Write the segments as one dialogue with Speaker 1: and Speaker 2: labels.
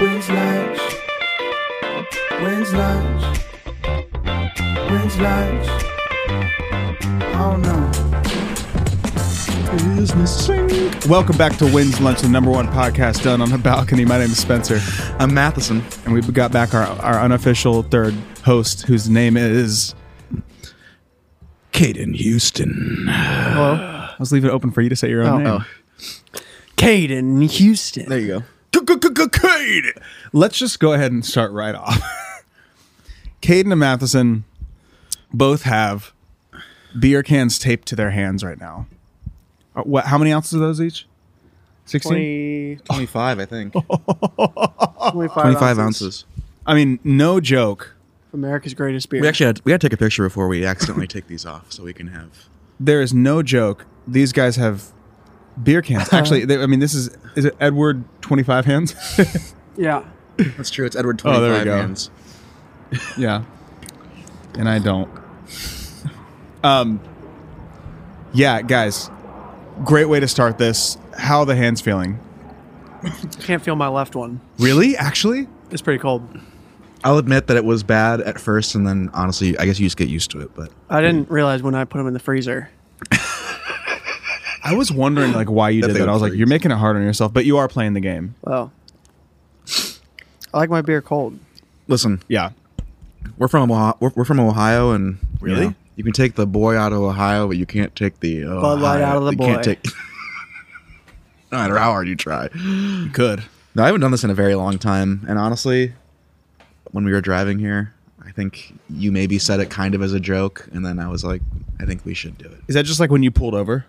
Speaker 1: When's lunch? When's lunch? When's lunch? Oh no.
Speaker 2: Welcome back to Wins Lunch, the number one podcast done on a balcony. My name is Spencer,
Speaker 3: I'm Matheson.
Speaker 2: and we've got back our, our unofficial third host, whose name is.
Speaker 3: Caden Houston.
Speaker 2: Hello. Let's leave it open for you to say your own
Speaker 3: Oh,
Speaker 2: name.
Speaker 4: Caden Houston.
Speaker 3: There you
Speaker 2: Caden. Let's just go ahead and start right off. Caden and Matheson both have beer cans taped to their hands right now. Uh, What? How many ounces of those each? 16?
Speaker 4: 20,
Speaker 3: go. 25, I think.
Speaker 4: 25,
Speaker 3: 25 ounces.
Speaker 2: I mean, no joke.
Speaker 4: America's greatest beer.
Speaker 3: We actually had, we got to take a picture before we accidentally take these off so we can have.
Speaker 2: There is no joke. These guys have beer cans. Actually, they, I mean, this is is it Edward twenty five hands?
Speaker 4: yeah.
Speaker 3: That's true. It's Edward
Speaker 2: Oh,
Speaker 3: 25
Speaker 2: there we go.
Speaker 3: hands.
Speaker 2: yeah, and I don't. Um, yeah, guys, great way to start this. How are the hands feeling?
Speaker 4: Can't feel my left one.
Speaker 2: Really? Actually,
Speaker 4: It's pretty cold.
Speaker 3: I'll admit that it was bad at first, and then honestly, I guess you just get used to it. But
Speaker 4: I
Speaker 2: Mm-hmm.
Speaker 4: didn't realize when I put them in the freezer.
Speaker 2: I was wondering like why you
Speaker 3: That
Speaker 2: did
Speaker 3: thing
Speaker 2: that. I was like,
Speaker 3: freaks.
Speaker 2: you're making it hard on yourself, but you are playing the game.
Speaker 4: Well, I like my beer cold.
Speaker 3: listen,
Speaker 2: Yeah,
Speaker 3: we're from Ohio, we're, we're from Ohio, and you
Speaker 2: Really?
Speaker 3: know, you can take the boy out of Ohio, but you can't take the uh, Ohio,
Speaker 4: Bud Light out of the
Speaker 3: you Can't
Speaker 4: boy.
Speaker 3: take, no matter how hard you try.
Speaker 2: you could.
Speaker 3: No, I haven't done this in a very long time, and honestly, when we were driving here, I think you maybe said it kind of as a joke, and then I was like, I think we should do it.
Speaker 2: Is that just like when you pulled over,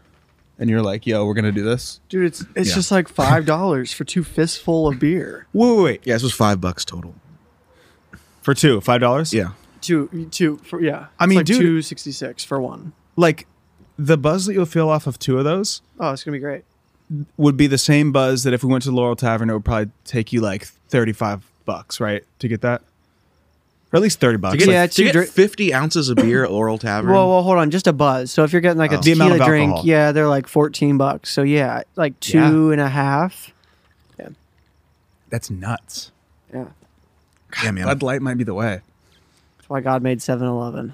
Speaker 2: and you're like, "Yo, we're gonna do this."
Speaker 4: Dude, it's it's
Speaker 3: Yeah.
Speaker 4: just like $5 for two fistful of beer.
Speaker 2: Wait, wait, wait.
Speaker 3: Yeah, this was five bucks total.
Speaker 2: For two, five dollars.
Speaker 3: Yeah,
Speaker 4: Two, two, for, yeah.
Speaker 2: I mean,
Speaker 4: it's
Speaker 2: dude-
Speaker 4: like 266 for one.
Speaker 2: like the buzz that you'll feel off of two of those
Speaker 4: Oh, it's going to be great.
Speaker 2: would be the same buzz that if we went to Laurel Tavern, it would probably take you like thirty-five bucks, right, to get that, or at least thirty bucks.
Speaker 3: to get,
Speaker 2: Like,
Speaker 4: Yeah,
Speaker 3: to
Speaker 4: two
Speaker 3: get
Speaker 4: drink-
Speaker 3: fifty ounces of beer at Laurel Tavern.
Speaker 4: Well, well, hold on, just a buzz. So if you're getting like a
Speaker 2: Oh. The amount
Speaker 4: tequila
Speaker 2: of
Speaker 4: drink,
Speaker 2: alcohol.
Speaker 4: yeah, they're like fourteen bucks. So yeah, like two and a half.
Speaker 2: that's nuts.
Speaker 4: yeah.
Speaker 3: yeah, man.
Speaker 2: Bud Light might be the way.
Speaker 4: That's why God made 7-Eleven.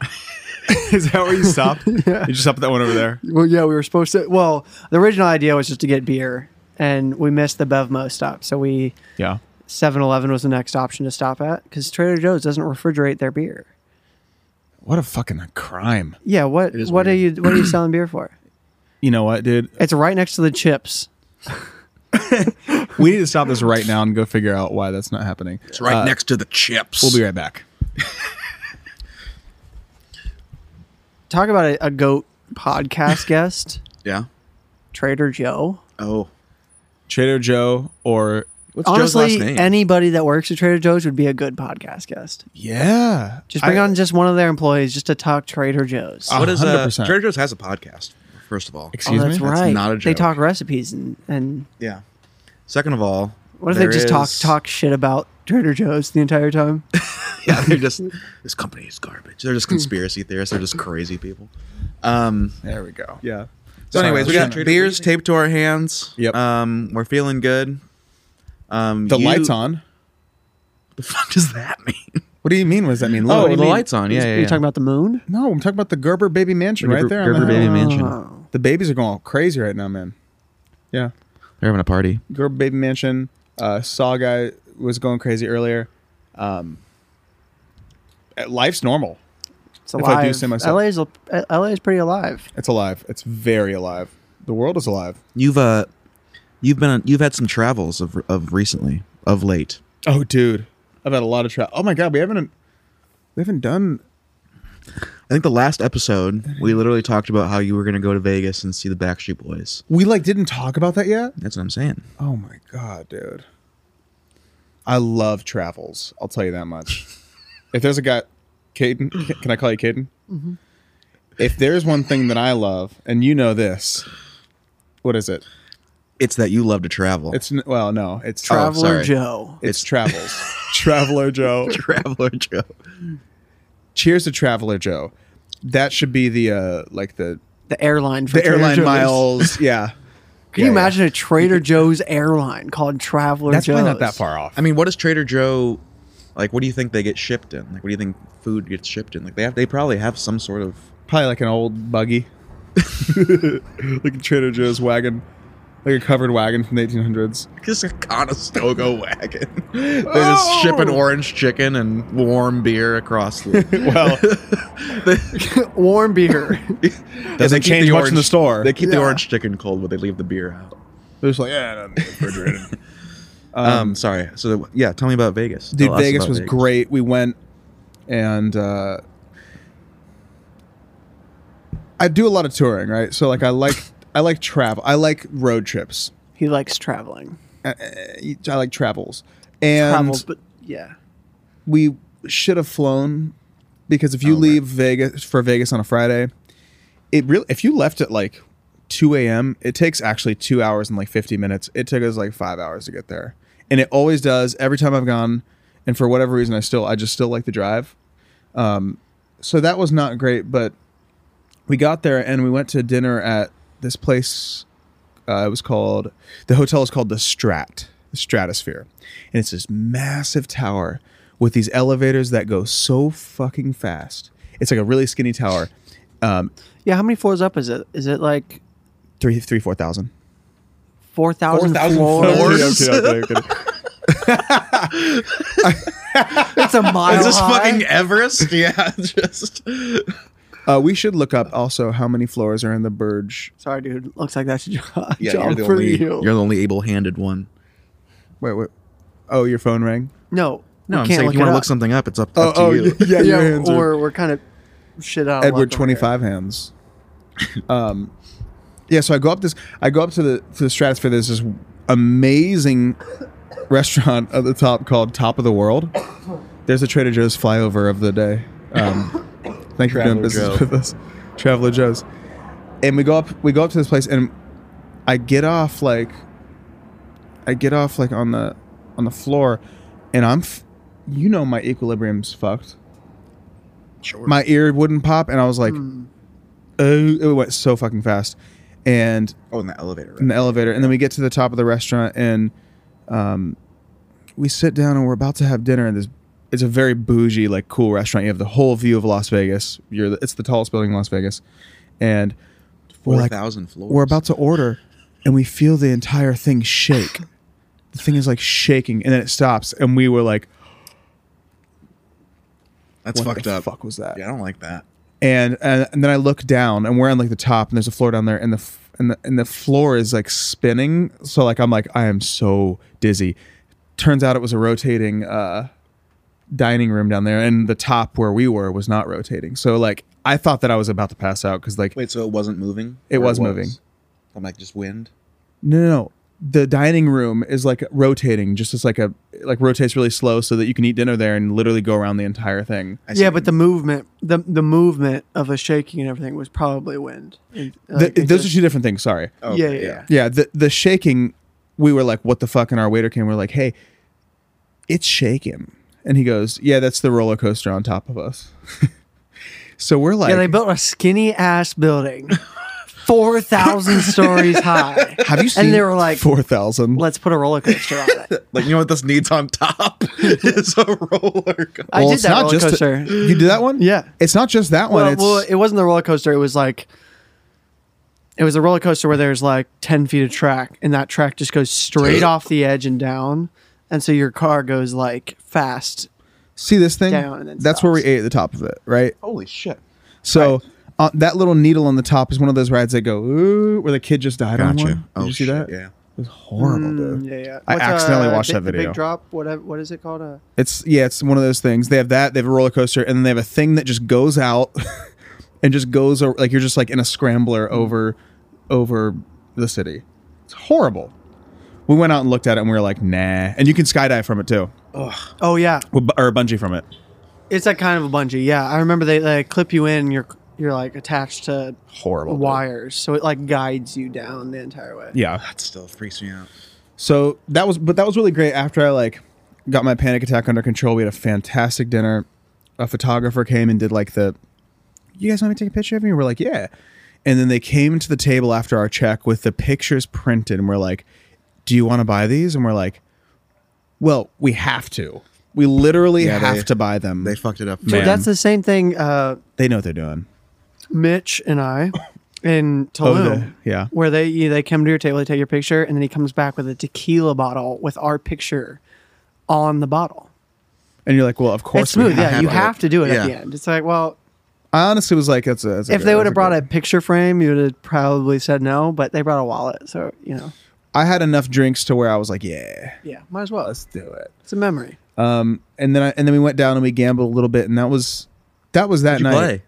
Speaker 2: Is that where you stopped? You just stopped at that one over there.
Speaker 4: well, yeah, we were supposed to. Well, the original idea was just to get beer, and we missed the Bevmo stop. So we
Speaker 2: Yeah.
Speaker 4: 7-Eleven was the next option to stop at because Trader Joe's doesn't refrigerate their beer.
Speaker 2: What a fucking crime.
Speaker 4: Yeah, what
Speaker 3: is
Speaker 4: what
Speaker 3: weird.
Speaker 4: are you what are you selling beer for?
Speaker 2: You know what, dude?
Speaker 4: It's right next to the chips.
Speaker 2: We need to stop this right now and go figure out why that's not happening.
Speaker 3: it's right
Speaker 2: Uh,
Speaker 3: next to the chips.
Speaker 2: We'll be right back.
Speaker 4: Talk about a, a goat podcast guest,
Speaker 3: Yeah.
Speaker 4: Trader Joe.
Speaker 3: Oh,
Speaker 2: Trader Joe or
Speaker 3: what's Joe's
Speaker 4: Honestly,
Speaker 3: last name?
Speaker 4: anybody that works at Trader Joe's would be a good podcast guest.
Speaker 2: yeah,
Speaker 4: Just bring
Speaker 2: I-
Speaker 4: on just one of their employees just to talk Trader Joe's.
Speaker 2: Uh,
Speaker 3: what is uh,
Speaker 2: 100%.
Speaker 3: Trader Joe's has a podcast. First of all,
Speaker 2: Excuse
Speaker 4: oh, that's
Speaker 2: me.
Speaker 4: right.
Speaker 3: not a
Speaker 4: They
Speaker 3: joke.
Speaker 4: talk recipes and, and
Speaker 3: yeah. Second of all,
Speaker 4: what if
Speaker 3: there
Speaker 4: they just talk
Speaker 3: is-
Speaker 4: talk shit about Trader Joe's the entire time?
Speaker 3: yeah, they're just this company is garbage. They're
Speaker 4: Hmm.
Speaker 3: just conspiracy theorists. They're just crazy people. Um.
Speaker 2: There we go. Yeah.
Speaker 3: So,
Speaker 2: Sorry,
Speaker 3: anyways, we
Speaker 2: I
Speaker 3: got
Speaker 2: was trying to-
Speaker 3: beers taped to our hands.
Speaker 2: Yep.
Speaker 3: Um, we're feeling good. Um,
Speaker 2: the
Speaker 3: you-
Speaker 2: lights on.
Speaker 3: The fuck does that mean?
Speaker 2: What do you mean? What does that mean?
Speaker 3: Oh,
Speaker 2: What do you
Speaker 3: the
Speaker 2: mean?
Speaker 3: lights on. Yeah,
Speaker 4: Are
Speaker 3: yeah.
Speaker 4: you
Speaker 3: yeah.
Speaker 4: talking about the moon?
Speaker 2: No, I'm talking about the Gerber baby mansion
Speaker 3: The
Speaker 2: right
Speaker 3: Gerber-
Speaker 2: there. on
Speaker 3: Gerber
Speaker 2: the hill.
Speaker 3: Baby Mansion.
Speaker 4: Oh.
Speaker 2: The babies are going all crazy right now, man. Yeah,
Speaker 3: They're having a party.
Speaker 2: Gerber baby mansion. Uh, Saw guy was going crazy earlier. Um, uh, life's normal.
Speaker 4: It's
Speaker 2: If
Speaker 4: alive.
Speaker 2: I do say myself.
Speaker 4: LA's, al- LA is pretty alive.
Speaker 2: It's alive. It's very alive. The world is alive.
Speaker 3: You've uh, you've been you've had some travels of of recently of late.
Speaker 2: Oh, dude, I've had a lot of travel. Oh my god, we haven't we haven't done.
Speaker 3: I think the last episode we literally talked about how you were going to go to Vegas and see the Backstreet Boys.
Speaker 2: We like didn't talk about that yet.
Speaker 3: That's what I'm saying.
Speaker 2: Oh my god, dude. I love travels. I'll tell you that much. if there's a guy, Caden, ca- can I call you Caden? If there's one thing that I love, and you know this, what is it?
Speaker 3: It's that you love to travel.
Speaker 2: It's n- well, no, it's travel.
Speaker 4: Traveler
Speaker 3: Oh, sorry.
Speaker 4: Joe.
Speaker 2: it's, travels. Traveler Joe.
Speaker 3: Traveler Joe.
Speaker 2: Cheers to Traveler Joe. That should be the uh like the
Speaker 4: The airline for
Speaker 2: the
Speaker 4: Trader
Speaker 2: airline
Speaker 4: Joe's.
Speaker 2: miles. Yeah.
Speaker 3: Yeah,
Speaker 4: Can you
Speaker 3: yeah.
Speaker 4: imagine a Trader Joe's airline called Traveler
Speaker 2: That's
Speaker 4: Joe's?
Speaker 2: probably not that far off.
Speaker 3: I mean, what does Trader Joe like? What do you think they get shipped in? Like, what do you think food gets shipped in? Like, they have they probably have some sort of
Speaker 2: probably like an old buggy, like a Trader Joe's wagon, like a covered wagon from the 1800s.
Speaker 3: just a Conestoga wagon. they just ship an
Speaker 2: Oh!
Speaker 3: orange chicken and warm beer across the.
Speaker 2: Well,
Speaker 4: Warm beer.
Speaker 2: doesn't
Speaker 3: keep
Speaker 2: change much in the store.
Speaker 3: They keep the
Speaker 4: Yeah.
Speaker 3: orange chicken cold, but they leave the beer out.
Speaker 2: They're just like, yeah, no, they're refrigerated.
Speaker 3: Um, sorry. So yeah, tell me about Vegas.
Speaker 2: Dude,
Speaker 3: Tell us
Speaker 2: Vegas
Speaker 3: about
Speaker 2: was great. We went and uh, I do a lot of touring, right? So like, I like I like travel. I like road trips.
Speaker 4: he likes traveling.
Speaker 2: I, I- I like travels. And
Speaker 4: Travels, but yeah.
Speaker 2: we should have flown because if you
Speaker 3: Oh, right.
Speaker 2: leave Vegas for Vegas on a Friday, it really if you left at like 2 a.m. it takes actually two hours and like 50 minutes. It took us like five hours to get there, and it always does every time I've gone. And for whatever reason, I still I just still like the drive. Um, so that was not great, but we got there and we went to dinner at this place. Uh, it was called the hotel is called the Strat, the Stratosphere, and it's this massive tower with these elevators that go so fucking fast. It's like a really skinny tower, um,
Speaker 4: Yeah, how many floors up is it? Is it like
Speaker 2: three three four thousand.
Speaker 4: 4,000 floors?
Speaker 3: floors?
Speaker 4: It's a mile
Speaker 3: Is this
Speaker 4: high.
Speaker 3: fucking Everest? Yeah, just
Speaker 2: Uh, we should look up also how many floors are in the Burj.
Speaker 4: Sorry, dude. Looks like that's a job,
Speaker 3: yeah.
Speaker 4: job
Speaker 3: You're the
Speaker 4: for
Speaker 3: only
Speaker 4: you.
Speaker 3: you're the only able-handed one.
Speaker 2: Wait, wait. Oh, your phone rang.
Speaker 4: No,
Speaker 3: No,
Speaker 4: we
Speaker 3: I'm
Speaker 4: can't
Speaker 3: saying if
Speaker 4: look
Speaker 3: you want to
Speaker 4: it up.
Speaker 3: look something up, it's up,
Speaker 2: Oh,
Speaker 3: up to
Speaker 2: oh,
Speaker 3: you.
Speaker 2: yeah, your hands are-
Speaker 4: or we're kind of shit out. of luck over
Speaker 2: Edward
Speaker 4: here.
Speaker 2: twenty five hands. Um, yeah. So I go up this. I go up to the to the stratosphere. There's this amazing restaurant at the top called Top of the World. There's a Trader Joe's flyover of the day. Um, thank you for doing
Speaker 3: Traveler
Speaker 2: business
Speaker 3: Joe.
Speaker 2: with us, Traveler Joe's. And we go up. We go up to this place, and I get off like. I get off like on the on the floor, and I'm, f- you know, my equilibrium's fucked
Speaker 3: Sure.
Speaker 2: my ear wouldn't pop, and I was like,
Speaker 3: Hmm.
Speaker 2: "Oh!" It went so fucking fast, and
Speaker 3: oh, in the elevator.
Speaker 2: in the elevator, and then we get to the top of the restaurant, and um, we sit down, and we're about to have dinner, and this it's a very bougie, like cool restaurant. You have the whole view of Las Vegas. You're the, it's the tallest building in Las Vegas, and we're
Speaker 3: Four
Speaker 2: like,
Speaker 3: thousand floors.
Speaker 2: we're about to order, and we feel the entire thing shake. the thing is like shaking, and then it stops, and we were like,
Speaker 3: That's
Speaker 2: "What
Speaker 3: fucked
Speaker 2: the
Speaker 3: up.
Speaker 2: Fuck was that?"
Speaker 3: Yeah, I don't like that.
Speaker 2: and and, and then I look down and we're on like the top and there's a floor down there and the f- and the, and the floor is like spinning so like I'm like I am so dizzy. Turns out it was a rotating uh dining room down there and the top where we were was not rotating. So like I thought that I was about to pass out cuz like
Speaker 3: Wait, so it wasn't moving?
Speaker 2: It
Speaker 3: Or
Speaker 2: was moving.
Speaker 3: I'm like just wind.
Speaker 2: no no no the dining room is like rotating just as like a like rotates really slow so that you can eat dinner there and literally go around the entire thing.
Speaker 3: I
Speaker 4: Yeah,
Speaker 3: see.
Speaker 4: but the movement, the the movement of the shaking and everything was probably wind. And, like,
Speaker 2: Th-
Speaker 4: it
Speaker 2: those
Speaker 4: just-
Speaker 2: are two different things, sorry.
Speaker 3: Oh,
Speaker 4: yeah,
Speaker 3: okay,
Speaker 4: yeah, yeah.
Speaker 2: Yeah, the the shaking, we were like, "What the fuck?" And our waiter came. We're like, "Hey, it's shaking," and he goes, "Yeah, that's the roller coaster on top of us." so we're like,
Speaker 4: yeah, they built a skinny ass building, four thousand stories high.
Speaker 2: "Have you seen?"
Speaker 4: And they were like,
Speaker 2: four thousand.
Speaker 4: "Let's put a roller coaster on it."
Speaker 3: Like you know what this needs on top is a roller coaster.
Speaker 4: I did that roller
Speaker 2: just a-
Speaker 4: coaster.
Speaker 2: you did that one.
Speaker 4: Yeah.
Speaker 2: it's not just that one.
Speaker 4: Well,
Speaker 2: it's
Speaker 4: well, it wasn't the roller coaster. It was like, it was a roller coaster where there's like ten feet of track, and that track just goes straight off the edge and down, and so your car goes like fast.
Speaker 2: see this thing.
Speaker 4: down and then
Speaker 2: That's where we
Speaker 4: stops.
Speaker 2: ate at the top of it, right?
Speaker 3: Holy shit!
Speaker 2: So. Uh, that little needle on the top is one of those rides that go ooh, where the kid just died on one. Did
Speaker 3: Gotcha. Oh,
Speaker 2: you see that?
Speaker 3: Yeah.
Speaker 2: It was horrible, dude.
Speaker 4: Yeah, yeah.
Speaker 2: I accidentally watched
Speaker 4: the,
Speaker 2: that
Speaker 4: The
Speaker 2: video.
Speaker 4: big drop. What what is it called? Uh,
Speaker 2: It's yeah, it's one of those things. They have that, they have a roller coaster, and then they have a thing that just goes out and just goes over, like you're just like in a scrambler over over the city. It's horrible. We went out and looked at it and we were like, nah. And you can skydive from it too.
Speaker 4: oh yeah,
Speaker 2: Or bu- or bungee from it.
Speaker 4: it's that kind of a bungee. Yeah, I remember they, they clip you in. And you're you're like attached to
Speaker 2: Horrible. dude.
Speaker 4: wires, so it like guides you down the entire way.
Speaker 2: Yeah.
Speaker 3: That still freaks me out.
Speaker 2: So that was, but that was really great. After I like got my panic attack under control, we had a fantastic dinner. A photographer came and did like the, you guys want me to take a picture of you? We're like, yeah. And then they came to the table after our check with the pictures printed and we're like, "Do you want to buy these?" And we're like, "Well, we have to. We literally
Speaker 3: Yeah,
Speaker 2: have
Speaker 3: they-
Speaker 2: to buy them.
Speaker 3: They fucked it up.
Speaker 2: Man.
Speaker 4: Dude, that's the same thing. Uh,
Speaker 2: they know what they're doing."
Speaker 4: Mitch and I in
Speaker 2: Oh,
Speaker 4: Tulum,
Speaker 2: the- yeah.
Speaker 4: where they you, they come to your table, they take your picture, and then he comes back with a tequila bottle with our picture on the bottle.
Speaker 2: And you're like, "Well, of course
Speaker 4: It's smooth,
Speaker 2: we have
Speaker 4: yeah. You
Speaker 2: to."
Speaker 4: have to do it at the
Speaker 3: Yeah.
Speaker 4: end. It's like, well,
Speaker 2: I honestly was like, "That's a." That's a
Speaker 4: if
Speaker 2: good-
Speaker 4: they
Speaker 2: that's
Speaker 4: would have
Speaker 2: a
Speaker 4: brought
Speaker 2: good-
Speaker 4: a picture frame, you would have probably said no. But they brought a wallet, so you know,
Speaker 2: I had enough drinks to where I was like, "Yeah,
Speaker 4: yeah, might as well.
Speaker 2: let's do it."
Speaker 4: It's a memory.
Speaker 2: Um, and then I, and then we went down and we gambled a little bit, and that was that was that
Speaker 3: You
Speaker 2: night.
Speaker 3: play.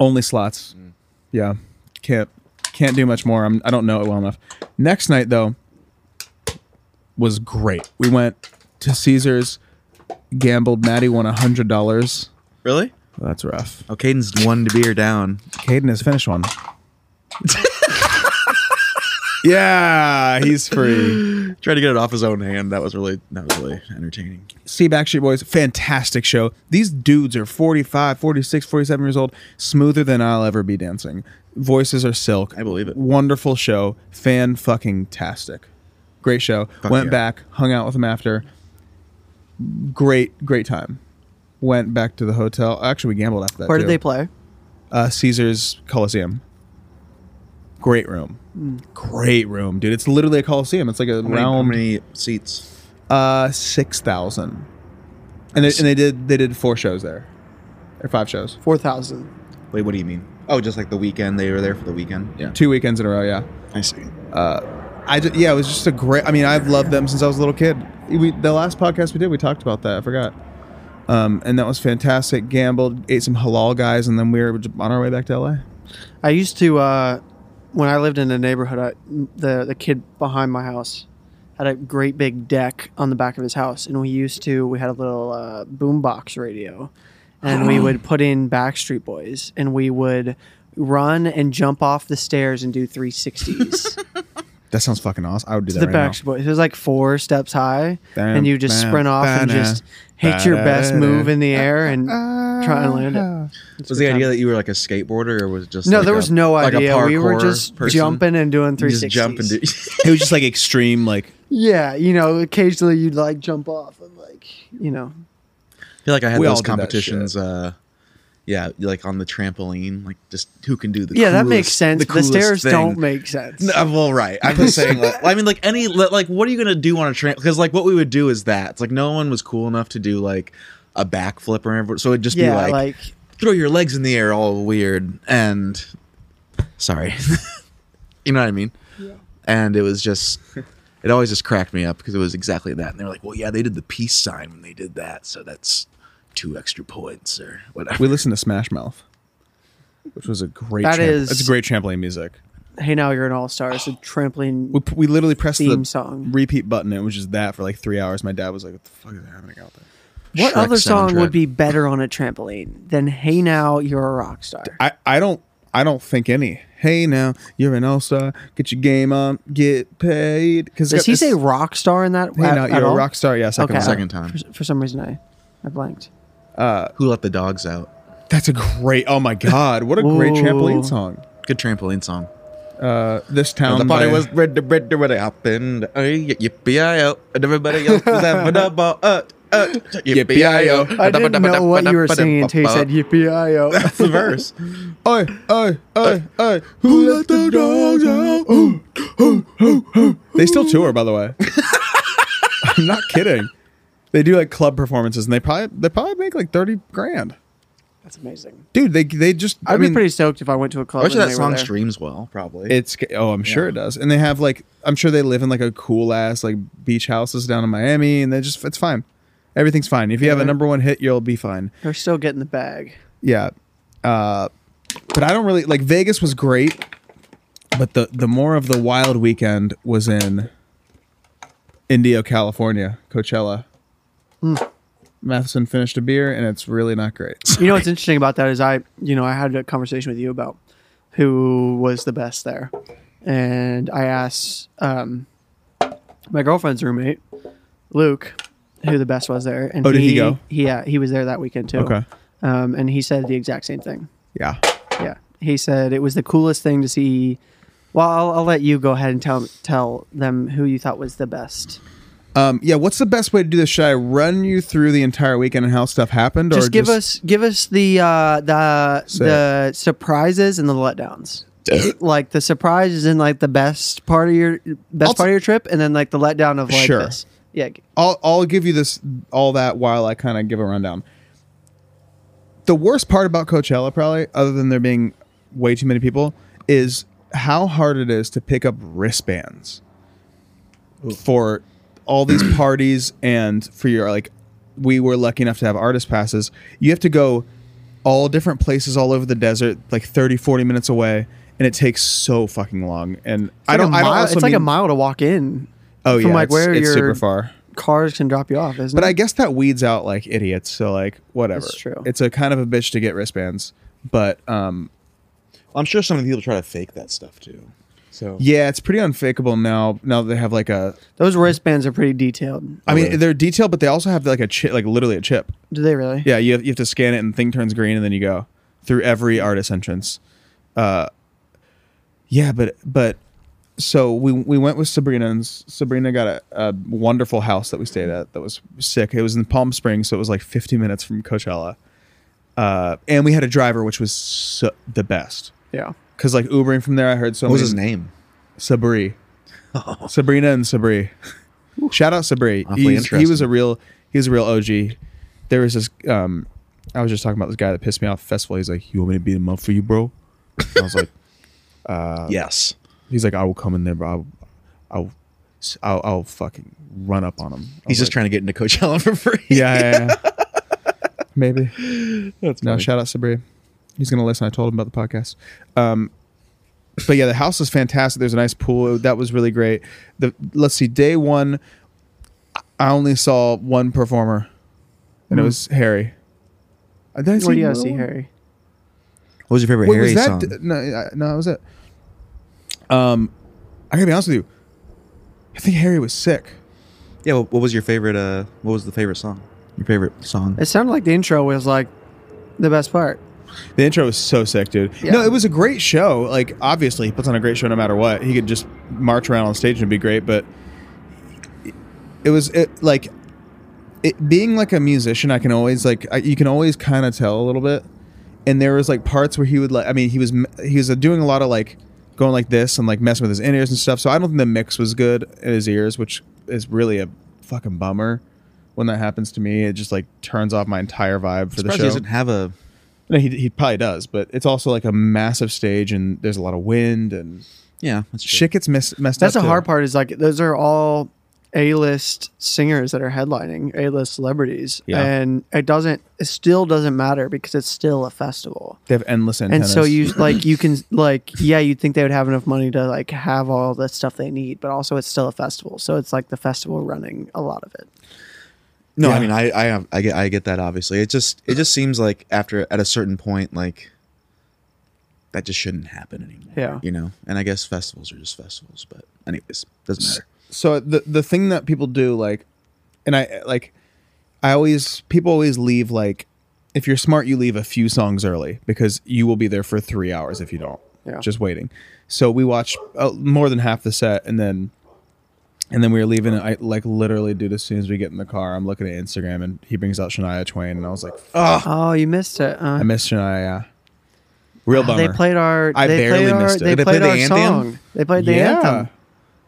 Speaker 2: Only slots. Yeah, can't can't do much more. I'm, I don't know it well enough. Next night though was great. We went to Caesars, gambled. Maddie won a hundred dollars.
Speaker 3: Really?
Speaker 2: That's rough.
Speaker 3: Oh, Caden's one beer down.
Speaker 2: Caden has finished one. yeah, he's free.
Speaker 3: Tried to get it off his own hand. That was really that was really entertaining.
Speaker 2: See Backstreet Boys, fantastic show. These dudes are 45, 46, 47 years old, smoother than I'll ever be dancing. Voices are silk.
Speaker 3: I believe it.
Speaker 2: Wonderful show. Fan fucking tastic. Great show.
Speaker 3: Fuck
Speaker 2: Went
Speaker 3: yeah.
Speaker 2: back, hung out with them after. Great, great time. Went back to the hotel. Actually, we gambled after that.
Speaker 4: Where
Speaker 2: too.
Speaker 4: did they play?
Speaker 2: uh, Caesar's Coliseum. Great room.
Speaker 4: Hmm.
Speaker 2: Great room, dude. It's literally a Coliseum. It's like a
Speaker 3: How many, how
Speaker 2: round
Speaker 3: many seats?
Speaker 2: uh six thousand. And they, and they did they did four shows there. Or five shows.
Speaker 4: Four thousand.
Speaker 3: Wait, what do you mean? Oh, just like the weekend. They were there for the weekend. Yeah,
Speaker 2: Two weekends in a row, yeah.
Speaker 3: I see.
Speaker 2: I ju- yeah, it was just a great I mean, I've loved them since I was a little kid. We the last podcast we did, we talked about that. I forgot. Um, and that was fantastic. Gambled, ate some halal guys, and then we were on our way back to LA.
Speaker 4: I used to uh, when I lived in a neighborhood. I, the the kid behind my house had a great big deck on the back of his house, and we used to we had a little uh, boombox radio, and we would put in Backstreet Boys, and we would run and jump off the stairs and do 360s
Speaker 2: That sounds fucking awesome. I would do that
Speaker 4: the
Speaker 2: right now.
Speaker 4: Backstreet Boys. It was like four steps high,
Speaker 2: Bam,
Speaker 4: and you just
Speaker 2: bam,
Speaker 4: sprint off and
Speaker 2: ba-da,
Speaker 4: just hit your best
Speaker 2: ba-da-da-da.
Speaker 4: move in the air and try and land it. It's
Speaker 3: Was
Speaker 4: a
Speaker 3: the
Speaker 4: good time.
Speaker 3: idea that you were like a skateboarder, or was it just
Speaker 4: No,
Speaker 3: like
Speaker 4: there
Speaker 3: a-
Speaker 4: was no
Speaker 3: like a
Speaker 4: idea. we were
Speaker 3: parkour
Speaker 4: just
Speaker 3: person?
Speaker 4: jumping and doing
Speaker 3: You
Speaker 4: 360s.
Speaker 3: just jump and do.
Speaker 2: it was just like extreme, like
Speaker 4: Yeah, you know, occasionally you'd like jump off and like, you know,
Speaker 3: I feel like I had
Speaker 2: We all
Speaker 3: those
Speaker 2: did that
Speaker 3: competitions. Uh, yeah, like on the trampoline, like just who can do the
Speaker 4: yeah, that
Speaker 3: coolest-
Speaker 4: makes sense. The,
Speaker 3: coolest
Speaker 4: stairs
Speaker 3: thing.
Speaker 4: don't make sense.
Speaker 3: No, I'm- well, right. I'm just saying. Like, I mean, like any, like, what are you gonna do on a tramp? Because like, what we would do is that. It's like no one was cool enough to do like a backflip or whatever. So it'd just be
Speaker 4: yeah,
Speaker 3: like,
Speaker 4: like,
Speaker 3: throw your legs in the air, all weird. And sorry, you know what I mean. And it was just, it always just cracked me up because it was exactly that. And they were like, well, yeah, they did the peace sign when they did that, so that's two extra points or whatever.
Speaker 2: We listened to Smash Mouth, which was a great.
Speaker 4: That
Speaker 2: tram-
Speaker 4: is-
Speaker 2: that's a great trampoline music.
Speaker 4: hey, now you're an all star. It's a
Speaker 2: We,
Speaker 4: trampoline.
Speaker 2: p- we literally pressed
Speaker 4: Theme
Speaker 2: the
Speaker 4: song.
Speaker 2: repeat button. and It was just that for like three hours. My dad was like, "What the fuck is happening out there?"
Speaker 4: What
Speaker 3: Shrek
Speaker 4: other song
Speaker 3: soundtrack.
Speaker 4: would be better on a trampoline than Hey Now You're a Rock Star?
Speaker 2: I, I don't I don't think any. Hey now, you're an all star. Get your game on. Get paid. Because
Speaker 4: Does he say rock star in that?
Speaker 2: Hey
Speaker 4: at-
Speaker 2: now,
Speaker 4: at
Speaker 2: you're a
Speaker 4: all?
Speaker 2: rock star. Yeah, second
Speaker 4: Okay.
Speaker 2: one.
Speaker 3: Second time.
Speaker 4: For, for some reason, I, I blanked.
Speaker 3: Who let the dogs out?
Speaker 2: That's a great. Oh my god, what a great
Speaker 4: Ooh.
Speaker 2: trampoline song.
Speaker 3: Good trampoline song.
Speaker 2: Uh, this town.
Speaker 3: the party
Speaker 2: by-
Speaker 3: was red, red, red, red, up and uh, yippee-i-o, oh. and everybody else was having a ball. Uh, uh, oh. yippee-i-o.
Speaker 4: I didn't know what you were singing until you said yippee
Speaker 3: That's the verse.
Speaker 2: Oi, oi, oi, oi. Who let the dogs out? Ooh, ooh, ooh, ooh. They still tour, by the way. I'm not kidding. They do like club performances, and they probably they probably make like thirty grand,
Speaker 4: That's amazing.
Speaker 2: dude. They they just
Speaker 4: I'd
Speaker 2: I mean
Speaker 4: be pretty stoked if I went to a club.
Speaker 3: I wish
Speaker 4: and
Speaker 3: that
Speaker 4: they were
Speaker 3: song
Speaker 4: there.
Speaker 3: streams well, probably.
Speaker 2: it's oh I'm sure it does, and they have like I'm sure they live in like a cool ass like beach houses down in Miami, and they just it's fine, everything's fine. If you have a number one hit, you'll be fine.
Speaker 4: They're still getting the bag.
Speaker 2: yeah uh but i don't really like vegas was great but the the more of the wild weekend was in indio california coachella
Speaker 4: Hmm.
Speaker 2: matheson finished a beer and it's really not great
Speaker 4: You know what's interesting about that is I, you know, I had a conversation with you about who was the best there, and I asked um, my girlfriend's roommate, Luke, who the best was there, and
Speaker 2: Oh, did he go?
Speaker 4: Yeah, he was there that weekend too.
Speaker 2: Okay.
Speaker 4: um, and he said the exact same thing.
Speaker 2: yeah
Speaker 4: Yeah, he said it was the coolest thing to see. Well, I'll, I'll let you go ahead and tell tell them who you thought was the best.
Speaker 2: Um, yeah, what's the best way to do this? Should I run you through the entire weekend and how stuff happened, or
Speaker 4: Just give us give us the uh, the
Speaker 2: Say
Speaker 4: the surprises and the letdowns. like the surprise is in like the best part of your best
Speaker 2: I'll t-
Speaker 4: part of your trip, and then like the letdown of like
Speaker 2: Sure.
Speaker 4: this. Yeah, g-
Speaker 2: I'll I'll give you this all that while I kind of give a rundown. The worst part about Coachella, probably, other than there being way too many people, is how hard it is to pick up wristbands for all these parties and for your like. We were lucky enough to have artist passes. You have to go all different places all over the desert, like 30, 40 minutes away, and it takes so fucking long. And I
Speaker 4: It's like
Speaker 2: don't.
Speaker 4: a
Speaker 2: I don't
Speaker 4: mile-
Speaker 2: also
Speaker 4: it's like a
Speaker 2: mean-
Speaker 4: mile to walk in.
Speaker 2: Oh
Speaker 4: from,
Speaker 2: yeah,
Speaker 4: like,
Speaker 2: it's,
Speaker 4: where
Speaker 2: it's
Speaker 4: you're-
Speaker 2: super far.
Speaker 4: Cars can drop you off, isn't
Speaker 2: But
Speaker 4: it?
Speaker 2: I guess that weeds out like idiots. So like whatever.
Speaker 4: That's true.
Speaker 2: It's a kind of a bitch to get wristbands, but um,
Speaker 3: I'm sure some of the people try to fake that stuff too. So
Speaker 2: yeah, it's pretty unfakeable now. Now that they have like a,
Speaker 4: those wristbands are pretty detailed.
Speaker 2: I mean,
Speaker 3: really?
Speaker 2: they're detailed, but they also have like a chip, like literally a chip.
Speaker 4: Do they really?
Speaker 2: Yeah, you have, you have to scan it, and the thing turns green, and then you go through every artist entrance. Uh, yeah, but but so we we went with Sabrina, and S- Sabrina got a, a wonderful house that we stayed at that was sick. It was in Palm Springs, so it was like 50 minutes from Coachella, uh, and we had a driver, which was so, the best.
Speaker 4: Yeah.
Speaker 2: Cause like Ubering from there, I heard so
Speaker 3: what was
Speaker 2: many-
Speaker 3: his name?
Speaker 2: Sabri. Sabrina and Sabri. Shout out Sabri.
Speaker 3: Awfully
Speaker 2: He's, he was
Speaker 3: interesting.
Speaker 2: a real he was a real OG. There was this um I was just talking about this guy that pissed me off at the festival. He's like, You want me to beat him up for you, bro? And I was like
Speaker 3: uh, yes.
Speaker 2: he's like, I will come in there, bro. I'll I'll I'll, I'll fucking run up on him. I was
Speaker 3: He's just
Speaker 2: like,
Speaker 3: trying to get into Coachella for free.
Speaker 2: Yeah, yeah, yeah. Maybe.
Speaker 3: That's
Speaker 2: No,
Speaker 3: funny.
Speaker 2: shout out Sabri. He's gonna listen. I told him about the podcast. Um, but yeah, the house is fantastic. There's a nice pool. That was really great. The let's see, day one, I only saw one performer, and
Speaker 3: Hmm.
Speaker 2: it was Harry. Uh, Did I
Speaker 4: What do you
Speaker 2: more
Speaker 4: gotta
Speaker 2: than
Speaker 4: see,
Speaker 2: one?
Speaker 4: Harry?
Speaker 3: What was your favorite
Speaker 2: Wait,
Speaker 3: Harry
Speaker 2: was that
Speaker 3: song?
Speaker 2: d- no? I- No, that was it. Um, I gotta be honest with you. I think Harry was sick.
Speaker 3: yeah. What, what was your favorite? Uh, what was the favorite song? Your favorite song?
Speaker 4: It sounded like the intro was like the best part.
Speaker 2: The intro was so sick, dude.
Speaker 4: Yeah.
Speaker 2: No, it was a great show. Like, obviously, he puts on a great show no matter what. He could just march around on stage and be great, but it was it, like it being like a musician. I can always like I, you can always kind of tell a little bit. And there was like parts where he would like. I mean, he was m- he was uh, doing a lot of like going like this and like messing with his in ears and stuff. So I don't think the mix was good in his ears, which is really a fucking bummer. When that happens to me, it just like turns off my entire vibe for the
Speaker 3: Surprised
Speaker 2: show.
Speaker 3: he doesn't have a.
Speaker 2: No, he, he probably does, but it's also like a massive stage and there's a lot of wind and
Speaker 3: Yeah, that's true.
Speaker 2: shit gets mess, messed
Speaker 4: That's
Speaker 2: up.
Speaker 4: the
Speaker 2: too.
Speaker 4: hard part. Is like those are all A-list singers that are headlining, A-list celebrities,
Speaker 2: Yeah.
Speaker 4: and it doesn't. It still doesn't matter because it's still a festival.
Speaker 2: They have endless
Speaker 4: And
Speaker 2: antennas.
Speaker 4: so you like you can like yeah you'd think they would have enough money to like have all the stuff they need, but also it's still a festival, so it's like the festival running a lot of it.
Speaker 3: No,
Speaker 2: Yeah.
Speaker 3: I mean, I, I, I get, I get that. Obviously, it just, it just seems like after at a certain point, like that just shouldn't happen anymore.
Speaker 4: Yeah.
Speaker 3: you know. And I guess festivals are just festivals, but anyways, doesn't matter.
Speaker 2: so the the thing that people do like and I like I always people always leave like if you're smart you leave a few songs early because you will be there for 3 hours if you don't.
Speaker 4: Yeah.
Speaker 2: Just waiting. So we watched uh, more than half the set and then and then we were leaving and I like literally dude as soon as we get in the car I'm looking at Instagram and he brings out Shania Twain and I was like
Speaker 4: Oh, you missed it. Uh,
Speaker 2: I missed Shania. Real bummer.
Speaker 4: They played our.
Speaker 2: I
Speaker 4: they
Speaker 2: barely
Speaker 4: played our,
Speaker 2: missed it.
Speaker 4: They,
Speaker 3: Did they
Speaker 4: played
Speaker 3: play
Speaker 4: our
Speaker 3: the anthem?
Speaker 4: song. They played the anthem.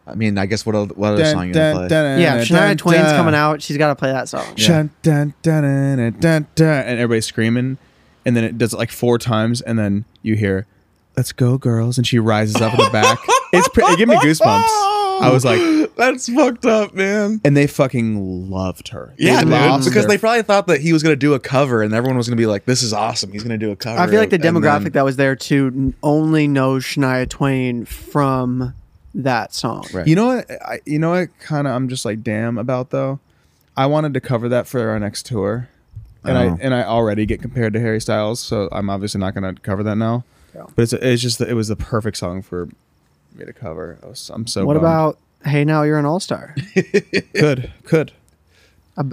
Speaker 3: I mean, I guess what other, what other song you gonna play?
Speaker 4: Yeah, Shania Twain's coming out. She's got to play that song.
Speaker 2: Dun, dun, dun, dun, dun, dun, dun, and everybody's screaming, and then it does it like four times, and then you hear, "Let's go, girls!" and she rises up in the back. It's pre- it gave me goosebumps. I was like,
Speaker 3: that's fucked up, man.
Speaker 2: and they fucking loved her. They
Speaker 3: Yeah,
Speaker 2: loved
Speaker 3: dude, because
Speaker 2: her.
Speaker 3: they probably thought that he was gonna do a cover, and everyone was gonna be like, "This is awesome. He's gonna do a cover."
Speaker 4: I feel like the
Speaker 3: of- and
Speaker 4: demographic
Speaker 3: then-
Speaker 4: that was there to n- only know Shania Twain from that song.
Speaker 3: Right.
Speaker 2: You know what? I, you know what? Kind of, I'm just like, damn about though. I wanted to cover that for our next tour, and
Speaker 3: Oh.
Speaker 2: I and I already get compared to Harry Styles, so I'm obviously not going to cover that now.
Speaker 4: Yeah.
Speaker 2: But it's it's just that it was the perfect song for me to cover. I was, I'm so.
Speaker 4: What
Speaker 2: bummed.
Speaker 4: about Hey Now You're an All Star
Speaker 2: could could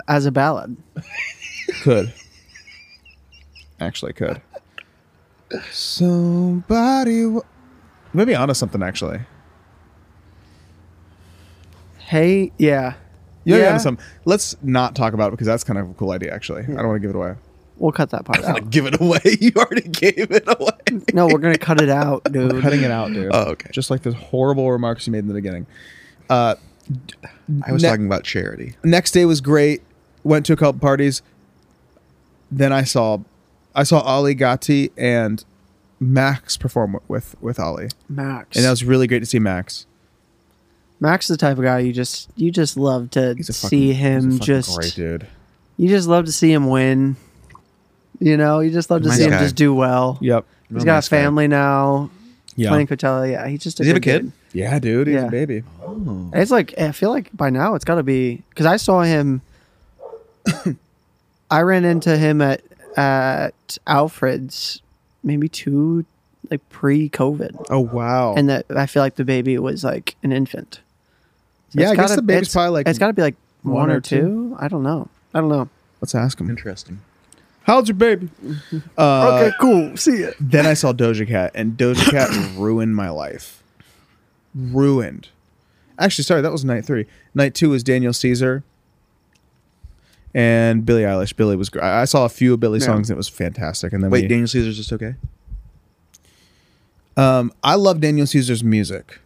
Speaker 4: as a ballad?
Speaker 2: could actually could. Somebody. W- Maybe onto something actually.
Speaker 4: Hey, yeah.
Speaker 2: Yeah, yeah. Some. Let's not talk about it because that's kind of a cool idea. Actually, I don't want to give it away.
Speaker 4: We'll cut that part out.
Speaker 3: Give it away. You already gave it away.
Speaker 4: no, we're gonna cut it out, dude.
Speaker 2: Cutting it out, dude.
Speaker 3: Oh, okay.
Speaker 2: Just like the horrible remarks you made in the beginning.
Speaker 3: I was
Speaker 2: Ne-
Speaker 3: talking about charity.
Speaker 2: next day was great. Went to a couple parties. Then I saw, I saw Ali Gatti and Max perform with with Ali,
Speaker 4: Max.
Speaker 2: and that was really great to see Max.
Speaker 4: Max is the type of guy you just you just love to
Speaker 2: He's a fucking-
Speaker 4: see
Speaker 2: he's a
Speaker 4: him
Speaker 2: fucking
Speaker 4: just
Speaker 2: great dude.
Speaker 4: you just love to see him win. You know, you just love to
Speaker 3: Nice
Speaker 4: see him
Speaker 3: guy.
Speaker 4: just do well.
Speaker 2: Yep.
Speaker 4: He's got
Speaker 3: nice
Speaker 4: a
Speaker 3: guy.
Speaker 4: family now.
Speaker 2: Yeah.
Speaker 4: Playing Coachella, yeah. He's just a
Speaker 3: Does he have a
Speaker 4: good
Speaker 3: kid?
Speaker 4: dude.
Speaker 2: yeah, dude. He's
Speaker 4: Yeah.
Speaker 2: a baby.
Speaker 4: It's like I feel like by now it's got to be because I saw him. I ran into him at at Alfred's maybe two like pre-COVID,
Speaker 2: Oh wow.
Speaker 4: and that I feel like the baby was like an infant. So
Speaker 2: Yeah,
Speaker 4: it's
Speaker 2: I guess
Speaker 4: gotta-
Speaker 2: the baby's
Speaker 4: it's-
Speaker 2: probably, like,
Speaker 4: it's got to be like one, or,
Speaker 2: or
Speaker 4: two.
Speaker 2: two.
Speaker 4: I don't know. I don't know.
Speaker 2: Let's ask him.
Speaker 3: Interesting.
Speaker 2: How's your baby? Uh,
Speaker 4: cool. See it.
Speaker 2: Then I saw Doja Cat, and Doja Cat ruined my life. Ruined. Actually, sorry, that was night three. Night two was Daniel Caesar and Billie Eilish. Billie was great. I saw a few of Billie
Speaker 4: Yeah.
Speaker 2: songs, and it was fantastic. And then
Speaker 3: Wait,
Speaker 2: we,
Speaker 3: Daniel Caesar's just okay?
Speaker 2: um, I love Daniel Caesar's music.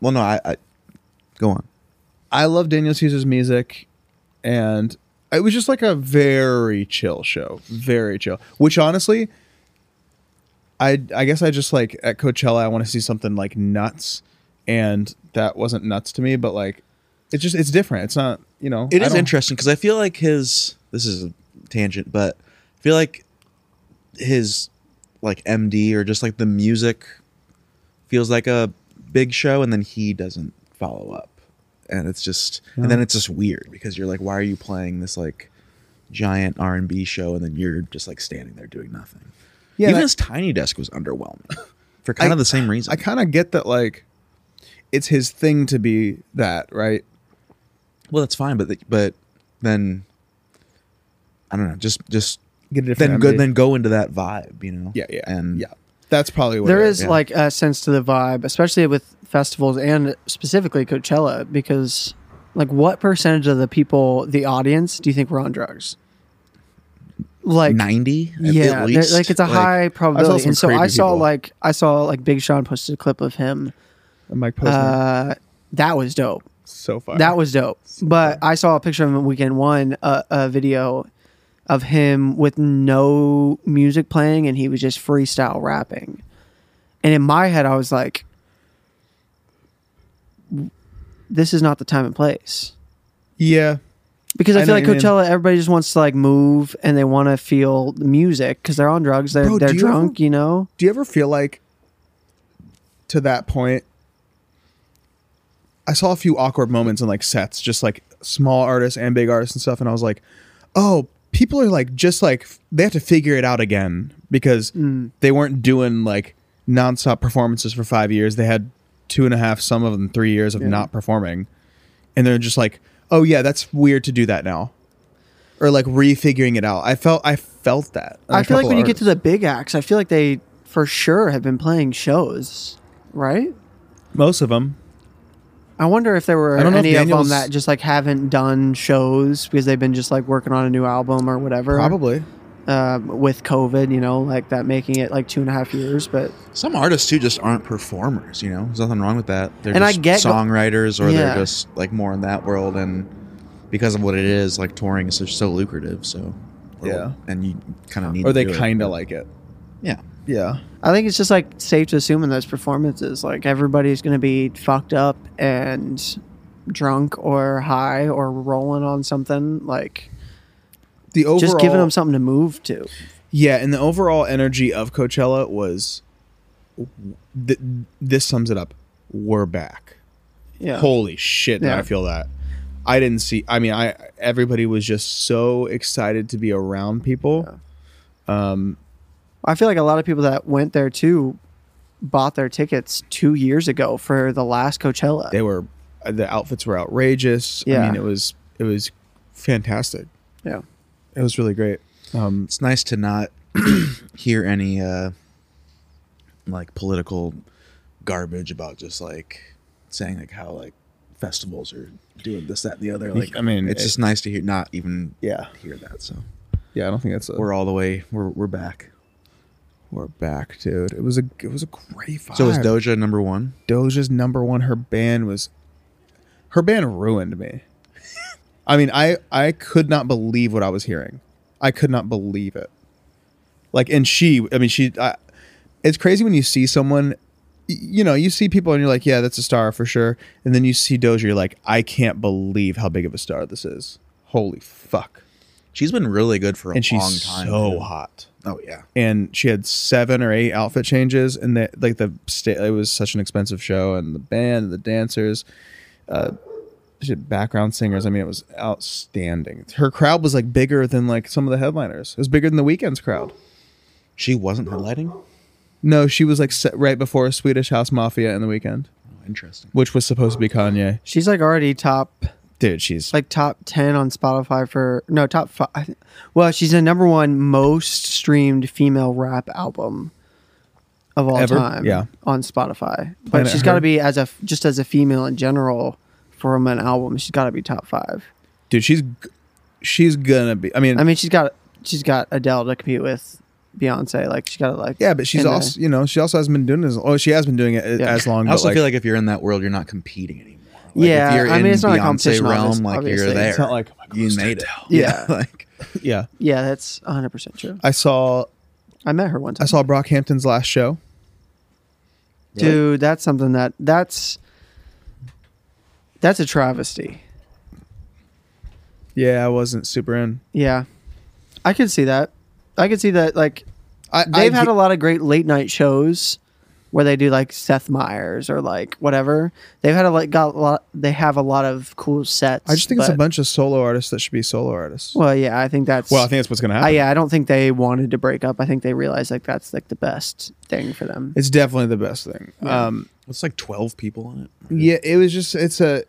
Speaker 3: Well, no, I, I go on.
Speaker 2: I love Daniel Caesar's music, and it was just like a very chill show, very chill. Which honestly, I I guess I just like at Coachella, I want to see something like nuts, and that wasn't nuts to me, but like it's just it's different. It's not you know
Speaker 3: It
Speaker 2: I
Speaker 3: is
Speaker 2: don't-
Speaker 3: interesting because I feel like his this is a tangent, but I feel like his like MD or just like the music feels like a big show, and then he doesn't follow up, and it's just and
Speaker 2: Oh.
Speaker 3: then it's just weird because you're like, why are you playing this like giant R and B show, and then you're just like standing there doing nothing?
Speaker 2: Yeah,
Speaker 3: even
Speaker 2: that-
Speaker 3: his tiny desk was underwhelming for kind of the same reason.
Speaker 2: I kind of get that like it's his thing to be that right.
Speaker 3: well, that's fine, but but then I don't know, just just
Speaker 2: Get a
Speaker 3: then
Speaker 2: MD.
Speaker 3: good then go into that vibe you know
Speaker 2: yeah yeah
Speaker 3: and
Speaker 2: yeah. That's probably what
Speaker 4: There
Speaker 2: it
Speaker 4: is
Speaker 3: yeah.
Speaker 4: like a sense to the vibe, especially with festivals and specifically Coachella, because like what percentage of the people, the audience, do you think were on drugs? Like
Speaker 3: 90 at-
Speaker 4: yeah,
Speaker 3: at
Speaker 4: they're-
Speaker 3: least
Speaker 4: like it's a high probability.
Speaker 2: some
Speaker 4: And so I
Speaker 2: crazy
Speaker 4: saw
Speaker 2: people.
Speaker 4: like I saw like Big Sean posted a clip of him.
Speaker 2: Mike Posner
Speaker 4: Uh, that was dope.
Speaker 2: so far.
Speaker 4: That was dope. But I saw a picture of him at weekend one, a, a video of him with no music playing and he was just freestyle rapping. And in my head, I was like, this is not the time and place.
Speaker 2: yeah.
Speaker 4: Because I,
Speaker 2: I
Speaker 4: feel
Speaker 2: know
Speaker 4: like
Speaker 2: what you mean.
Speaker 4: Coachella, everybody just wants to like move and they want to feel the music because they're on drugs, they're,
Speaker 2: Bro,
Speaker 4: they're
Speaker 2: do you ever-
Speaker 4: drunk, you know?
Speaker 2: do you ever feel like to that point i saw a few awkward moments in like sets just like small artists and big artists and stuff and i was like oh people are like just like f- they have to figure it out again because
Speaker 4: Hmm.
Speaker 2: they weren't doing like nonstop performances for five years they had two and a half some of them three years of not performing and they're just like oh yeah that's weird to do that now or like refiguring it out i felt i felt that in
Speaker 4: I
Speaker 2: a
Speaker 4: feel like
Speaker 2: couple
Speaker 4: when you get to
Speaker 2: artists.
Speaker 4: the big acts, I feel like they for sure have been playing shows, right?
Speaker 2: most of them
Speaker 4: I wonder if there were
Speaker 2: I don't know if
Speaker 4: any of them
Speaker 2: Daniel's-
Speaker 4: that just like haven't done shows because they've been just like working on a new album or whatever.
Speaker 2: probably
Speaker 4: Um, with COVID, you know, like that making it like two and a half years. But
Speaker 3: some artists too just aren't performers you know there's nothing wrong with that they're
Speaker 4: And I
Speaker 3: just
Speaker 4: get-
Speaker 3: songwriters or
Speaker 4: Yeah.
Speaker 3: they're just like more in that world and because of what it is like touring is just so lucrative so
Speaker 2: Yeah.
Speaker 3: and you kind of need
Speaker 2: or
Speaker 3: to
Speaker 2: they
Speaker 3: do it.
Speaker 2: kind of like it.
Speaker 3: yeah
Speaker 2: Yeah.
Speaker 4: I think it's just like safe to assume in those performances, like everybody's going to be fucked up and drunk or high or rolling on something. Like
Speaker 2: The overall
Speaker 4: just giving them something to move to.
Speaker 2: Yeah, and the overall energy of Coachella was th- this sums it up. We're back.
Speaker 4: Yeah.
Speaker 2: Holy shit, did
Speaker 4: Yeah.
Speaker 2: I feel that. I didn't see I mean, I everybody was just so excited to be around people.
Speaker 4: I feel like a lot of people that went there too bought their tickets two years ago for the last Coachella.
Speaker 2: They were the outfits were outrageous. I
Speaker 4: Yeah.
Speaker 2: mean, it was it was fantastic.
Speaker 4: yeah.
Speaker 2: It was really great. Um
Speaker 3: it's nice to not hear any uh like political garbage about just like saying like how like festivals are doing this, that, and the other. Like
Speaker 2: I mean,
Speaker 3: it's
Speaker 2: it-
Speaker 3: just nice to hear not even
Speaker 2: Yeah.
Speaker 3: hear that. So
Speaker 2: Yeah, I don't think that's a.
Speaker 3: we're all the way we're we're back.
Speaker 2: We're back, dude. It was a it was a great vibe.
Speaker 3: So is Doja number one?
Speaker 2: Doja's number one. Her band was her band ruined me. I mean, I I could not believe what I was hearing. I could not believe it. Like, and she, I mean, she. I, it's crazy when you see someone, y- you know, you see people and you're like, yeah, that's a star for sure. And then you see Doja, you're like, I can't believe how big of a star this is. Holy fuck!
Speaker 3: She's been really good for a
Speaker 2: And
Speaker 3: long
Speaker 2: she's
Speaker 3: time.
Speaker 2: so
Speaker 3: dude.
Speaker 2: hot
Speaker 3: Oh yeah.
Speaker 2: and she had seven or eight outfit changes and the like the sta- it was such an expensive show and the band and the dancers uh she had background singers i mean it was outstanding her crowd was like bigger than like some of the headliners it was bigger than the weekend's crowd
Speaker 3: She wasn't headlighting.
Speaker 2: no she was like set right before swedish house mafia in the weekend
Speaker 3: Oh, interesting.
Speaker 2: which was supposed to be kanye
Speaker 4: She's like already top
Speaker 2: dude she's like
Speaker 4: like top 10 on Spotify for no top 5 I thi- well she's the number 1 most streamed female rap album of all
Speaker 2: Ever?
Speaker 4: time
Speaker 2: Yeah.
Speaker 4: on Spotify but
Speaker 2: Planet
Speaker 4: she's got to
Speaker 2: Her.
Speaker 4: be as a f- just as a female in general from an album she's got to be top 5
Speaker 2: dude she's g- she's gonna be i mean
Speaker 4: I mean she's got she's got Adele to compete with Beyonce like she's got to like
Speaker 2: yeah but she's
Speaker 4: and, uh,
Speaker 2: also you know she also hasn't been doing this oh she has been doing it a-
Speaker 4: Yeah.
Speaker 2: as long
Speaker 3: I
Speaker 2: but
Speaker 3: also
Speaker 2: like,
Speaker 3: feel like if you're in that world, you're not competing anymore. Like,
Speaker 4: Yeah,
Speaker 3: if you're
Speaker 4: I mean,
Speaker 3: in
Speaker 4: it's not
Speaker 3: Beyonce
Speaker 4: a competition,
Speaker 3: realm,
Speaker 4: obvious-
Speaker 3: like
Speaker 4: obviously.
Speaker 3: you're there.
Speaker 4: It's
Speaker 2: not like, oh my God,
Speaker 3: you
Speaker 2: it's
Speaker 3: made it.
Speaker 4: Yeah.
Speaker 3: like
Speaker 2: yeah
Speaker 4: yeah that's 100% true
Speaker 2: i saw
Speaker 4: I met her one time
Speaker 2: I saw Brockhampton's last show.
Speaker 4: dude that's something that that's that's a travesty
Speaker 2: Yeah, I wasn't super in.
Speaker 4: Yeah, I could see that. I could see that. Like
Speaker 2: I,
Speaker 4: they've
Speaker 2: I,
Speaker 4: had a lot of great late night shows where they do like Seth Meyers or like whatever. They've had a like got a lot. They have a lot of cool sets.
Speaker 2: I just think it's a
Speaker 4: but-
Speaker 2: bunch of solo artists that should be solo artists.
Speaker 4: Well, yeah, I think that's.
Speaker 2: Well, I think that's what's gonna happen.
Speaker 4: I, uh, yeah, I don't think they wanted to break up. I think they realized like that's like the best thing for them.
Speaker 2: It's definitely the best thing.
Speaker 4: Yeah.
Speaker 2: Um,
Speaker 3: it's like 12 people in it.
Speaker 2: yeah, it was just it's a,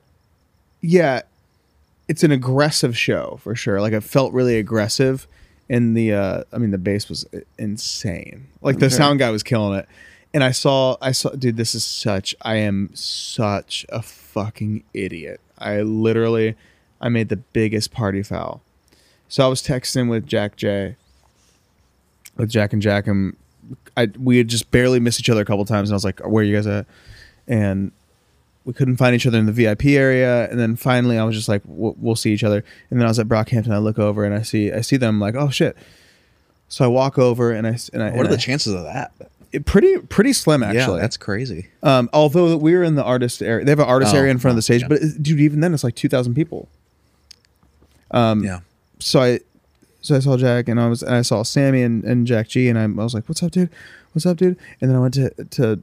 Speaker 2: yeah, it's an aggressive show for sure. Like it felt really aggressive, and the uh, I mean the bass was i- insane. Like the
Speaker 4: Okay.
Speaker 2: sound guy was killing it, and I saw I saw dude, this is such I am such a fucking idiot. I literally I made the biggest party foul. So I was texting with Jack J, with Jack and Jack, and I we had just barely missed each other a couple times, and I was like, "Where are you guys at?" And we couldn't find each other in the VIP area, and then finally I was just like, "We'll, we'll see each other." And then I was at Brockhampton. I look over and I see I see them. I'm like, "Oh shit!" So I walk over and I s- and I
Speaker 3: What are
Speaker 2: and
Speaker 3: the
Speaker 2: I-
Speaker 3: chances of that?
Speaker 2: it- pretty pretty slim actually.
Speaker 3: yeah, that's crazy.
Speaker 2: um, although we were in the artist area, they have an artist
Speaker 3: Oh,
Speaker 2: area in front of the stage,
Speaker 3: yeah.
Speaker 2: but it, dude, even then it's like two thousand people.
Speaker 3: yeah.
Speaker 2: so I so I saw Jack and I was and I saw Sammy and, and Jack G and I, I was like, "What's up, dude? What's up, dude?" And then I went to to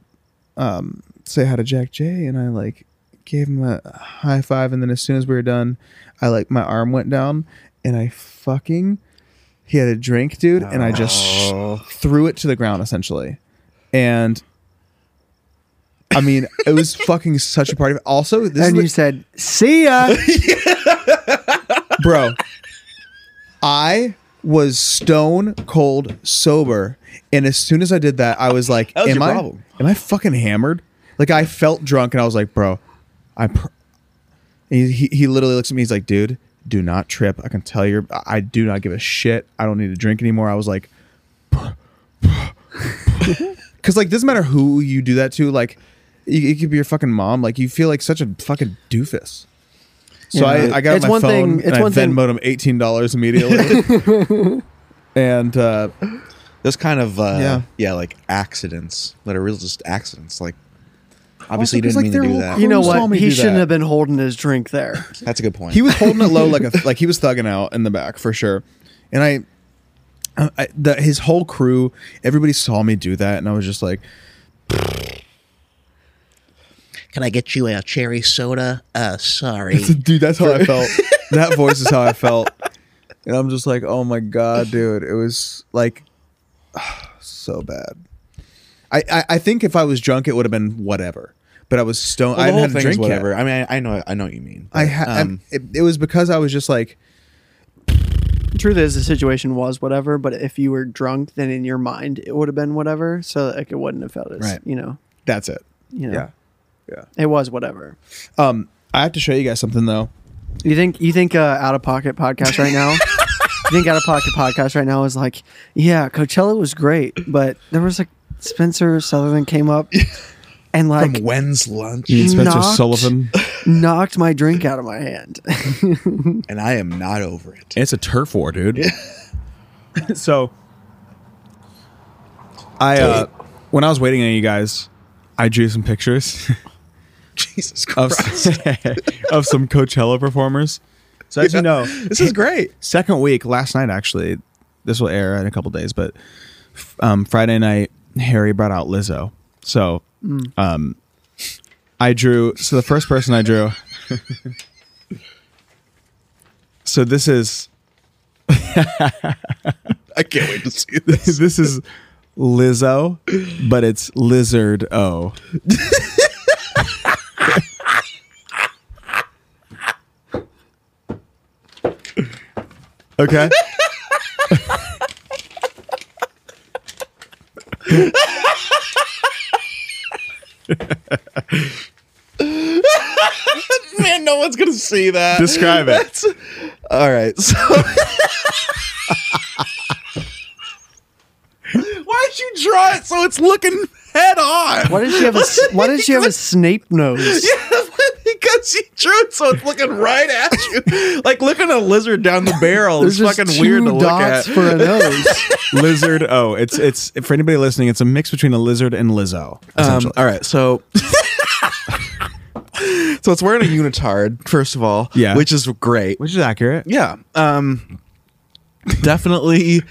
Speaker 2: um, say hi to Jack J and I like gave him a high five and then as soon as we were done, I like my arm went down and I fucking he had a drink, dude, and I just
Speaker 4: Oh.
Speaker 2: threw it to the ground essentially, and. I mean, it was fucking such a party. Also, this
Speaker 4: And
Speaker 2: is
Speaker 4: you said, "See ya."
Speaker 2: bro. I was stone cold sober, and as soon as I did that, I was like,
Speaker 3: was
Speaker 2: "Am
Speaker 3: your
Speaker 2: I?
Speaker 3: problem.
Speaker 2: Am I fucking hammered?" Like I felt drunk, and I was like, "Bro, I." Pr-. and He, he he literally looks at me. He's like, "Dude, do not trip. I can tell you're. I- I do not give a shit. I don't need to drink anymore." I was like, because like doesn't matter who you do that to. Like, it, it could be your fucking mom. Like you feel like such a fucking doofus. So
Speaker 4: Yeah.
Speaker 2: I, I got
Speaker 4: It's
Speaker 2: my
Speaker 4: one
Speaker 2: phone
Speaker 4: thing-
Speaker 2: and
Speaker 4: it's
Speaker 2: I
Speaker 4: one thing-
Speaker 2: Venmoed him eighteen dollars immediately. and uh,
Speaker 3: Those kind of, uh,
Speaker 2: Yeah.
Speaker 3: yeah. like accidents that are real just accidents. Like,
Speaker 2: Also,
Speaker 3: obviously, you
Speaker 2: 'cause,
Speaker 3: didn't
Speaker 2: like,
Speaker 3: mean
Speaker 2: they're
Speaker 3: to do
Speaker 2: all
Speaker 3: that.
Speaker 2: cool.
Speaker 4: you know
Speaker 2: Who saw
Speaker 4: what?
Speaker 2: me
Speaker 4: He
Speaker 2: do
Speaker 4: shouldn't
Speaker 2: that?
Speaker 4: have been holding his drink there.
Speaker 3: That's a good point.
Speaker 2: he was holding it low like a like he was thugging out in the back for sure. And I, I, I the, his whole crew, everybody saw me do that, and I was just like,
Speaker 5: Can I get you a cherry soda? Uh, sorry.
Speaker 2: dude, that's how I felt. that voice is how I felt. And I'm just like, oh my god, dude, it was like so bad. I, I, I think if I was drunk, it would have been whatever. But I was stoned.
Speaker 3: Well,
Speaker 2: I
Speaker 3: the whole
Speaker 2: didn't have a
Speaker 3: thing is
Speaker 2: drink yet.
Speaker 3: whatever. I mean, I, I know, I know what you mean.
Speaker 2: I
Speaker 3: but,
Speaker 2: had
Speaker 3: um,
Speaker 2: it, it was because I was just like
Speaker 4: truth is the situation was whatever, but if you were drunk, then in your mind it would have been whatever. So like it wouldn't have felt as
Speaker 2: Right.
Speaker 4: you know,
Speaker 2: That's it.
Speaker 4: you know,
Speaker 2: Yeah.
Speaker 4: it was whatever.
Speaker 2: Um, I have to show you guys something though.
Speaker 4: You think you think uh, out of pocket podcast right now? you think out of pocket podcast right now is like, yeah, Coachella was great, but there was like Spencer Sutherland came up and
Speaker 3: From
Speaker 4: like
Speaker 3: when's lunch?
Speaker 2: You mean Spencer
Speaker 4: Knocked.
Speaker 2: Sullivan?
Speaker 4: knocked my drink out of my hand.
Speaker 3: And I am not over it.
Speaker 2: It's a turf war, dude. so, I uh, when I was waiting on you guys, I drew some pictures
Speaker 3: Jesus
Speaker 2: of
Speaker 3: Christ.
Speaker 2: of some Coachella performers. So as you know,
Speaker 3: This is great.
Speaker 2: second week last night actually this will air in a couple days but f- um, friday night harry brought out lizzo so
Speaker 3: Hmm.
Speaker 2: um, i drew so the first person i drew so this is
Speaker 3: I can't wait to see this.
Speaker 2: this is lizzo but it's lizard o okay
Speaker 3: Man, no one's gonna see that.
Speaker 2: describe it
Speaker 3: All right. So Why'd you draw it so it's looking head on?
Speaker 4: Why did she have a s- Why did she have a Snape nose?
Speaker 3: because you drew it so it's looking right at you. Like looking at a lizard down the barrel is
Speaker 4: There's just
Speaker 3: fucking
Speaker 4: two
Speaker 3: weird to look at. Um,
Speaker 4: dots for a nose.
Speaker 2: lizard o it's it's for anybody listening it's a mix between a lizard and lizzo
Speaker 3: Um, all right, so so it's wearing a unitard first of all,
Speaker 2: Yeah.
Speaker 3: which is great.
Speaker 2: which is accurate
Speaker 3: Yeah, um, definitely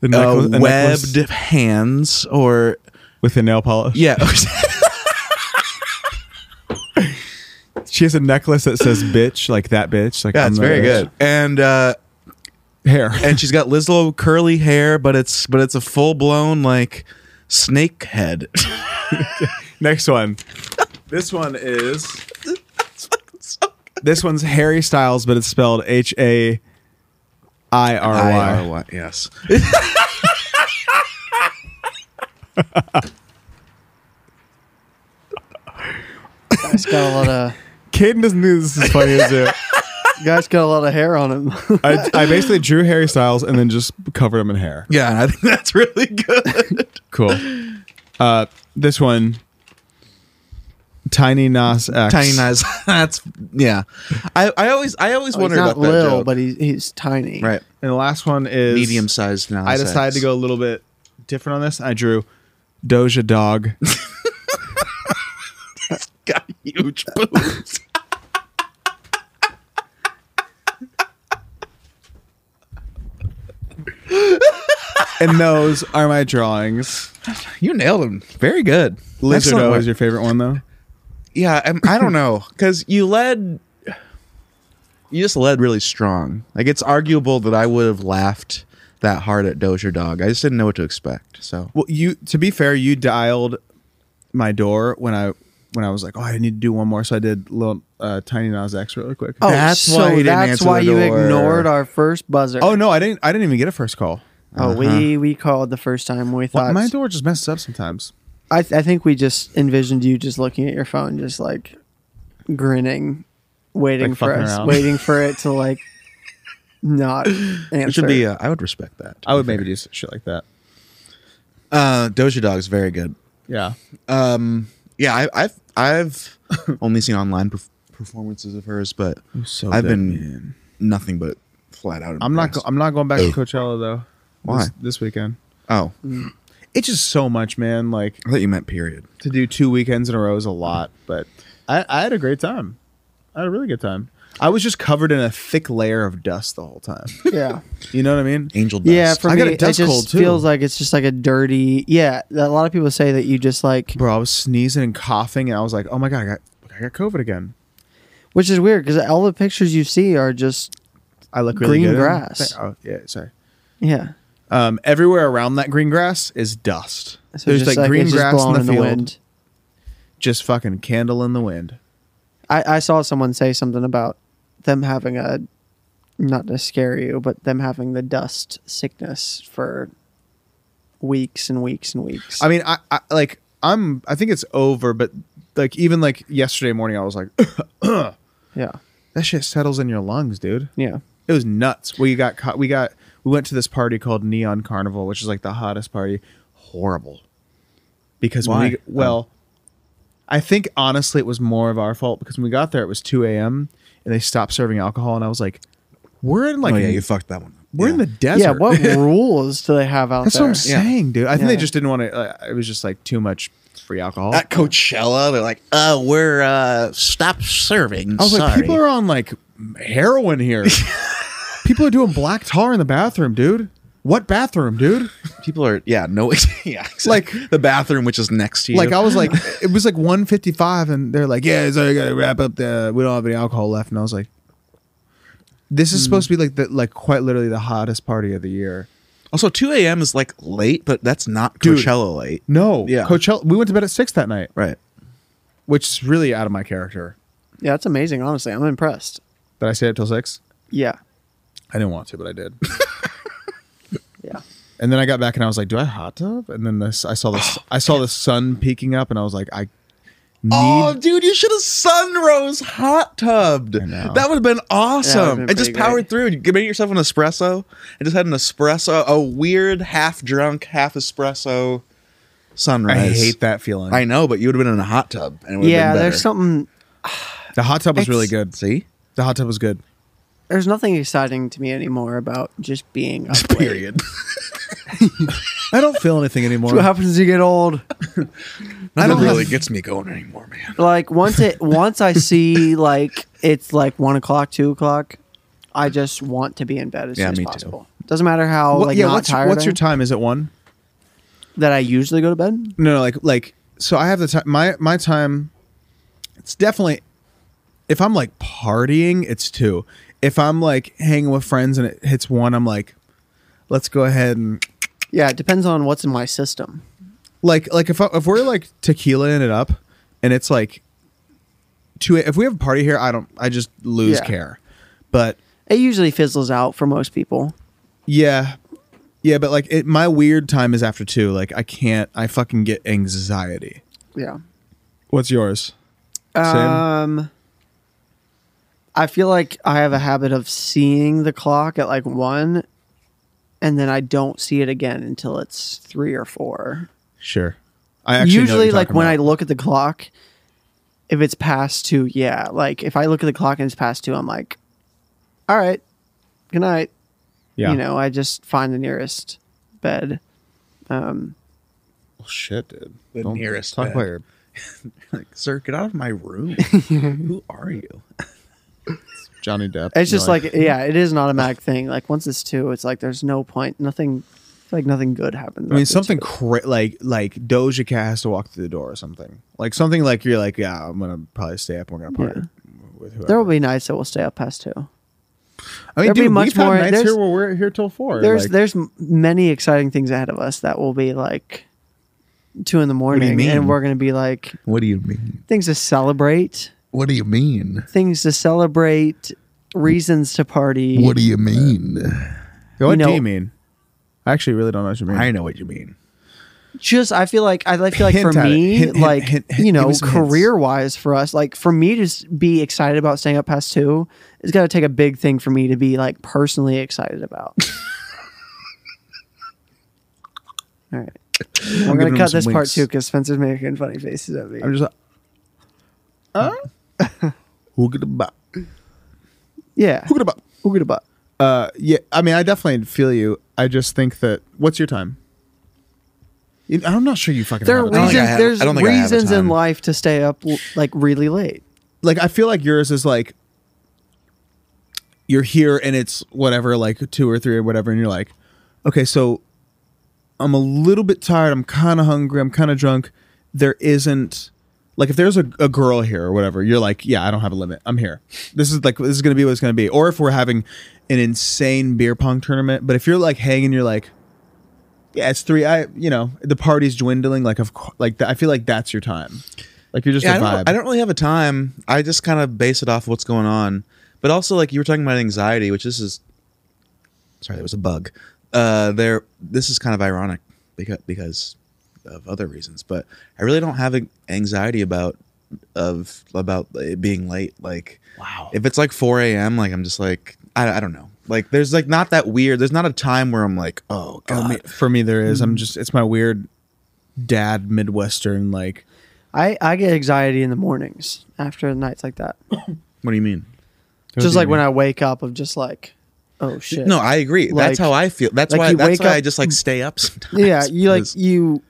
Speaker 2: The
Speaker 3: uh,
Speaker 2: necklace- a necklace
Speaker 3: webbed hands or
Speaker 2: with the nail polish
Speaker 3: yeah,
Speaker 2: she has a necklace that says bitch like that bitch like
Speaker 3: yeah,
Speaker 2: I'm
Speaker 3: it's
Speaker 2: the
Speaker 3: very
Speaker 2: bitch.
Speaker 3: good. And uh,
Speaker 2: hair
Speaker 3: and she's got Lizzo curly hair, but it's but it's a full blown like snake head.
Speaker 2: next one this one is this one's harry styles but it's spelled h-a-i-r-y
Speaker 3: Y, oh, yes.
Speaker 4: Guy's got a lot of
Speaker 2: Caden doesn't think this is funny as it
Speaker 4: guy's got a lot of hair on him.
Speaker 2: I, I basically drew harry styles and then just covered him in hair
Speaker 3: Yeah, and I think that's really good.
Speaker 2: cool uh this one tiny nas x
Speaker 3: Tiny Nas. That's yeah. I, I always I always
Speaker 4: Oh, he's
Speaker 3: wonder
Speaker 4: not
Speaker 3: about that
Speaker 4: little,
Speaker 3: joke.
Speaker 4: but he's he's tiny.
Speaker 3: right.
Speaker 2: and the last one is
Speaker 3: Medium sized Nas.
Speaker 2: I decided to
Speaker 3: X.
Speaker 2: go a little bit different on this. I drew Doja Dog.
Speaker 3: got huge boobs.
Speaker 2: and those are my drawings.
Speaker 3: you nailed him. Very good.
Speaker 2: Lizard
Speaker 3: Excellent
Speaker 2: O
Speaker 3: work.
Speaker 2: is your favorite one though.
Speaker 3: yeah. I'm, I don't know because you led. You just led really strong. Like it's arguable that I would have laughed that hard at Dozier Dog. I just didn't know what to expect. So
Speaker 2: Well, you to be fair, you dialed my door when I when I was like, oh, I need to do one more, so I did little uh, Tiny Nas X really quick.
Speaker 4: Oh,
Speaker 3: That's
Speaker 4: so
Speaker 3: why he didn't
Speaker 4: that's
Speaker 3: answer
Speaker 4: why
Speaker 3: the
Speaker 4: you
Speaker 3: door.
Speaker 4: ignored our first buzzer.
Speaker 2: Oh no, I didn't. I didn't even get a first call.
Speaker 4: Oh,
Speaker 2: Uh-huh.
Speaker 4: we we called the first time. We thought
Speaker 2: My door just messes up sometimes.
Speaker 4: I, th- I think we just envisioned you just looking at your phone, just like grinning, waiting
Speaker 2: Like
Speaker 4: for
Speaker 2: fucking
Speaker 4: us,
Speaker 2: around.
Speaker 4: waiting for it to like not answer.
Speaker 3: it should be. Uh, I would respect that.
Speaker 2: I would maybe do s- shit like that.
Speaker 3: Uh, Dozier Dog's very good.
Speaker 2: Yeah.
Speaker 3: Um, yeah, I, I've I've only seen online perf- performances of hers, but
Speaker 2: so
Speaker 3: I've
Speaker 2: dead,
Speaker 3: been nothing but flat out.
Speaker 2: I'm not. Go-
Speaker 3: impressed.
Speaker 2: I'm not going back to Coachella though.
Speaker 3: Why?
Speaker 2: This, this weekend?
Speaker 3: oh,
Speaker 2: It's just so much, man. Like
Speaker 3: I thought you meant period.
Speaker 2: to do two weekends in a row is a lot, but I, I had a great time. I had a really good time. I was just covered in a thick layer of dust the whole time.
Speaker 4: yeah,
Speaker 2: You know what I mean?
Speaker 3: Angel dust.
Speaker 4: yeah. For
Speaker 2: I
Speaker 4: me,
Speaker 2: got a
Speaker 4: it
Speaker 2: dust
Speaker 4: just
Speaker 2: cold, too.
Speaker 4: feels like it's just like a dirty. Yeah, a lot of people say that you just like,
Speaker 2: Bro, I was sneezing and coughing, and I was like, "Oh my god, I got, I got COVID again."
Speaker 4: which is weird because all the pictures you see are just
Speaker 2: I look really
Speaker 4: Green
Speaker 2: good.
Speaker 4: grass.
Speaker 2: Oh yeah, sorry.
Speaker 4: yeah.
Speaker 2: Um, everywhere around that green grass is dust.
Speaker 4: So
Speaker 2: There's
Speaker 4: just
Speaker 2: like green
Speaker 4: it's just
Speaker 2: grass in
Speaker 4: blowing
Speaker 2: the field, just fucking candle in the wind.
Speaker 4: I, I saw someone say something about them having a not to scare you, but them having the dust sickness for weeks and weeks and weeks.
Speaker 2: I mean, I, I like I'm I think it's over, but like even like yesterday morning, I was like,
Speaker 4: yeah,
Speaker 2: that shit settles in your lungs, dude.
Speaker 4: yeah.
Speaker 2: It was nuts. We got caught. We got we went to this party called Neon Carnival, which is like the hottest party. Horrible. Because when
Speaker 3: Why?
Speaker 2: we well, I think honestly it was more of our fault because when we got there it was two a.m. and they stopped serving alcohol, and I was like, we're in like
Speaker 3: oh yeah, you fucked that one. up.
Speaker 2: we're in
Speaker 3: Yeah.
Speaker 2: the desert.
Speaker 4: Yeah, what rules do they have out
Speaker 2: That's
Speaker 4: there?
Speaker 2: what I'm saying, dude. I think they
Speaker 4: Yeah.
Speaker 2: just didn't want to. Uh, it was just like too much free alcohol.
Speaker 5: At Coachella, they're like, "Oh, we're uh, stop serving."
Speaker 2: I was
Speaker 5: Sorry.
Speaker 2: like, people are on like heroin here. people are doing black tar in the bathroom, dude. What bathroom, dude?
Speaker 3: People are yeah no yeah
Speaker 2: Like-
Speaker 3: like the bathroom which is next to you.
Speaker 2: Like I was like, it was like one fifty five, and they're like, yeah, so you gotta wrap up the. We don't have any alcohol left, and I was like, this
Speaker 3: Hmm.
Speaker 2: is supposed to be like the like quite literally the hottest party of the year.
Speaker 3: also 2 a.m. is like late, but that's not
Speaker 2: Dude.
Speaker 3: Coachella late.
Speaker 2: No,
Speaker 3: Yeah.
Speaker 2: Coachella. We went to bed at six that night,
Speaker 3: Right.
Speaker 2: which is really out of my character.
Speaker 4: Yeah, that's amazing. Honestly, I'm impressed.
Speaker 2: Did I stay up till six?
Speaker 4: Yeah,
Speaker 2: I didn't want to, but I did.
Speaker 4: yeah.
Speaker 2: And then I got back and I was like, "Do I hot tub?" And then this, I saw this, I saw the sun peeking up, and I was like, "I need."
Speaker 3: Oh, dude, you should have sunrose hot tubbed.
Speaker 2: know.
Speaker 3: That would have been awesome.
Speaker 4: been
Speaker 3: and just
Speaker 4: pretty
Speaker 3: powered through. You made yourself an espresso and just had an espresso, a weird half drunk, half espresso sunrise.
Speaker 2: I hate that feeling.
Speaker 3: I know, but you would have been in a hot tub. And it would have
Speaker 4: Yeah,
Speaker 3: been better.
Speaker 4: there's something.
Speaker 2: the hot tub was really
Speaker 3: It's-
Speaker 2: good.
Speaker 3: See?
Speaker 2: The hot tub was good.
Speaker 4: There's nothing exciting to me anymore about just being. Up late.
Speaker 3: Period.
Speaker 2: I don't feel anything anymore.
Speaker 4: What happens as you get old?
Speaker 3: I
Speaker 2: don't
Speaker 3: don't
Speaker 2: have-
Speaker 3: really gets me going anymore, man.
Speaker 4: Like once it, once I see like it's like one o'clock, two o'clock, I just want to be in bed as
Speaker 3: Yeah,
Speaker 4: soon
Speaker 3: me
Speaker 4: as
Speaker 3: too.
Speaker 4: possible. Doesn't matter how
Speaker 2: What-
Speaker 4: like
Speaker 2: yeah,
Speaker 4: not
Speaker 2: what's,
Speaker 4: tired.
Speaker 2: what's
Speaker 4: I
Speaker 2: your
Speaker 4: am,
Speaker 2: time? Is it one?
Speaker 4: that I usually go to bed.
Speaker 2: No, no, like like so. I have the time. My my time. It's definitely. If I'm like partying, it's two. If I'm like hanging with friends and it hits one, I'm like, let's go ahead and
Speaker 4: Yeah, it depends on what's in my system.
Speaker 2: like like if I, if we're like tequilaing it up and it's like two if we have a party here i don't i just lose
Speaker 4: Yeah.
Speaker 2: care but
Speaker 4: It usually fizzles out for most people.
Speaker 2: yeah yeah but like it my weird time is after two like i can't i fucking get anxiety
Speaker 4: Yeah.
Speaker 2: what's yours
Speaker 4: Um, I feel like I have a habit of seeing the clock at like one, and then I don't see it again until it's three or four.
Speaker 2: sure i actually know what
Speaker 4: Usually,
Speaker 2: you're
Speaker 4: like
Speaker 2: talking
Speaker 4: when I
Speaker 2: about.
Speaker 4: look at the clock, if it's past two, yeah. Like if I look at the clock and it's past two, I'm like, all right, good night.
Speaker 2: yeah
Speaker 4: You know, I just find the nearest bed. Um,
Speaker 2: Well, Oh, shit dude
Speaker 3: The nearest
Speaker 2: talk
Speaker 3: bed.
Speaker 2: about your
Speaker 3: Like, sir, get out of my room. Who are you?
Speaker 2: johnny depp
Speaker 4: it's just
Speaker 2: You're
Speaker 4: like, yeah, it is an automatic thing. Like once it's two, it's like there's no point, nothing, like nothing good happens.
Speaker 2: I mean,
Speaker 4: after
Speaker 2: something
Speaker 4: two.
Speaker 2: cra- like like Doja Cat has to walk through the door or something. Like something like you're like, yeah, I'm gonna probably stay up. and We're gonna party with whoever.
Speaker 4: There will be nights that will stay up past two.
Speaker 2: I mean,
Speaker 4: There'd be
Speaker 2: dude,
Speaker 4: much
Speaker 2: we've had
Speaker 4: more-
Speaker 2: nights
Speaker 4: there's-
Speaker 2: here where we're here till four.
Speaker 4: There's
Speaker 2: like-
Speaker 4: there's m- many exciting things ahead of us that will be like two in the
Speaker 3: do you
Speaker 4: morning, and
Speaker 3: mean?
Speaker 4: we're gonna be like
Speaker 3: What do you mean?
Speaker 4: things to celebrate,
Speaker 3: What do you mean?
Speaker 4: things to celebrate, reasons to party.
Speaker 3: do you mean?
Speaker 2: what do
Speaker 4: you know-
Speaker 2: you mean? I actually really don't know what you mean.
Speaker 3: I know what you mean.
Speaker 4: Just I feel like I like- feel like
Speaker 2: Hint
Speaker 4: for
Speaker 2: at it.
Speaker 4: me,
Speaker 2: Hint, hint,
Speaker 4: like
Speaker 2: hint, hint.
Speaker 4: you
Speaker 2: Give
Speaker 4: know,
Speaker 2: me some hints.
Speaker 4: career wise for us, like for me to s- be excited about staying up past two, it's got to take a big thing for me to be like personally excited about. All right. I'm
Speaker 3: giving
Speaker 4: gonna
Speaker 3: him
Speaker 4: cut
Speaker 3: some
Speaker 4: this part
Speaker 3: winks.
Speaker 4: too because Spencer's making funny faces at me.
Speaker 2: I'm just. Uh, Hoogadabob.
Speaker 4: yeah.
Speaker 2: Hoogadabob.
Speaker 4: Oogadabutt.
Speaker 2: Uh, yeah, I mean, I definitely feel you. I just think that. What's your time? You- I'm not sure you fucking.
Speaker 4: There
Speaker 2: have
Speaker 4: are
Speaker 2: a time.
Speaker 4: reasons.
Speaker 3: think I have-
Speaker 4: there's
Speaker 3: I don't think I have a
Speaker 4: reasons in
Speaker 3: time.
Speaker 4: life to stay up l- like really late.
Speaker 2: like I feel like yours is like you're here and it's whatever, like two or three or whatever, and you're like, okay, so I'm a little bit tired, I'm kind of hungry, I'm kind of drunk. There isn't like if there's a, a girl here or whatever, you're like, yeah, I don't have a limit. I'm here. This is like this is gonna be what it's gonna be. Or if we're having an insane beer pong tournament, but if you're like hanging, you're like, yeah, it's three. I you know the party's dwindling. Like of course, like I feel like that's your time. Like you're just
Speaker 3: Yeah,
Speaker 2: a
Speaker 3: I
Speaker 2: vibe.
Speaker 3: don't, I don't really have a time. I just kind of base it off what's going on. But also, like you were talking about anxiety, which this is. Sorry, there was a bug. Uh, there. This is kind of ironic because because of other reasons, but I really don't have an- anxiety about of about it being late. Like
Speaker 5: Wow.
Speaker 3: if it's like 4 a.m., like I'm just like I, I don't know. Like there's like not that weird. There's not a time where I'm like, oh god,
Speaker 2: Oh,
Speaker 4: Uh,
Speaker 2: me- for me, there is.
Speaker 4: hmm.
Speaker 2: I'm just. It's my weird dad Midwestern like.
Speaker 4: I, I get anxiety in the mornings after nights like that.
Speaker 3: what do you mean?
Speaker 4: just like when I wake up of just like, oh shit.
Speaker 3: No, I agree. that's
Speaker 4: Like-
Speaker 3: how I feel. That's
Speaker 4: like
Speaker 3: why.
Speaker 4: you
Speaker 3: That's
Speaker 4: wake
Speaker 3: why I
Speaker 4: up-
Speaker 3: just like stay up sometimes.
Speaker 4: yeah, you like
Speaker 3: 'cause-
Speaker 4: you.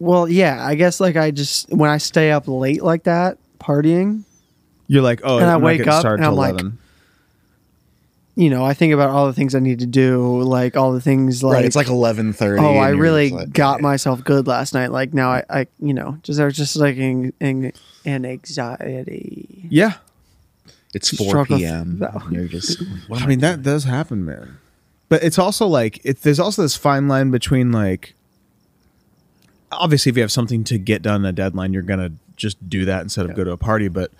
Speaker 4: Well, yeah, I guess like I just when I stay up late like that partying,
Speaker 2: You're like, oh,
Speaker 4: And I
Speaker 2: I'm not
Speaker 4: wake
Speaker 2: getting
Speaker 4: up
Speaker 2: started
Speaker 4: and
Speaker 2: till
Speaker 4: I'm like-
Speaker 2: 11.
Speaker 4: you know, I think about all the things I need to do, like all the things like
Speaker 3: right. It's like 11:30.
Speaker 4: oh, I
Speaker 3: and you're
Speaker 4: really
Speaker 3: just like-
Speaker 4: got myself good last night. Like now I, I you know, just there's just like an, an, an anxiety.
Speaker 2: Yeah,
Speaker 3: It's
Speaker 4: Just
Speaker 3: 4
Speaker 4: struck a-
Speaker 3: p.m.
Speaker 4: No.
Speaker 3: and You're just. What
Speaker 2: I mean that does happen, man. But it's also like it, there's also this fine line between like. Obviously, if you have something to get done in a deadline, you're gonna just do that instead of go to a party. But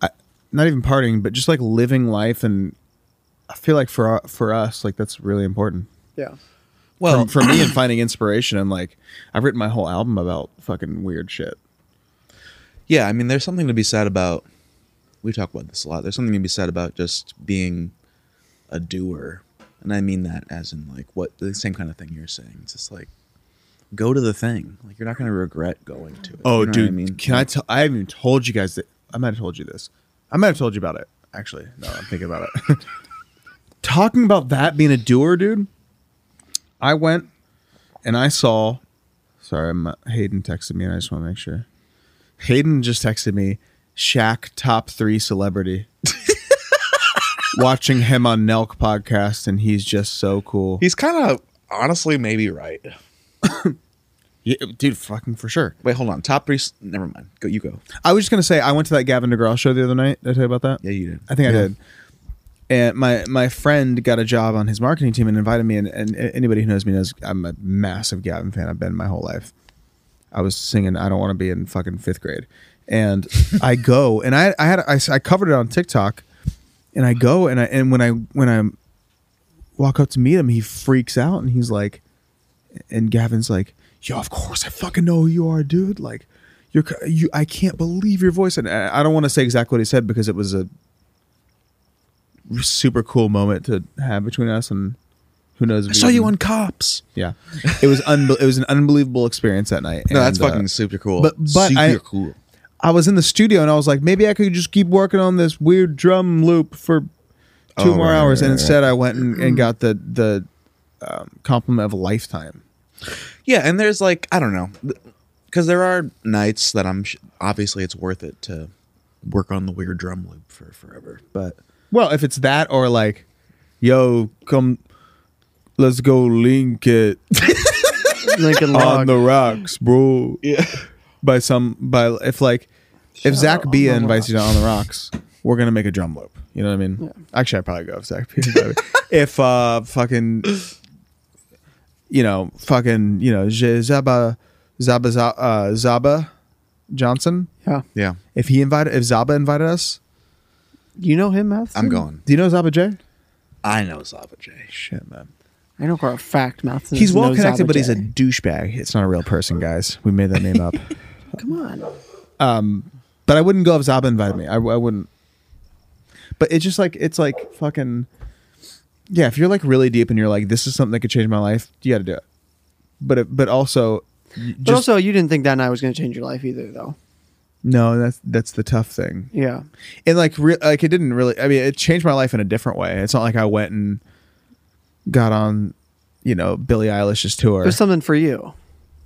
Speaker 2: I, not even partying, but just like living life, and I feel like for for us, like that's really important.
Speaker 4: Yeah.
Speaker 2: Well, for, for me, and finding inspiration, and like I've written my whole album about fucking weird shit.
Speaker 3: yeah, I mean, there's something to be said about. We talk about this a lot. There's something to be said about just being a doer, and I mean that as in like what the same kind of thing you're saying. It's just like go to the thing. Like you're not going to regret going to it.
Speaker 2: Oh,
Speaker 3: You know what
Speaker 2: dude,
Speaker 3: I mean,
Speaker 2: can I tell? I haven't even told you guys that. I might have told you this. I might have told you about it. Actually, no, I'm thinking about it. Talking about that being a doer, dude. I went and I saw. Sorry, I'm, uh, Hayden texted me, and I just want to make sure. Hayden just texted me. Shaq top three celebrity. Watching him on Nelk podcast, and he's just so cool.
Speaker 3: he's kind of honestly maybe right.
Speaker 2: Yeah, dude, fucking for sure.
Speaker 3: Wait, hold on. Top three. s- Never mind. Go. You go.
Speaker 2: I was just gonna say I went to that Gavin DeGraw show the other night. Did I tell you about that?
Speaker 3: Yeah, you did.
Speaker 2: I think I did. And my my friend got a job on his marketing team and invited me. And, and anybody who knows me knows I'm a massive Gavin fan. I've been my whole life. I was singing "I Don't Want to Be" in fucking fifth grade, and I go and I I had I, s- I covered it on TikTok, and I go and I and when I when I walk up to meet him, he freaks out and he's like, and Gavin's like, "Yo, of course I fucking know who you are, dude. Like, you're c- you. I can't believe your voice." And I I don't want to say exactly what he said because it was a super cool moment to have between us, and who knows? if
Speaker 3: I
Speaker 2: we
Speaker 3: saw you
Speaker 2: even-
Speaker 3: on Cops.
Speaker 2: Yeah, it was unbe- it was an unbelievable experience that night.
Speaker 3: No, that's
Speaker 2: and, uh,
Speaker 3: fucking super cool.
Speaker 2: but- but
Speaker 3: super
Speaker 2: I-
Speaker 3: cool.
Speaker 2: I was in the studio and I was like, maybe I could just keep working on this weird drum loop for two
Speaker 3: Oh,
Speaker 2: more
Speaker 3: right,
Speaker 2: hours.
Speaker 3: right,
Speaker 2: and
Speaker 3: right,
Speaker 2: instead, I went and, and got the the um, compliment of a lifetime.
Speaker 3: Yeah, and there's like I don't know, because there are nights that I'm sh- obviously it's worth it to work on the weird drum loop for forever. But
Speaker 2: Well, if it's that or like, yo, come, let's go link it
Speaker 4: Lincoln
Speaker 2: on
Speaker 4: Log.
Speaker 2: the rocks, bro. Yeah. By some by if like if Zach Bia invites you to on the rocks, we're gonna make a drum loop. You know what I mean? Actually, I'd probably go if Zach Bia. invited me. if uh, fucking, you know, fucking, you know, Je- Zaba Zaba Za- uh, Zaba Johnson.
Speaker 4: yeah.
Speaker 3: yeah,
Speaker 2: If he invited, if Zaba invited us,
Speaker 4: You know him, Matheson?
Speaker 3: I'm going.
Speaker 2: do you know Zaba J?
Speaker 3: I know Zava J.
Speaker 2: Shit, man.
Speaker 4: I know for a fact Matheson.
Speaker 2: He's well
Speaker 4: knows
Speaker 2: connected,
Speaker 4: Abba
Speaker 2: but he's a
Speaker 4: J.
Speaker 2: douchebag. It's not a real person, guys. We made that name up.
Speaker 4: Come on.
Speaker 2: But I wouldn't go if Zaba invited me. I, I wouldn't. But it's just like it's like fucking. Yeah, if you're like really deep and you're like, this is something that could change my life, you got to do it. But it, but also, just
Speaker 4: but also, you didn't think that night was going to change your life either, though.
Speaker 2: no, that's that's the tough thing.
Speaker 4: Yeah.
Speaker 2: And like re- like it didn't really. I mean, it changed my life in a different way. It's not like I went and got on, you know, Billie Eilish's tour.
Speaker 4: It was something for you.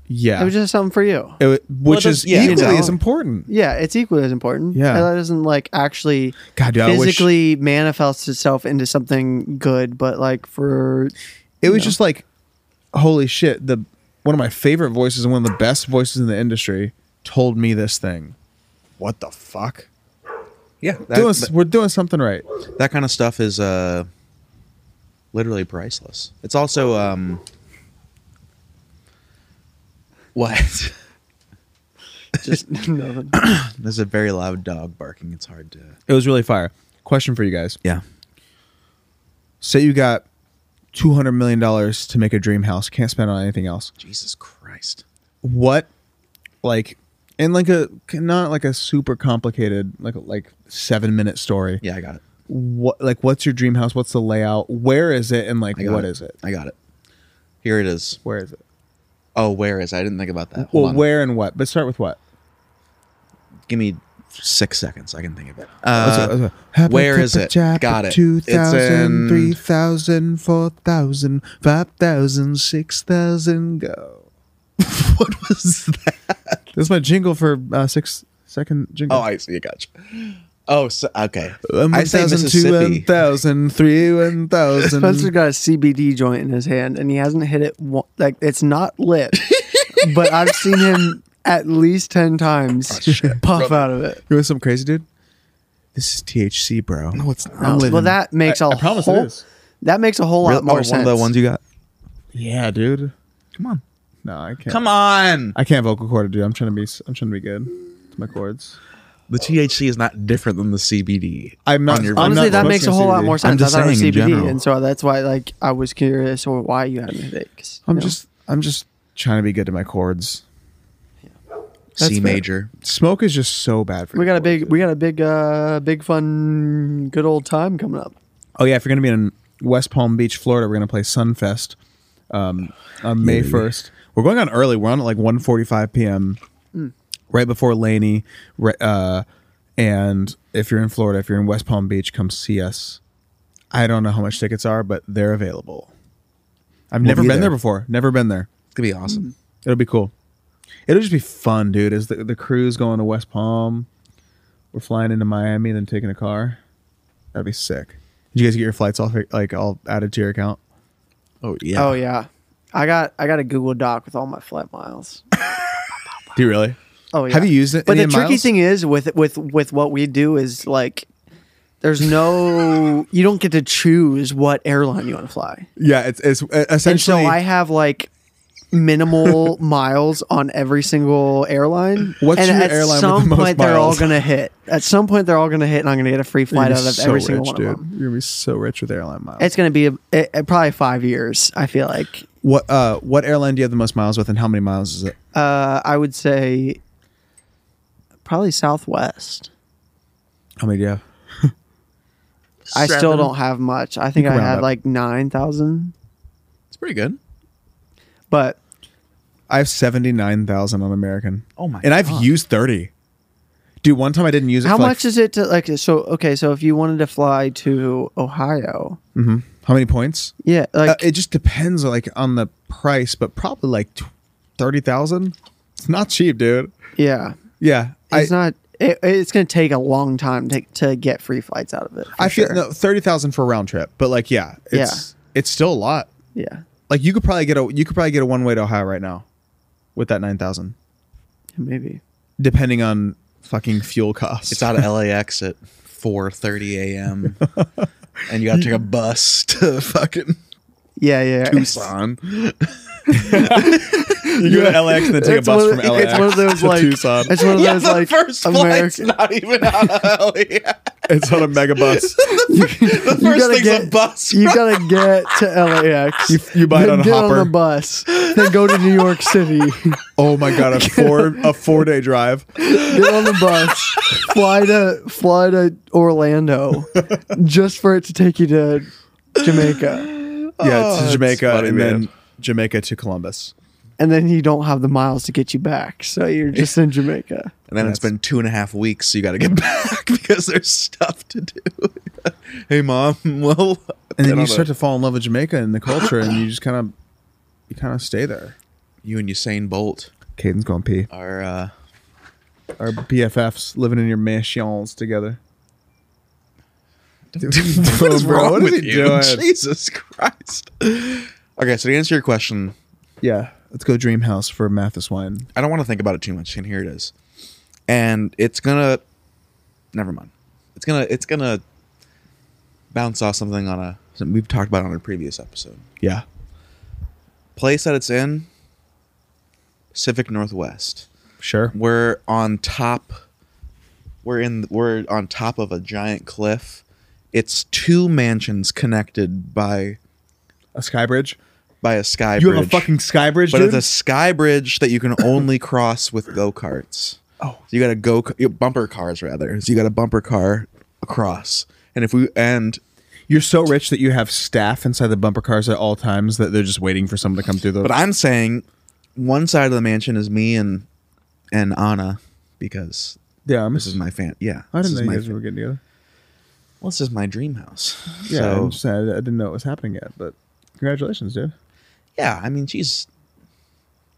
Speaker 2: yeah,
Speaker 4: It was just something for you.
Speaker 2: It wa- which
Speaker 3: it
Speaker 2: is
Speaker 3: does- yeah,
Speaker 2: equally
Speaker 4: you know.
Speaker 2: as important.
Speaker 4: Yeah, it's equally as important.
Speaker 2: Yeah.
Speaker 4: And that doesn't like actually
Speaker 2: God, dude, I wish-
Speaker 4: physically manifests itself into something good, but like for
Speaker 2: it was just like holy shit the one of my favorite voices and one of the best voices in the industry told me this thing what the fuck
Speaker 3: Yeah,
Speaker 2: doing,
Speaker 3: that,
Speaker 2: we're doing something right
Speaker 3: that, that kind of stuff is uh, literally priceless. It's also um, what?
Speaker 4: just nothing.
Speaker 3: There's a very loud dog barking. It's hard to.
Speaker 2: it was really fire
Speaker 6: Question for you guys.
Speaker 3: Yeah.
Speaker 2: Say you got two hundred million dollars to make a dream house, can't spend on anything else.
Speaker 3: Jesus Christ.
Speaker 2: What, like, in like a not like a super complicated like like seven minute story.
Speaker 3: Yeah, I got it.
Speaker 2: What like what's your dream house? What's the layout? Where is it? And like
Speaker 3: I got
Speaker 2: what
Speaker 3: it.
Speaker 2: is it?
Speaker 3: I got it. Here it is.
Speaker 2: Where is it?
Speaker 3: Oh, where is? it? I didn't think about that. Hold
Speaker 2: Well,
Speaker 3: on.
Speaker 2: where and what? But start with what.
Speaker 3: Give me six seconds. I can think of it.
Speaker 2: That's what-
Speaker 3: Uh,
Speaker 2: that's what- Happy
Speaker 3: where
Speaker 2: to
Speaker 3: is
Speaker 2: the
Speaker 3: it?
Speaker 2: Japa,
Speaker 3: Got it. It's
Speaker 2: 2,000,
Speaker 3: in-
Speaker 2: 3,000, 4,000, 5,000, 6,000, go.
Speaker 3: what was that?
Speaker 2: This is my jingle for uh, six second jingle.
Speaker 3: Oh, I see. Gotcha. Oh, so, okay.
Speaker 2: Um,
Speaker 3: I say
Speaker 2: 1,000,
Speaker 3: Mississippi.
Speaker 2: 1,000, 3,
Speaker 4: Spencer's
Speaker 2: 1,000.
Speaker 4: got a CBD joint in his hand, and he hasn't hit it. One, like it's not lit, but I've seen him at least ten
Speaker 2: Oh,
Speaker 4: times puff out of it.
Speaker 2: You want some crazy dude? This is THC, bro.
Speaker 3: No, it's not.
Speaker 2: I'm living.
Speaker 4: Well, that makes a
Speaker 2: I promise it
Speaker 4: whole
Speaker 2: is.
Speaker 4: that makes a whole
Speaker 3: Real-
Speaker 4: lot more
Speaker 3: oh,
Speaker 4: sense.
Speaker 3: One of the ones you got.
Speaker 2: Yeah, dude.
Speaker 3: Come on.
Speaker 2: No, I can't.
Speaker 3: Come on.
Speaker 2: I can't vocal cord it, dude. I'm trying to be. s- I'm trying to be good. It's my chords.
Speaker 3: The THC is not different than the CBD.
Speaker 2: I'm not.
Speaker 3: On your-
Speaker 2: I'm
Speaker 4: Honestly,
Speaker 2: not
Speaker 4: that makes a
Speaker 2: smoking
Speaker 4: whole lot
Speaker 2: CBD.
Speaker 4: more sense.
Speaker 3: just
Speaker 4: I thought it was
Speaker 3: saying in
Speaker 4: CBD,
Speaker 3: general.
Speaker 4: and so that's why like I was curious or why you had headaches.
Speaker 2: I'm
Speaker 4: you know?
Speaker 2: just. I'm just trying to be good to my chords.
Speaker 3: C
Speaker 4: fair.
Speaker 3: major.
Speaker 2: Smoke is just so bad for.
Speaker 4: we
Speaker 2: your
Speaker 4: got a
Speaker 2: chords,
Speaker 4: big
Speaker 2: dude.
Speaker 4: we got a big uh big fun good old time coming up.
Speaker 2: Oh yeah, if you're gonna be in West Palm Beach, Florida, we're gonna play Sunfest um, on May first. We're going on early. We're on at like 1:45 p.m. right before Laney. Re- Uh, and if you're in Florida, if you're in West Palm Beach, come see us. I don't know how much tickets are, but they're available. I've never
Speaker 3: be
Speaker 2: been there.
Speaker 3: there.
Speaker 2: before. Never been there.
Speaker 3: It's gonna be awesome.
Speaker 2: It'll be cool. It'll just be fun, dude. Is the the crew's going to West Palm? We're flying into Miami, then taking a car. That'd be sick. Did you guys get your flights all fi- like all added to your account?
Speaker 3: Oh yeah.
Speaker 4: Oh yeah, I got I got a Google Doc with all my flight miles.
Speaker 2: Do you really?
Speaker 4: Oh yeah.
Speaker 2: Have you used it?
Speaker 4: But
Speaker 2: Any
Speaker 4: the tricky
Speaker 2: miles?
Speaker 4: thing is with with with what we do is like there's no you don't get to choose what airline you want to fly.
Speaker 2: Yeah, it's it's uh,
Speaker 4: And so
Speaker 2: essentially.
Speaker 4: I have like minimal miles on every single airline.
Speaker 2: What's
Speaker 4: and
Speaker 2: your
Speaker 4: at
Speaker 2: airline with
Speaker 4: some
Speaker 2: the most
Speaker 4: point they're all
Speaker 2: miles?
Speaker 4: gonna hit. At some point they're all gonna hit and I'm gonna get a free
Speaker 2: You're
Speaker 4: flight
Speaker 2: gonna
Speaker 4: out
Speaker 2: be
Speaker 4: of
Speaker 2: so
Speaker 4: every single
Speaker 2: rich,
Speaker 4: one
Speaker 2: dude.
Speaker 4: of them.
Speaker 2: You're gonna be so rich with airline miles.
Speaker 4: It's gonna be a, a, probably five years. I feel like
Speaker 2: what uh what airline do you have the most miles with, and how many miles is it?
Speaker 4: uh, I would say probably Southwest.
Speaker 2: How many do you have?
Speaker 4: I still don't have much. I think I
Speaker 2: can round
Speaker 4: had
Speaker 2: up.
Speaker 4: like nine thousand,
Speaker 3: It's pretty good.
Speaker 4: but
Speaker 2: I have seventy nine thousand on American.
Speaker 3: Oh my
Speaker 2: And I've
Speaker 3: God.
Speaker 2: used thirty. Dude, one time I didn't use it.
Speaker 4: How
Speaker 2: for, like,
Speaker 4: much is it to like? So okay, so if you wanted to fly to Ohio,
Speaker 2: How many points?
Speaker 4: yeah, like
Speaker 2: Uh, it just depends like on the price, but probably like tw- thirty thousand. It's not cheap, dude.
Speaker 4: yeah,
Speaker 2: Yeah, I
Speaker 4: it's not. It, it's going to take a long time to to get free flights out of it. for
Speaker 2: I feel
Speaker 4: sure.
Speaker 2: no thirty thousand for a round trip, but like yeah, it's it's still a lot.
Speaker 4: Yeah,
Speaker 2: Like you could probably get a you could probably get a one way to Ohio right now with that nine thousand,
Speaker 4: maybe.
Speaker 2: depending on fucking fuel costs.
Speaker 3: It's out of LAX at 4:30 a.m. and you got to take a bus to fucking
Speaker 4: Yeah, yeah.
Speaker 3: Tucson.
Speaker 2: you go to LAX and then take a
Speaker 4: It's
Speaker 2: bus
Speaker 4: one
Speaker 2: from
Speaker 4: of-
Speaker 2: LAX.
Speaker 4: it's one of those
Speaker 2: to
Speaker 4: like
Speaker 2: Tucson.
Speaker 4: it's one of those
Speaker 3: the
Speaker 4: like
Speaker 3: first flight's
Speaker 4: American.
Speaker 3: not even out of LAX.
Speaker 2: It's on a mega bus.
Speaker 3: The
Speaker 4: You
Speaker 3: first
Speaker 4: gotta
Speaker 3: thing's
Speaker 4: get
Speaker 3: a bus.
Speaker 4: you gotta get to LAX.
Speaker 2: You- you buy it on
Speaker 4: then
Speaker 2: a
Speaker 4: get
Speaker 2: hopper.
Speaker 4: on the bus, then go to New York City.
Speaker 2: Oh my god, a four a four day drive.
Speaker 4: get on the bus, fly to fly to Orlando, just for it to take you to Jamaica,
Speaker 2: Yeah,
Speaker 3: Oh,
Speaker 2: to
Speaker 3: that's
Speaker 2: Jamaica
Speaker 3: funny,
Speaker 2: and then
Speaker 3: man.
Speaker 2: Jamaica to Columbus.
Speaker 4: and then you don't have the miles to get you back, so you're just in Jamaica.
Speaker 3: and then it's been two and a half weeks, so you got to get back because there's stuff to do. hey, mom. Well,
Speaker 2: and then you start to fall in love with Jamaica and the culture, and you just kind of you kind of stay there.
Speaker 3: you and Usain Bolt
Speaker 2: Caden's going pee.
Speaker 3: are uh,
Speaker 2: Our BFFs living in your mansions together.
Speaker 3: what is
Speaker 2: bro,
Speaker 3: wrong
Speaker 2: what is
Speaker 3: with
Speaker 2: he
Speaker 3: you?
Speaker 2: doing?
Speaker 3: Jesus Christ. Okay, so to answer your question,
Speaker 2: Yeah, let's go dream house for Mathis wine.
Speaker 3: I don't want to think about it too much, and here it is. And it's gonna, never mind. It's gonna, it's gonna bounce off something on a something we've talked about on a previous episode.
Speaker 2: Yeah,
Speaker 3: Place that it's in, Pacific Northwest.
Speaker 2: sure.
Speaker 3: We're on top. We're in. We're on top of a giant cliff It's two mansions connected by
Speaker 2: A sky bridge.
Speaker 3: by a sky
Speaker 2: You
Speaker 3: bridge.
Speaker 2: have a fucking sky bridge,
Speaker 3: but
Speaker 2: dude.
Speaker 3: it's a sky bridge that you can only cross with go karts.
Speaker 2: Oh.
Speaker 3: so you got to go bumper cars rather. So you got a bumper car across, and if we and
Speaker 2: You're so rich that you have staff inside the bumper cars at all times that they're just waiting for someone to come through the.
Speaker 3: But I'm saying one side of the mansion is me and and Anna because
Speaker 2: yeah, I'm
Speaker 3: this is my fan. Yeah,
Speaker 2: I didn't
Speaker 3: this is
Speaker 2: know you
Speaker 3: my
Speaker 2: guys
Speaker 3: fa-
Speaker 2: were getting together.
Speaker 3: well, this is my dream house.
Speaker 2: Yeah,
Speaker 3: so,
Speaker 2: I'm just saying, I, I didn't know it was happening yet, but congratulations, dude.
Speaker 3: yeah. I mean, she's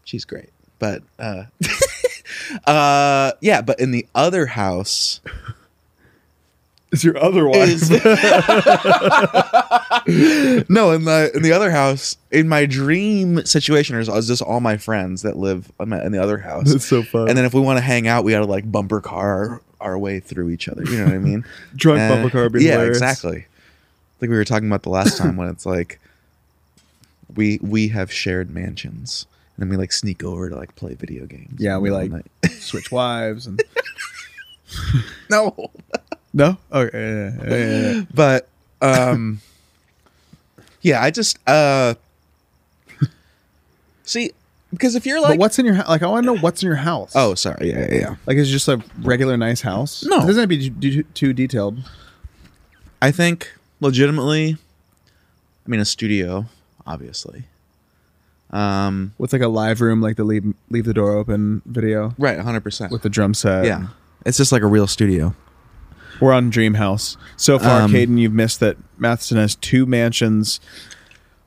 Speaker 3: she's great, but uh, uh, yeah. But in the other house
Speaker 2: Is your other
Speaker 3: is no in the in the other house in my dream situation is is just all my friends that live in my- in the other house.
Speaker 2: That's so fun.
Speaker 3: And then if we want to hang out, we gotta like bumper car our way through each other. You know what I mean?
Speaker 2: Drunk
Speaker 3: Uh,
Speaker 2: bumper car would be
Speaker 3: yeah,
Speaker 2: hilarious.
Speaker 3: exactly. Like we were talking about the last time when it's like we we have shared mansions, and then we like sneak over to like play video games.
Speaker 2: Yeah, we
Speaker 3: all
Speaker 2: like
Speaker 3: night.
Speaker 2: switch wives and
Speaker 3: no,
Speaker 2: no. Okay, yeah, yeah, yeah, yeah.
Speaker 3: but um, yeah, I just uh, see because if you're like
Speaker 2: but what's in your house? Like, I want to know what's in your house.
Speaker 3: oh sorry yeah yeah yeah
Speaker 2: like it's just a regular nice house.
Speaker 3: No.
Speaker 2: it doesn't have to be too, too detailed.
Speaker 3: I think legitimately, I mean a studio obviously, um
Speaker 2: With like a live room, like the leave leave the door open video
Speaker 3: right hundred percent
Speaker 2: with the drum set.
Speaker 3: yeah it's just like a real studio
Speaker 2: We're on Dream House. So far,
Speaker 3: Um,
Speaker 2: Caden, you've missed that Matheson has two mansions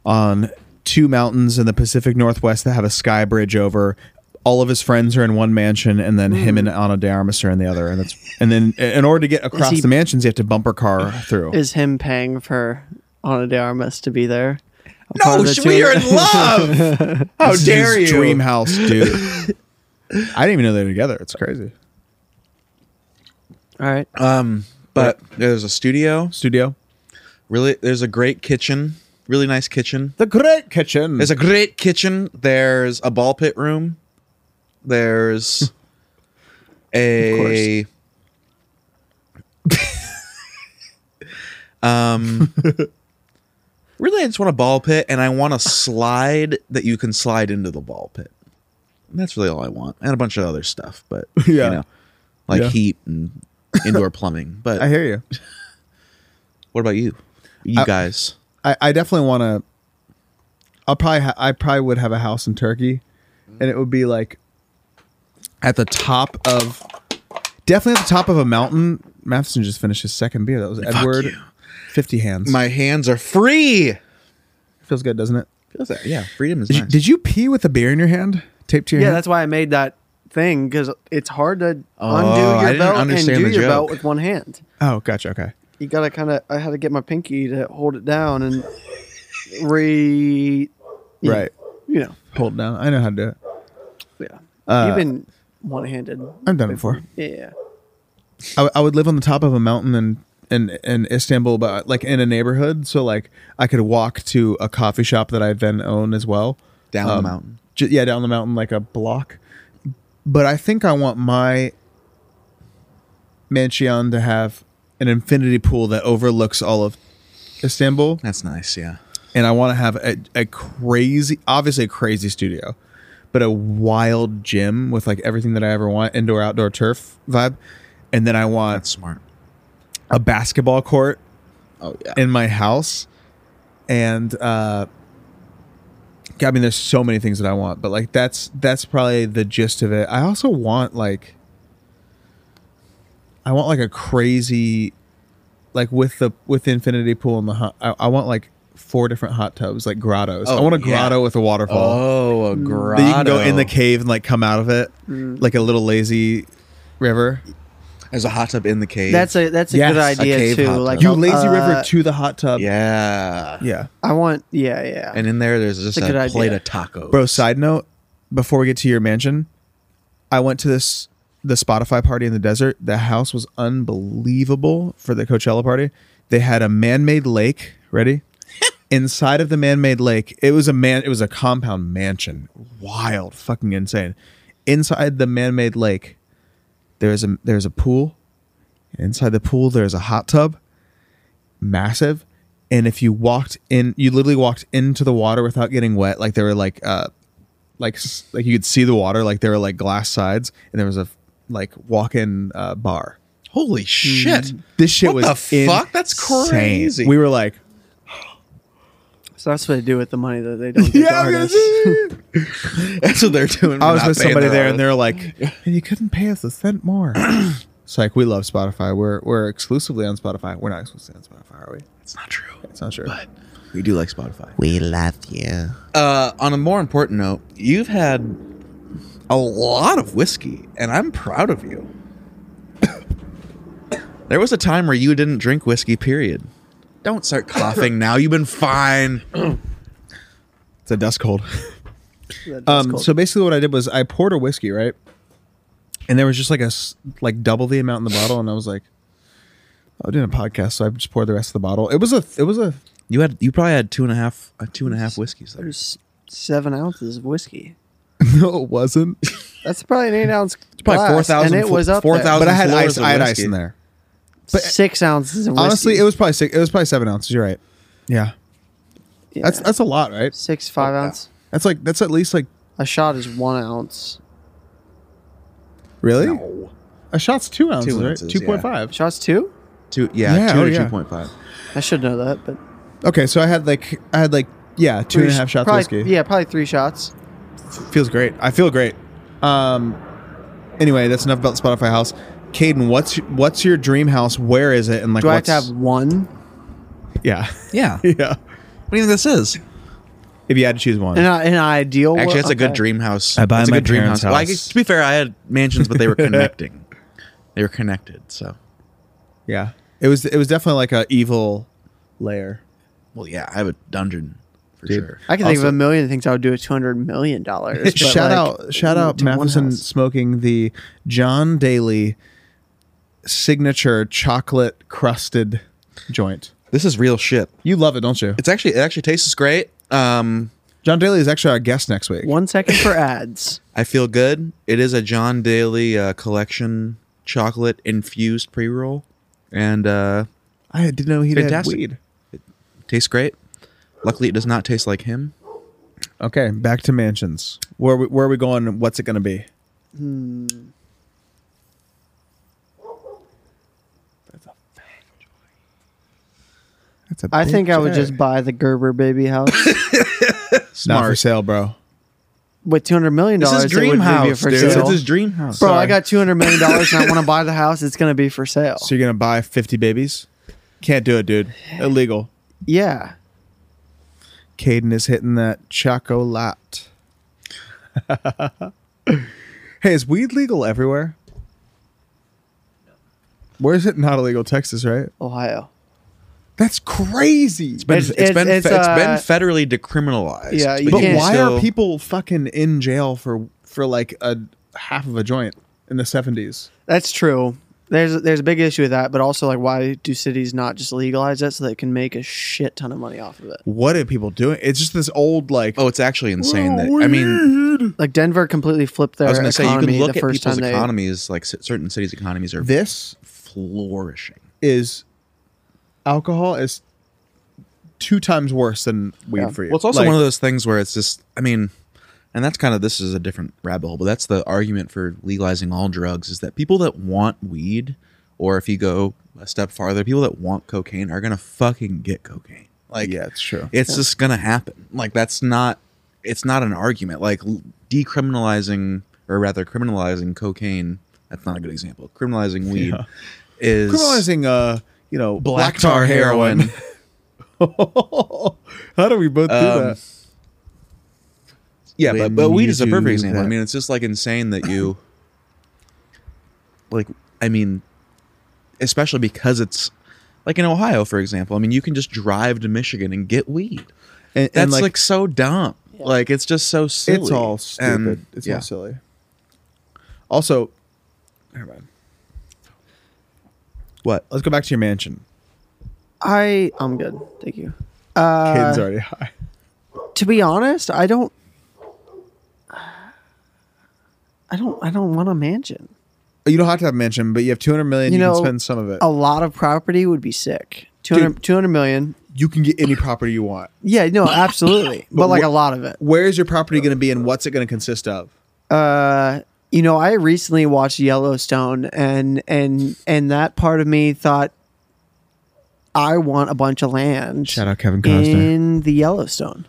Speaker 2: on two mountains in the Pacific Northwest that have a sky bridge over. All of his friends are in one mansion, and then him and Anna de Armas are in the other. And that's and then in order to get across
Speaker 4: he-
Speaker 2: the mansions, you have to bumper car through.
Speaker 4: Is him paying for Ana de Armas to be there? A part
Speaker 3: No,
Speaker 4: of the
Speaker 3: sh- we
Speaker 4: tour?
Speaker 3: are in love. How
Speaker 2: This is
Speaker 3: dare you?
Speaker 2: his Dream House, dude. I didn't even know they were together. It's crazy.
Speaker 4: All right.
Speaker 3: Um, but there's a studio.
Speaker 2: Studio,
Speaker 3: Really, there's a great kitchen. Really nice kitchen.
Speaker 2: the great kitchen.
Speaker 3: There's a great kitchen. There's a ball pit room.
Speaker 2: Hmm.
Speaker 3: There's a. um. Really, I just want a ball pit, and I want a slide that you can slide into the ball pit. And that's really all I want, and a bunch of other stuff, but
Speaker 2: Yeah.
Speaker 3: you know, like
Speaker 2: Yeah.
Speaker 3: heat and indoor plumbing. But
Speaker 2: I hear you.
Speaker 3: what about you, you
Speaker 2: I-
Speaker 3: guys?
Speaker 2: I, I definitely want to. I'll probably ha- I probably would have a house in Turkey, and it would be like at the top of definitely at the top of a mountain. Matheson just finished his second beer. That was Edward.
Speaker 3: you.
Speaker 2: Fifty hands.
Speaker 3: My hands are free.
Speaker 2: feels good, doesn't it?
Speaker 3: Feels that, yeah, freedom is
Speaker 2: Did, you,
Speaker 3: nice.
Speaker 2: did you pee with a beer in your hand taped to your
Speaker 4: Yeah,
Speaker 2: hand?
Speaker 4: that's why I made that thing because it's hard to undo
Speaker 3: I
Speaker 4: your
Speaker 3: didn't
Speaker 4: belt and do
Speaker 3: understand
Speaker 4: your
Speaker 3: the
Speaker 4: belt
Speaker 3: joke.
Speaker 4: with one hand.
Speaker 2: Oh, gotcha. Okay.
Speaker 4: You gotta kind of. I had to get my pinky to hold it down and re. you-
Speaker 2: Right.
Speaker 4: You know.
Speaker 2: Hold down. I know how to do it.
Speaker 4: Yeah.
Speaker 2: Uh,
Speaker 4: You've been one-handed.
Speaker 2: I've done it before.
Speaker 4: Yeah.
Speaker 2: I, I would live on the top of a mountain and in, in Istanbul, but like in a neighborhood, so like I could walk to a coffee shop that I then own as well. Um,
Speaker 3: Down the mountain.
Speaker 2: ju- yeah, down the mountain like a block. But I think I want my mansion to have an infinity pool that overlooks all of Istanbul
Speaker 3: That's nice. Yeah.
Speaker 2: and I want to have a, a crazy, obviously a crazy studio, but a wild gym with like everything that I ever want, indoor outdoor turf vibe, and then I
Speaker 3: That's
Speaker 2: want
Speaker 3: smart.
Speaker 2: a basketball court
Speaker 3: Oh yeah.
Speaker 2: in my house, and uh, I mean, there's so many things that I want, but like that's that's probably the gist of it. I also want like, I want like a crazy, like with the with the infinity pool and the hot. I, I want like four different hot tubs, like grottos. I
Speaker 3: Oh,
Speaker 2: want a
Speaker 3: yeah.
Speaker 2: grotto with a waterfall
Speaker 3: oh,
Speaker 4: Mm.
Speaker 3: a
Speaker 2: that
Speaker 3: grotto.
Speaker 2: you can go in the cave and like come out of it, like a little lazy river.
Speaker 3: There's a hot tub in the cave.
Speaker 4: That's a that's a
Speaker 2: Yes,
Speaker 4: good
Speaker 2: a
Speaker 4: idea
Speaker 3: cave
Speaker 4: too.
Speaker 3: hot
Speaker 4: Like
Speaker 3: tub.
Speaker 2: You
Speaker 4: uh,
Speaker 2: lazy river to the hot tub.
Speaker 3: yeah.
Speaker 2: yeah.
Speaker 4: I want. Yeah, yeah.
Speaker 3: And in there, there's just
Speaker 4: a good
Speaker 3: a,
Speaker 4: idea.
Speaker 3: plate of tacos.
Speaker 2: Bro, side note, before we get to your mansion, I went to this the Spotify party in the desert. The house was unbelievable for the Coachella party. They had a man-made lake, ready? Inside of the man-made lake, it was a man it was a compound mansion. Wild, fucking insane. Inside the man-made lake, there's a there's a pool. Inside the pool, there's a hot tub. massive. And if you walked in, you literally walked into the water without getting wet. Like there were like, uh, like s- like you could see the water. Like there were like glass sides, and there was a like walk-in uh, bar.
Speaker 4: Hmm.
Speaker 3: Holy shit!
Speaker 2: This shit
Speaker 3: What
Speaker 2: was
Speaker 3: the fuck? That's
Speaker 2: insane.
Speaker 3: crazy.
Speaker 2: We were like,
Speaker 4: So that's what they do with the money that they don't give to
Speaker 2: yeah, I'm gonna
Speaker 4: artists.
Speaker 2: see.
Speaker 3: That's what they're doing.
Speaker 2: "Oh I
Speaker 3: We're
Speaker 2: was
Speaker 3: not
Speaker 2: with
Speaker 3: paying
Speaker 2: somebody
Speaker 3: their
Speaker 2: there, and
Speaker 3: artists.
Speaker 2: they're like, "And you couldn't pay us a cent more." it's like we love Spotify. We're we're exclusively on Spotify. We're not exclusively on Spotify, are we?
Speaker 3: It's not true.
Speaker 2: It's not sure.
Speaker 3: But we do like Spotify.
Speaker 5: We love you.
Speaker 3: Uh, on a more important note, you've had a lot of whiskey, and I'm proud of you. there was a time where you didn't drink whiskey. Period. Don't start coughing now. You've been fine.
Speaker 2: It's a dust cold.
Speaker 4: That- that's
Speaker 2: Um,
Speaker 4: cold.
Speaker 2: so basically, what I did was I poured a whiskey, right? And there was just like a s- like double the amount in the bottle, and I was like, "I'm doing a podcast, so I just poured the rest of the bottle." It was a it was a
Speaker 3: You had you probably had two and a half uh, two and a half whiskeys there.
Speaker 4: There's seven ounces of whiskey.
Speaker 2: no, it wasn't.
Speaker 4: That's probably an eight ounce.
Speaker 3: probably
Speaker 4: glass,
Speaker 3: 4,000
Speaker 4: and it
Speaker 3: fl-
Speaker 4: was up
Speaker 3: 4,000
Speaker 2: But I had
Speaker 3: floors
Speaker 2: ice.
Speaker 3: of
Speaker 2: I had ice
Speaker 3: whiskey.
Speaker 2: in there.
Speaker 4: there. six ounces of whiskey.
Speaker 2: Honestly, it was probably six. It was probably seven ounces. You're right. Yeah,
Speaker 4: Yeah.
Speaker 2: that's that's a lot, right?
Speaker 4: six five ounce.
Speaker 2: That's like that's at least like
Speaker 4: A shot is one ounce.
Speaker 2: really a shot's two ounces,
Speaker 3: ounces,
Speaker 2: right?
Speaker 3: yeah.
Speaker 2: Two point five.
Speaker 4: Shots two.
Speaker 3: Two, yeah,
Speaker 2: Yeah,
Speaker 3: two
Speaker 2: oh,
Speaker 3: to
Speaker 2: yeah.
Speaker 3: two point five.
Speaker 4: I should know that, but
Speaker 2: Okay, so I had like I had like yeah two and a half shots of
Speaker 4: Probably,
Speaker 2: whiskey.
Speaker 4: Yeah, probably three shots.
Speaker 2: feels great. I feel great. Um, anyway, that's enough about Spotify House. Caden, what's what's your dream house? Where is it? And like,
Speaker 4: Do I have
Speaker 2: what's,
Speaker 4: to have one?
Speaker 2: Yeah,
Speaker 3: Yeah. What
Speaker 2: yeah.
Speaker 3: do you think this is?
Speaker 2: If you had to choose one,
Speaker 4: In, a, in an ideal. wor-
Speaker 3: Actually, that's a good
Speaker 4: okay.
Speaker 3: dream house.
Speaker 2: I buy
Speaker 3: That's a
Speaker 2: my
Speaker 3: good dream
Speaker 2: parents'
Speaker 3: Well, I
Speaker 2: house.
Speaker 3: guess- to be fair, I had mansions, but they were connecting. they were connected. So,
Speaker 2: yeah, it was it was definitely like a evil lair.
Speaker 3: well, yeah, I have a dungeon for sure.
Speaker 4: I can think of a million things I would do with two hundred million dollars. but,
Speaker 2: shout
Speaker 4: like,
Speaker 2: out shout out
Speaker 4: to one
Speaker 2: Matheson
Speaker 4: house.
Speaker 2: smoking the John Daly signature chocolate crusted joint.
Speaker 3: This is real shit.
Speaker 2: You love it, don't you?
Speaker 3: It's actually it actually tastes great. Um,
Speaker 2: John Daly is actually our guest next week.
Speaker 4: One second for ads.
Speaker 3: I feel good. It is a John Daly uh, collection chocolate infused pre roll, and uh,
Speaker 2: I didn't know he did
Speaker 3: Fantastic.
Speaker 2: weed.
Speaker 3: tastes great. Luckily, it does not taste like him.
Speaker 2: Okay, back to mansions. Where are we, where are we going? What's it going to be? Hmm. That's a
Speaker 4: I
Speaker 2: big
Speaker 4: think I would
Speaker 2: J.
Speaker 4: just buy the Gerber baby house
Speaker 2: not for sale, bro.
Speaker 4: with two hundred million
Speaker 3: This
Speaker 2: Oh,
Speaker 4: dollars.
Speaker 3: is dream house,
Speaker 4: for
Speaker 3: dude.
Speaker 4: sale.
Speaker 3: This is dream house.
Speaker 4: Bro, I
Speaker 2: Sorry.
Speaker 4: got two hundred million dollars and I want to buy the house. It's gonna be for sale.
Speaker 2: So you're going to buy 50 babies? Can't do it, dude. Illegal.
Speaker 4: yeah,
Speaker 2: Caden is hitting that chocolate. hey, is weed legal everywhere? Where is it not illegal? Texas, right?
Speaker 4: Ohio.
Speaker 2: That's crazy.
Speaker 3: But
Speaker 4: It's-
Speaker 3: it's, it's been
Speaker 4: it's-
Speaker 3: fe-
Speaker 4: it's, uh,
Speaker 3: it's been federally decriminalized.
Speaker 4: Yeah, you
Speaker 2: but
Speaker 4: can't-
Speaker 2: why
Speaker 3: still-
Speaker 2: are people fucking in jail for for like a half of a joint in the seventies?
Speaker 4: That's true. There's there's a big issue with that, but also like why do cities not just legalize it so they can make a shit ton of money off of it?
Speaker 2: What are people doing? It's just this old like
Speaker 3: Oh, it's actually insane. That I mean,
Speaker 4: Like Denver completely flipped their
Speaker 3: I was going to say you
Speaker 4: economy
Speaker 3: can look
Speaker 4: the
Speaker 3: at
Speaker 4: first
Speaker 3: people's
Speaker 4: time they.
Speaker 3: economies. Like c- certain cities' economies are
Speaker 2: this
Speaker 3: flourishing.
Speaker 2: is alcohol is two times worse than weed
Speaker 4: Yeah.
Speaker 2: for you.
Speaker 3: Well, it's also
Speaker 2: Like,
Speaker 3: one of those things where it's just. I mean, and that's kind of this is a different rabbit hole, but that's the argument for legalizing all drugs is that people that want weed, or if you go a step farther, people that want cocaine are going to fucking get cocaine. Like,
Speaker 2: yeah, it's true.
Speaker 3: it's just gonna happen like that's not it's not an argument like l- decriminalizing or rather criminalizing cocaine that's not a good example criminalizing weed is
Speaker 2: Criminalizing uh you know
Speaker 3: black tar heroin
Speaker 2: How do we both do
Speaker 3: Um,
Speaker 2: that?
Speaker 3: yeah
Speaker 2: When
Speaker 3: but, but weed
Speaker 2: you
Speaker 3: is a
Speaker 2: do
Speaker 3: perfect example
Speaker 2: that.
Speaker 3: i mean it's just like insane that you like i mean especially because it's like in ohio for example i mean you can just drive to michigan and get weed
Speaker 2: And,
Speaker 3: that's like, so dumb like it's just so silly
Speaker 2: It's all stupid.
Speaker 3: And,
Speaker 2: it's
Speaker 3: yeah.
Speaker 2: all silly. Also, never mind. What? Let's go back to your mansion.
Speaker 4: I I'm good, thank you. Uh,
Speaker 2: Caden's already high.
Speaker 4: to be honest, I don't. I don't. I don't want a mansion.
Speaker 2: You don't have to have a mansion, but you have two hundred million. You,
Speaker 4: You know, oh.
Speaker 2: can spend some of it.
Speaker 4: A lot of property would be sick. 200, 200 million.
Speaker 2: You can get any property you want.
Speaker 4: Yeah, no, absolutely. but, like
Speaker 2: wh-
Speaker 4: a lot of it.
Speaker 2: Where is your property going to be, and what's it going to consist of?
Speaker 4: Uh, you know, I recently watched Yellowstone and and and that part of me thought I want a bunch of land
Speaker 2: out Kevin
Speaker 4: in the Yellowstone.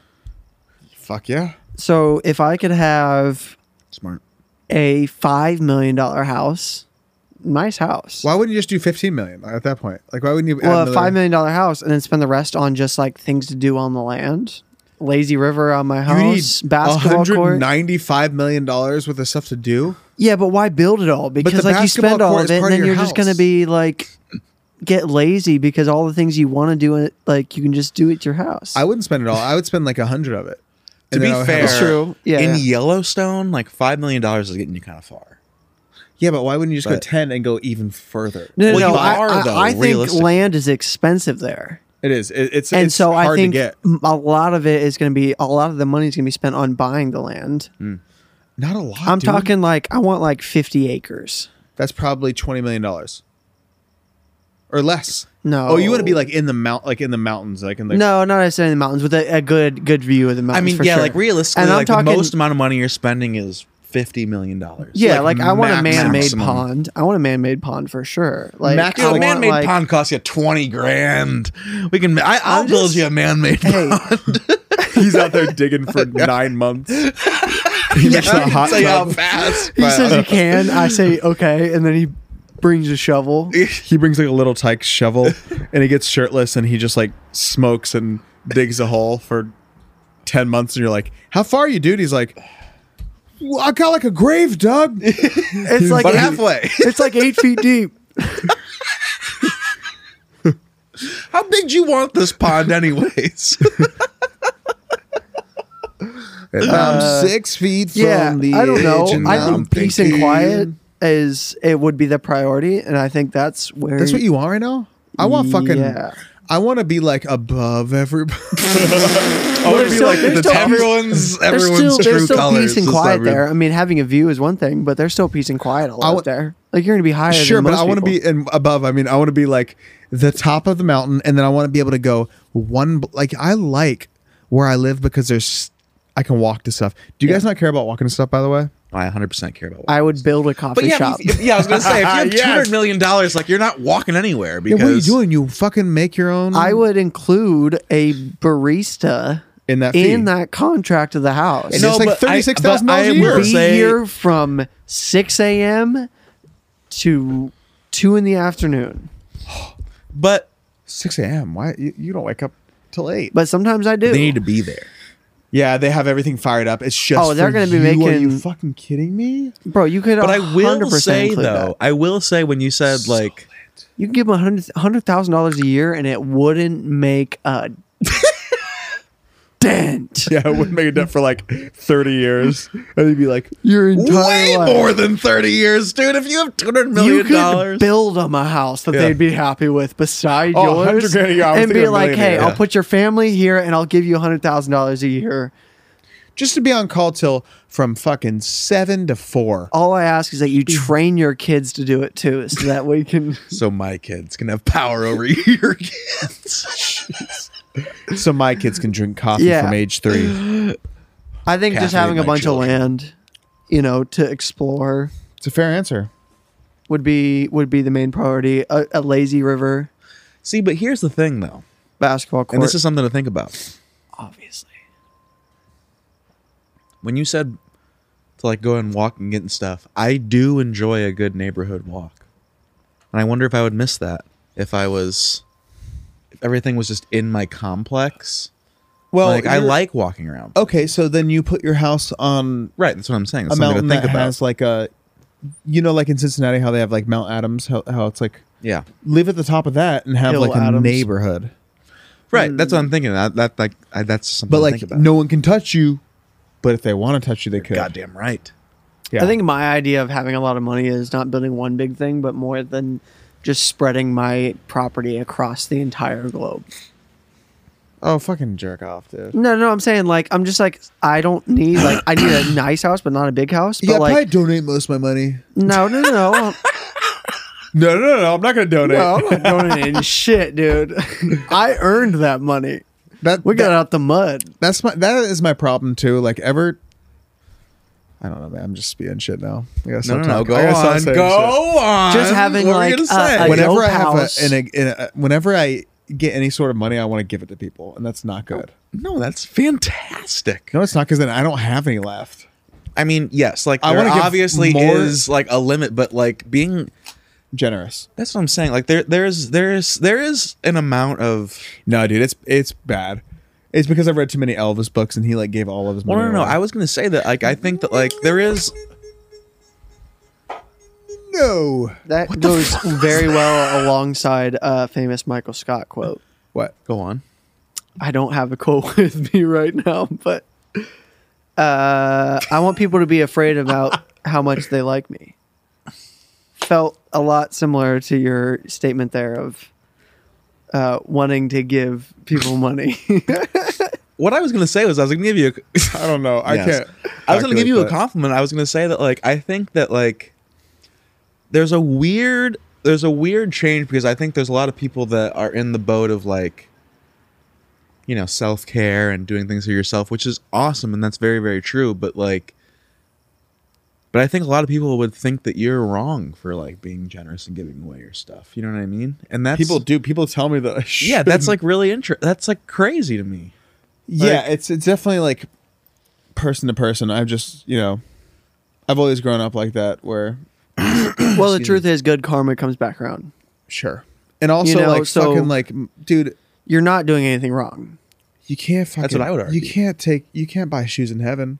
Speaker 2: Fuck yeah.
Speaker 4: So if I could have
Speaker 3: Smart.
Speaker 4: a 5 million dollar house, nice house.
Speaker 2: Why wouldn't you just do fifteen million at that point? Like, why wouldn't you? add
Speaker 4: well, a
Speaker 2: another-
Speaker 4: five million dollar house, and then spend the rest on just like things to do on the land, lazy river on my
Speaker 2: You need
Speaker 4: house, basketball court.
Speaker 2: $195 million dollars worth of stuff to do.
Speaker 4: Yeah, but why build it all? Because like you
Speaker 2: basketball
Speaker 4: spend all
Speaker 2: court
Speaker 4: of
Speaker 2: is
Speaker 4: it,
Speaker 2: part
Speaker 4: and
Speaker 2: of
Speaker 4: then
Speaker 2: your
Speaker 4: you're just gonna
Speaker 2: house.
Speaker 4: be like get lazy because all the things you want to do, it like you can just do it at your house.
Speaker 2: I wouldn't spend it all. I would spend like a hundred of it.
Speaker 3: To
Speaker 2: And
Speaker 3: be
Speaker 2: then I would have-
Speaker 3: fair,
Speaker 4: That's true. Yeah,
Speaker 3: in
Speaker 4: yeah.
Speaker 3: Yellowstone, like five million dollars is getting you kind of far.
Speaker 2: yeah, but why wouldn't you just go
Speaker 3: But-
Speaker 2: ten and go even further?
Speaker 4: no, no,
Speaker 3: Well,
Speaker 4: no.
Speaker 3: you
Speaker 4: I,
Speaker 3: are,
Speaker 4: I-
Speaker 3: though,
Speaker 4: I think
Speaker 3: realistically.
Speaker 4: land is expensive there,
Speaker 2: It is. It, it's
Speaker 4: and
Speaker 2: it's
Speaker 4: so
Speaker 2: hard
Speaker 4: I think
Speaker 2: to get.
Speaker 4: m- a lot of it is gonna be a lot of the money is gonna be spent on buying the land.
Speaker 2: Hmm. Not a lot.
Speaker 4: I'm
Speaker 2: dude.
Speaker 4: talking like I want like 50 acres.
Speaker 2: That's probably twenty million dollars or less.
Speaker 4: No.
Speaker 2: Oh, you want to be like in the mount, like in the mountains, like in the
Speaker 4: no, not necessarily in the mountains with a, a good good view of the
Speaker 3: I
Speaker 4: mountains.
Speaker 3: mean,
Speaker 4: for
Speaker 3: yeah,
Speaker 4: sure.
Speaker 3: like realistically,
Speaker 4: And I'm
Speaker 3: like
Speaker 4: talking-
Speaker 3: the most amount of money you're spending is fifty million dollars.
Speaker 4: yeah, like, I want a
Speaker 2: maximum.
Speaker 4: man-made pond. I want a man-made pond for sure. Like
Speaker 2: Max-
Speaker 4: I
Speaker 3: Dude, a
Speaker 4: want,
Speaker 3: man-made
Speaker 4: like-
Speaker 3: pond costs you twenty grand. We can. I, I'll
Speaker 4: I'm
Speaker 3: build
Speaker 4: just-
Speaker 3: you a man-made.
Speaker 4: Hey,
Speaker 3: pond.
Speaker 2: He's out there digging for nine months. He makes that
Speaker 3: I didn't
Speaker 2: hot
Speaker 4: um,
Speaker 3: say how
Speaker 2: tub.
Speaker 3: fast.
Speaker 4: he says you can. I say okay, and then he brings a shovel.
Speaker 2: He brings like a little tyke shovel, and he gets shirtless, and he just like smokes and digs a hole for ten months. And you're like, "How far are you, dude?" He's like, well, "I got like a grave dug."
Speaker 4: It's like
Speaker 3: but
Speaker 4: eight-
Speaker 3: halfway.
Speaker 4: It's like eight feet deep.
Speaker 3: How big do you want this pond, anyways?
Speaker 2: I'm six feet from
Speaker 4: Uh, Yeah,
Speaker 2: the
Speaker 4: I don't know.
Speaker 2: edge, and
Speaker 4: I
Speaker 2: I'm
Speaker 4: think peace and
Speaker 2: thinking-
Speaker 4: quiet is it would be the priority, and I think that's where
Speaker 2: That's what you want right now. I want fucking.
Speaker 4: Yeah.
Speaker 2: I want to be like above everybody.
Speaker 3: I would
Speaker 4: There's still- there's still-
Speaker 3: everyone's
Speaker 4: There's
Speaker 3: everyone's
Speaker 4: still,
Speaker 3: true
Speaker 4: there's still
Speaker 3: colors.
Speaker 4: peace and
Speaker 3: is
Speaker 4: quiet
Speaker 3: everyone-
Speaker 4: there. I mean, having a view is one thing, but there's still peace and quiet a lot
Speaker 2: want-
Speaker 4: there. Like you're gonna be higher.
Speaker 2: sure,
Speaker 4: than
Speaker 2: but
Speaker 4: most
Speaker 2: I want to
Speaker 4: people.
Speaker 2: be in above. I mean, I want to be like the top of the mountain, and then I want to be able to go one. bl- Like I like where I live because there's I can walk to stuff. Do you guys not care about walking to stuff? By the way,
Speaker 3: I 100 percent care about. What
Speaker 4: I would build a coffee
Speaker 3: but yeah,
Speaker 4: shop.
Speaker 3: if- yeah, I was gonna say if you have
Speaker 2: Yes.
Speaker 3: 200 million dollars, like you're not walking anywhere
Speaker 2: yeah,
Speaker 3: because
Speaker 2: what are you doing? You fucking make your own.
Speaker 4: I would include a barista
Speaker 2: In that fee.
Speaker 4: in that contract of the house.
Speaker 2: And
Speaker 3: No,
Speaker 2: it's like
Speaker 3: but I-
Speaker 2: thirty six thousand dollars
Speaker 3: but
Speaker 2: a
Speaker 3: I
Speaker 2: year.
Speaker 3: will
Speaker 4: be
Speaker 3: say-
Speaker 4: here from six a.m. to two in the afternoon.
Speaker 3: But
Speaker 2: Six a.m. Why you, you don't wake up till eight?
Speaker 4: But sometimes I do.
Speaker 3: they need to be there.
Speaker 2: Yeah, they have everything fired up. It's just
Speaker 4: Oh, they're
Speaker 2: for
Speaker 4: gonna be
Speaker 2: you. Are you
Speaker 4: making-
Speaker 2: fucking kidding me?
Speaker 4: Bro, you could.
Speaker 3: But I
Speaker 4: 100%
Speaker 3: will say though,
Speaker 4: include that.
Speaker 3: I will say when you said like
Speaker 4: you can give them hundred hundred thousand dollars a year, and it wouldn't make a dent.
Speaker 2: Yeah, I wouldn't make a dent for like thirty years. And they'd be like,
Speaker 4: Your
Speaker 3: way
Speaker 4: entire life.
Speaker 3: more than 30 years, dude. If you have 200
Speaker 4: you
Speaker 3: million
Speaker 4: could
Speaker 3: dollars,
Speaker 4: build them a house that
Speaker 3: Yeah.
Speaker 4: they'd be happy with beside
Speaker 2: Oh, 100
Speaker 4: yours,
Speaker 2: grand a year, I was
Speaker 4: and be
Speaker 2: thinking a
Speaker 4: like,
Speaker 2: million a
Speaker 4: "Hey,
Speaker 2: year."
Speaker 4: I'll
Speaker 2: Yeah.
Speaker 4: put your family here, and I'll give you hundred thousand dollars a year.
Speaker 2: just to be on call till from fucking seven to four.
Speaker 4: All I ask is that
Speaker 3: Mm.
Speaker 4: you train your kids to do it too, so that we can."
Speaker 3: so my kids can have power over your kids.
Speaker 2: So my kids can drink coffee
Speaker 4: Yeah.
Speaker 2: from age three.
Speaker 4: I think just
Speaker 3: Caffeine
Speaker 4: having a
Speaker 3: my
Speaker 4: bunch
Speaker 3: children.
Speaker 4: of land, you know, to explore
Speaker 2: It's a fair answer.
Speaker 4: would be would be the main priority. A, a lazy river
Speaker 3: See, but here's the thing though,
Speaker 4: basketball court,
Speaker 3: and this is something to think about.
Speaker 4: obviously.
Speaker 3: when you said to like go and walk and get and stuff, I do enjoy a good neighborhood walk. And I wonder if I would miss that if I was if everything was just in my complex.
Speaker 2: Well,
Speaker 3: like I
Speaker 2: you're-
Speaker 3: like walking around.
Speaker 2: Okay, so then you put your house on
Speaker 3: Right, that's what I'm saying.
Speaker 2: a
Speaker 3: That's something
Speaker 2: mountain
Speaker 3: to think
Speaker 2: that
Speaker 3: about.
Speaker 2: has like a, you know, like in Cincinnati, how they have like Mount Adams, how, how it's like
Speaker 3: yeah.
Speaker 2: live at the top of that and have
Speaker 4: Hill
Speaker 2: like a
Speaker 4: Adams.
Speaker 2: neighborhood,
Speaker 3: Right, that's what I'm thinking. That, that like I, that's something
Speaker 2: Mm. but
Speaker 3: to
Speaker 2: like
Speaker 3: think about.
Speaker 2: no one can touch you. But if they want to touch you, they could.
Speaker 3: goddamn right.
Speaker 2: Yeah.
Speaker 4: I think my idea of having a lot of money is not building one big thing, but more than just spreading my property across the entire globe.
Speaker 2: Oh, fucking jerk off, dude.
Speaker 4: No, no, I'm saying like I'm just like I don't need like I need a nice house, but not a big house. But
Speaker 2: Yeah, I
Speaker 4: like
Speaker 2: probably donate most of my money.
Speaker 4: no, no, no, no.
Speaker 2: No, no, no, no, I'm not going to donate.
Speaker 4: No, I'm not donating shit, dude. I earned that money.
Speaker 2: that
Speaker 4: We
Speaker 2: that-
Speaker 4: got out the mud.
Speaker 2: that's my that is my problem too. Like ever, I don't know, man. I'm just spewing shit now. I gotta
Speaker 3: No,
Speaker 2: stop
Speaker 3: no, no.
Speaker 2: talking.
Speaker 3: Go
Speaker 2: I gotta stop
Speaker 3: on.
Speaker 2: saying shit.
Speaker 3: Go on.
Speaker 4: Just having
Speaker 2: What were
Speaker 4: like
Speaker 2: you gonna say?
Speaker 4: a, a
Speaker 2: whenever
Speaker 4: dope
Speaker 2: I have
Speaker 4: house.
Speaker 2: a, in a, in a whenever I get any sort of money, I want to give it to people, and that's not good.
Speaker 3: No, that's fantastic.
Speaker 2: No, it's not because then I don't have any left.
Speaker 3: I mean, yes, like
Speaker 2: I
Speaker 3: there
Speaker 2: wanna give
Speaker 3: obviously
Speaker 2: more-
Speaker 3: is like a limit, but like being
Speaker 2: Generous.
Speaker 3: that's what I'm saying. Like there there's there's there is an amount of
Speaker 2: No, dude, it's it's bad. It's because I've read too many Elvis books, and he like gave all of his
Speaker 3: Well
Speaker 2: money.
Speaker 3: no no, no.
Speaker 2: away.
Speaker 3: I was gonna say that like I think that like there is
Speaker 2: no.
Speaker 4: That goes very well alongside a famous Michael Scott quote.
Speaker 2: What?
Speaker 3: go on.
Speaker 4: I don't have a quote with me right now, but uh, I want people to be afraid about how much they like me. Felt a lot similar to your statement there of uh, wanting to give people money.
Speaker 3: What I was gonna say was I was gonna give you a
Speaker 2: I don't know. I
Speaker 3: Yes.
Speaker 2: can't.
Speaker 3: I was gonna give you a
Speaker 2: calculate
Speaker 3: compliment. I was gonna say that like I think that like there's a weird there's a weird change because I think there's a lot of people that are in the boat of like you know self care and doing things for yourself, which is awesome and that's very very true. But like, but I think a lot of people would think that you're wrong for like being generous and giving away your stuff. You know what I mean? And
Speaker 2: that.
Speaker 3: that's
Speaker 2: People do. People tell me that. I
Speaker 3: yeah,
Speaker 2: shouldn't.
Speaker 3: that's like really inter That's like crazy to me.
Speaker 2: yeah it's it's definitely like person to person i've just you know i've always grown up like that where
Speaker 4: well, the truth is, good karma comes back around.
Speaker 2: sure and also
Speaker 4: know,
Speaker 2: like
Speaker 4: so-
Speaker 2: fucking like m- dude
Speaker 4: You're not doing anything wrong.
Speaker 2: you can't fucking
Speaker 3: what I would argue.
Speaker 2: you can't take you can't buy shoes in heaven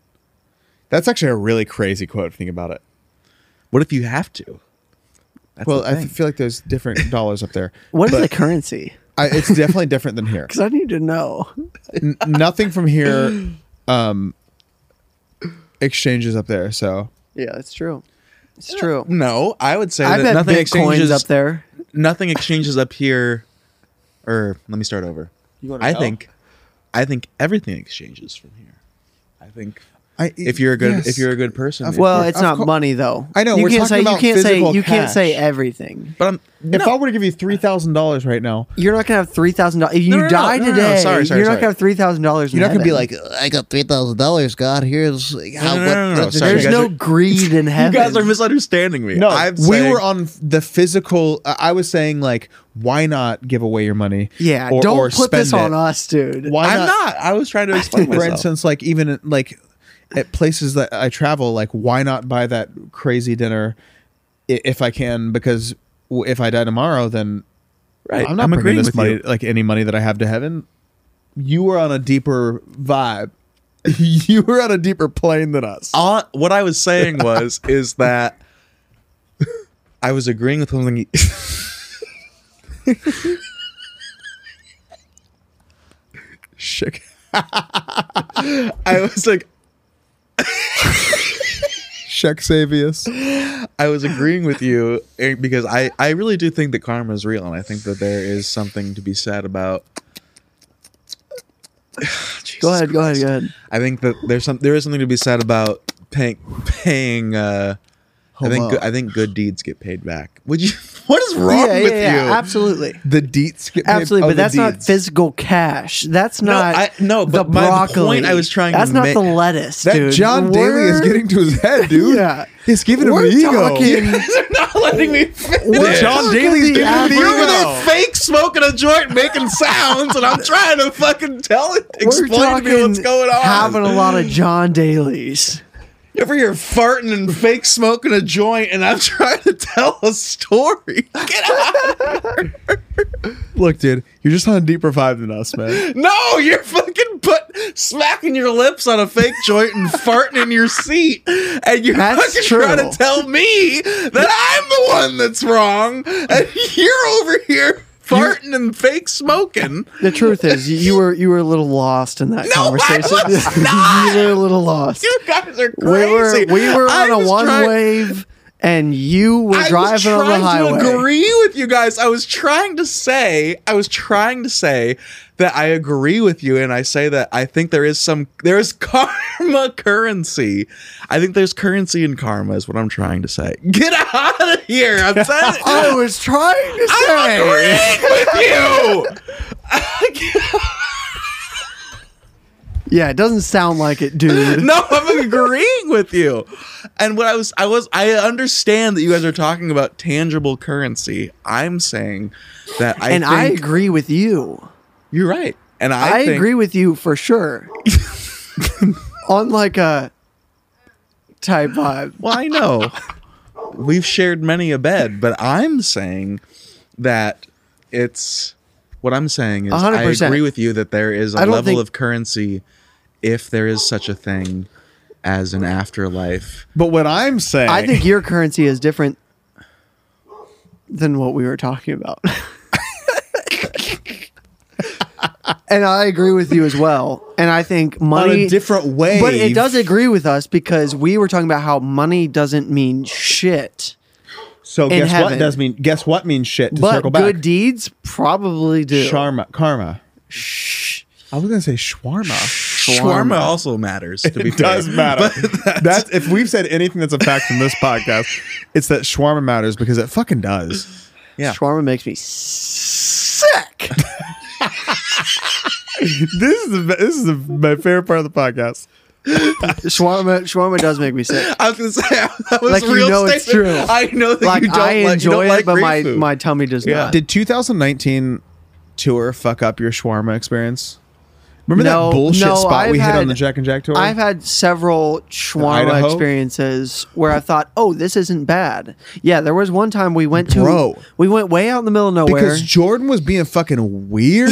Speaker 2: that's actually a really crazy quote if you think about it
Speaker 3: What if you have to? That's
Speaker 2: well
Speaker 3: the
Speaker 2: i
Speaker 3: thing.
Speaker 2: feel like there's different dollars up there
Speaker 4: What is
Speaker 2: But
Speaker 4: the currency?
Speaker 2: I, it's definitely different than here
Speaker 4: Because I need to know.
Speaker 2: N- nothing from here um exchanges up there so
Speaker 4: Yeah, it's true. It's true.
Speaker 3: No, I would say
Speaker 4: I
Speaker 3: that
Speaker 4: bet
Speaker 3: nothing
Speaker 4: Bitcoin's
Speaker 3: exchanges
Speaker 4: up there.
Speaker 3: Nothing exchanges up here. Or let me start over.
Speaker 2: want
Speaker 3: I think, I think everything exchanges from here. I think
Speaker 2: I,
Speaker 3: if you're a good
Speaker 2: yes.
Speaker 3: if you're a good person. it-
Speaker 4: Well,
Speaker 2: course.
Speaker 4: it's
Speaker 2: Of
Speaker 4: not
Speaker 2: cour-
Speaker 4: money though.
Speaker 2: I know,
Speaker 4: You
Speaker 2: we're
Speaker 4: can't
Speaker 2: talking
Speaker 4: say you
Speaker 2: about
Speaker 4: can't say
Speaker 2: physical
Speaker 4: you can't say
Speaker 2: cash.
Speaker 4: everything.
Speaker 3: but I'm
Speaker 2: if
Speaker 3: no,
Speaker 2: i were to give you three thousand dollars right now
Speaker 4: You're not gonna have three thousand dollars if you
Speaker 3: No, no, no,
Speaker 4: die
Speaker 3: no, no, no,
Speaker 4: today.
Speaker 3: sorry, sorry,
Speaker 4: you're not
Speaker 3: sorry.
Speaker 4: gonna have three thousand dollars.
Speaker 2: You're not gonna be
Speaker 5: Like, I got three thousand dollars. God, here's how.
Speaker 3: no,
Speaker 5: what,
Speaker 3: no, no,
Speaker 5: what-
Speaker 3: sorry,
Speaker 4: there's
Speaker 5: there's
Speaker 3: you guys
Speaker 5: no-
Speaker 4: no
Speaker 3: are-
Speaker 4: greed in
Speaker 3: you
Speaker 4: heaven.
Speaker 3: guys are misunderstanding me.
Speaker 2: No,
Speaker 3: I'm
Speaker 2: we
Speaker 3: saying-
Speaker 2: were on the physical. uh, I I was saying like, why not give away your money?
Speaker 4: yeah,
Speaker 2: or-
Speaker 4: don't
Speaker 2: or
Speaker 4: put this
Speaker 2: spend
Speaker 4: on
Speaker 2: it?
Speaker 4: us, dude.
Speaker 2: Why
Speaker 3: I'm not. I was trying to explain
Speaker 2: For
Speaker 3: myself.
Speaker 2: instance, like even like at places that I travel, like why not buy that crazy dinner i- if I can? Because w- if I die tomorrow, then
Speaker 3: right?
Speaker 2: I'm not bringing
Speaker 3: agreeing
Speaker 2: this
Speaker 3: with
Speaker 2: money,
Speaker 3: you.
Speaker 2: like any money that I have to heaven. You were on a deeper vibe. you were on a deeper plane than us.
Speaker 3: all what I was saying was is that I was agreeing with something. you-
Speaker 2: Shit.
Speaker 3: I was like,
Speaker 2: Shek Savius.
Speaker 3: I was agreeing with you eh, because I I really do think that karma is real, and I think that there is something to be said about.
Speaker 4: Go ahead, go ahead, go ahead.
Speaker 3: I think that there's some there is something to be said about paying uh, paying. Uh, I think
Speaker 2: Homo.
Speaker 3: good, I think good deeds get paid back. Would you? What is wrong
Speaker 4: yeah,
Speaker 3: with
Speaker 4: yeah, yeah,
Speaker 3: you?
Speaker 4: absolutely,
Speaker 2: The deets get paid-
Speaker 4: absolutely.
Speaker 2: oh,
Speaker 4: but
Speaker 2: the
Speaker 4: that's not
Speaker 2: deeds.
Speaker 4: physical cash. That's not
Speaker 3: I- no,
Speaker 4: the
Speaker 3: but my- the point
Speaker 4: broccoli.
Speaker 3: I was trying to
Speaker 4: That's not
Speaker 3: make-
Speaker 4: the lettuce,
Speaker 2: That
Speaker 4: dude.
Speaker 2: John Daly is
Speaker 4: We're-
Speaker 2: getting to his head, dude.
Speaker 4: Yeah.
Speaker 2: He's giving him
Speaker 4: We're
Speaker 2: an ego.
Speaker 4: talking-
Speaker 3: They're not letting me finish.
Speaker 4: We're
Speaker 2: John
Speaker 4: talking
Speaker 2: Daly's
Speaker 4: the
Speaker 2: giving him the
Speaker 3: You're
Speaker 4: average-
Speaker 3: over there fake smoking a joint, making sounds, and I'm trying to fucking tell it, explain to me what's going on.
Speaker 4: Having a lot of John Daly's.
Speaker 3: You're over here farting and fake smoking a joint, and I'm trying to tell a story. Get out!
Speaker 2: Look, dude, you're just on a deeper vibe than us, man.
Speaker 3: No, you're fucking put smacking your lips on a fake joint and farting in your seat, and you're
Speaker 4: That's
Speaker 3: fucking
Speaker 4: true.
Speaker 3: trying to tell me that I'm the one that's wrong, and you're over here farting and fake smoking.
Speaker 4: The truth is, you, you were you were a little lost in that
Speaker 3: No, I
Speaker 4: conversation.
Speaker 3: was not.
Speaker 4: you were a little lost.
Speaker 3: You guys are
Speaker 4: We were
Speaker 3: crazy.
Speaker 4: we were
Speaker 3: I
Speaker 4: on a
Speaker 3: was
Speaker 4: one
Speaker 3: trying-
Speaker 4: wave, and you were
Speaker 3: I was
Speaker 4: driving on the
Speaker 3: trying
Speaker 4: highway.
Speaker 3: to agree with you guys. I was trying to say, I was trying to say that I agree with you, and I say that I think there is some there is karma currency. I think there's currency in karma is what I'm trying to say. Get out of here! I'm saying
Speaker 4: I was trying to say.
Speaker 3: I'm agreeing with
Speaker 4: Yeah, it doesn't sound like it,
Speaker 3: you.
Speaker 4: dude.
Speaker 3: No, I'm agreeing with you. And what I was, I was, I understand that you guys are talking about tangible currency. I'm saying that I
Speaker 4: and I
Speaker 3: think-
Speaker 4: agree with you.
Speaker 3: You're right. And I,
Speaker 4: I,
Speaker 3: think-
Speaker 4: agree with you for sure. On like a type vibe.
Speaker 3: Well, I know we've shared many a bed, but I'm saying that it's what I'm saying is I
Speaker 4: 100%.
Speaker 3: agree with you that there is a
Speaker 4: I don't
Speaker 3: level
Speaker 4: think-
Speaker 3: of currency if there is such a thing as an afterlife.
Speaker 2: But what I'm saying,
Speaker 4: I think your currency is different than what we were talking about. and I agree with you as well. And I think
Speaker 2: on
Speaker 4: money
Speaker 2: a different way,
Speaker 4: But it does agree with us because we were talking about how money doesn't mean shit.
Speaker 2: So
Speaker 4: in
Speaker 2: guess what
Speaker 4: heaven.
Speaker 2: does mean? Guess what means shit? To
Speaker 4: But
Speaker 2: circle back,
Speaker 4: good deeds probably do.
Speaker 2: Sharma, karma. I was gonna say shawarma.
Speaker 3: Shawarma, also matters. To be
Speaker 2: It does
Speaker 3: fair.
Speaker 2: matter.
Speaker 3: But
Speaker 2: that's, if we've said anything that's a fact in this podcast, it's that shawarma matters because it fucking does.
Speaker 3: yeah.
Speaker 4: Shawarma makes me sick.
Speaker 2: This is the, this is the, my favorite part of the podcast.
Speaker 4: shawarma, shawarma does make me sick.
Speaker 3: I was gonna say that was
Speaker 4: Like,
Speaker 3: a
Speaker 4: you
Speaker 3: real
Speaker 4: know it's
Speaker 3: statement.
Speaker 4: true.
Speaker 3: I know that
Speaker 4: Like
Speaker 3: you don't
Speaker 4: I
Speaker 3: like, you
Speaker 4: enjoy
Speaker 3: don't
Speaker 4: it,
Speaker 3: like
Speaker 4: but
Speaker 3: Greek
Speaker 4: my,
Speaker 3: food.
Speaker 4: my tummy does
Speaker 3: Yeah.
Speaker 4: not.
Speaker 2: Did 2019 tour fuck up your shawarma experience? Remember
Speaker 4: No,
Speaker 2: that bullshit
Speaker 4: no,
Speaker 2: spot we
Speaker 4: I've
Speaker 2: hit on
Speaker 4: had-
Speaker 2: the Jack and Jack tour?
Speaker 4: I've had several shawarma
Speaker 2: Idaho?
Speaker 4: experiences where I thought, "Oh, this isn't bad." Yeah, there was one time we went to
Speaker 2: Bro.
Speaker 4: we went way out in the middle of nowhere.
Speaker 2: because Jordan was being fucking weird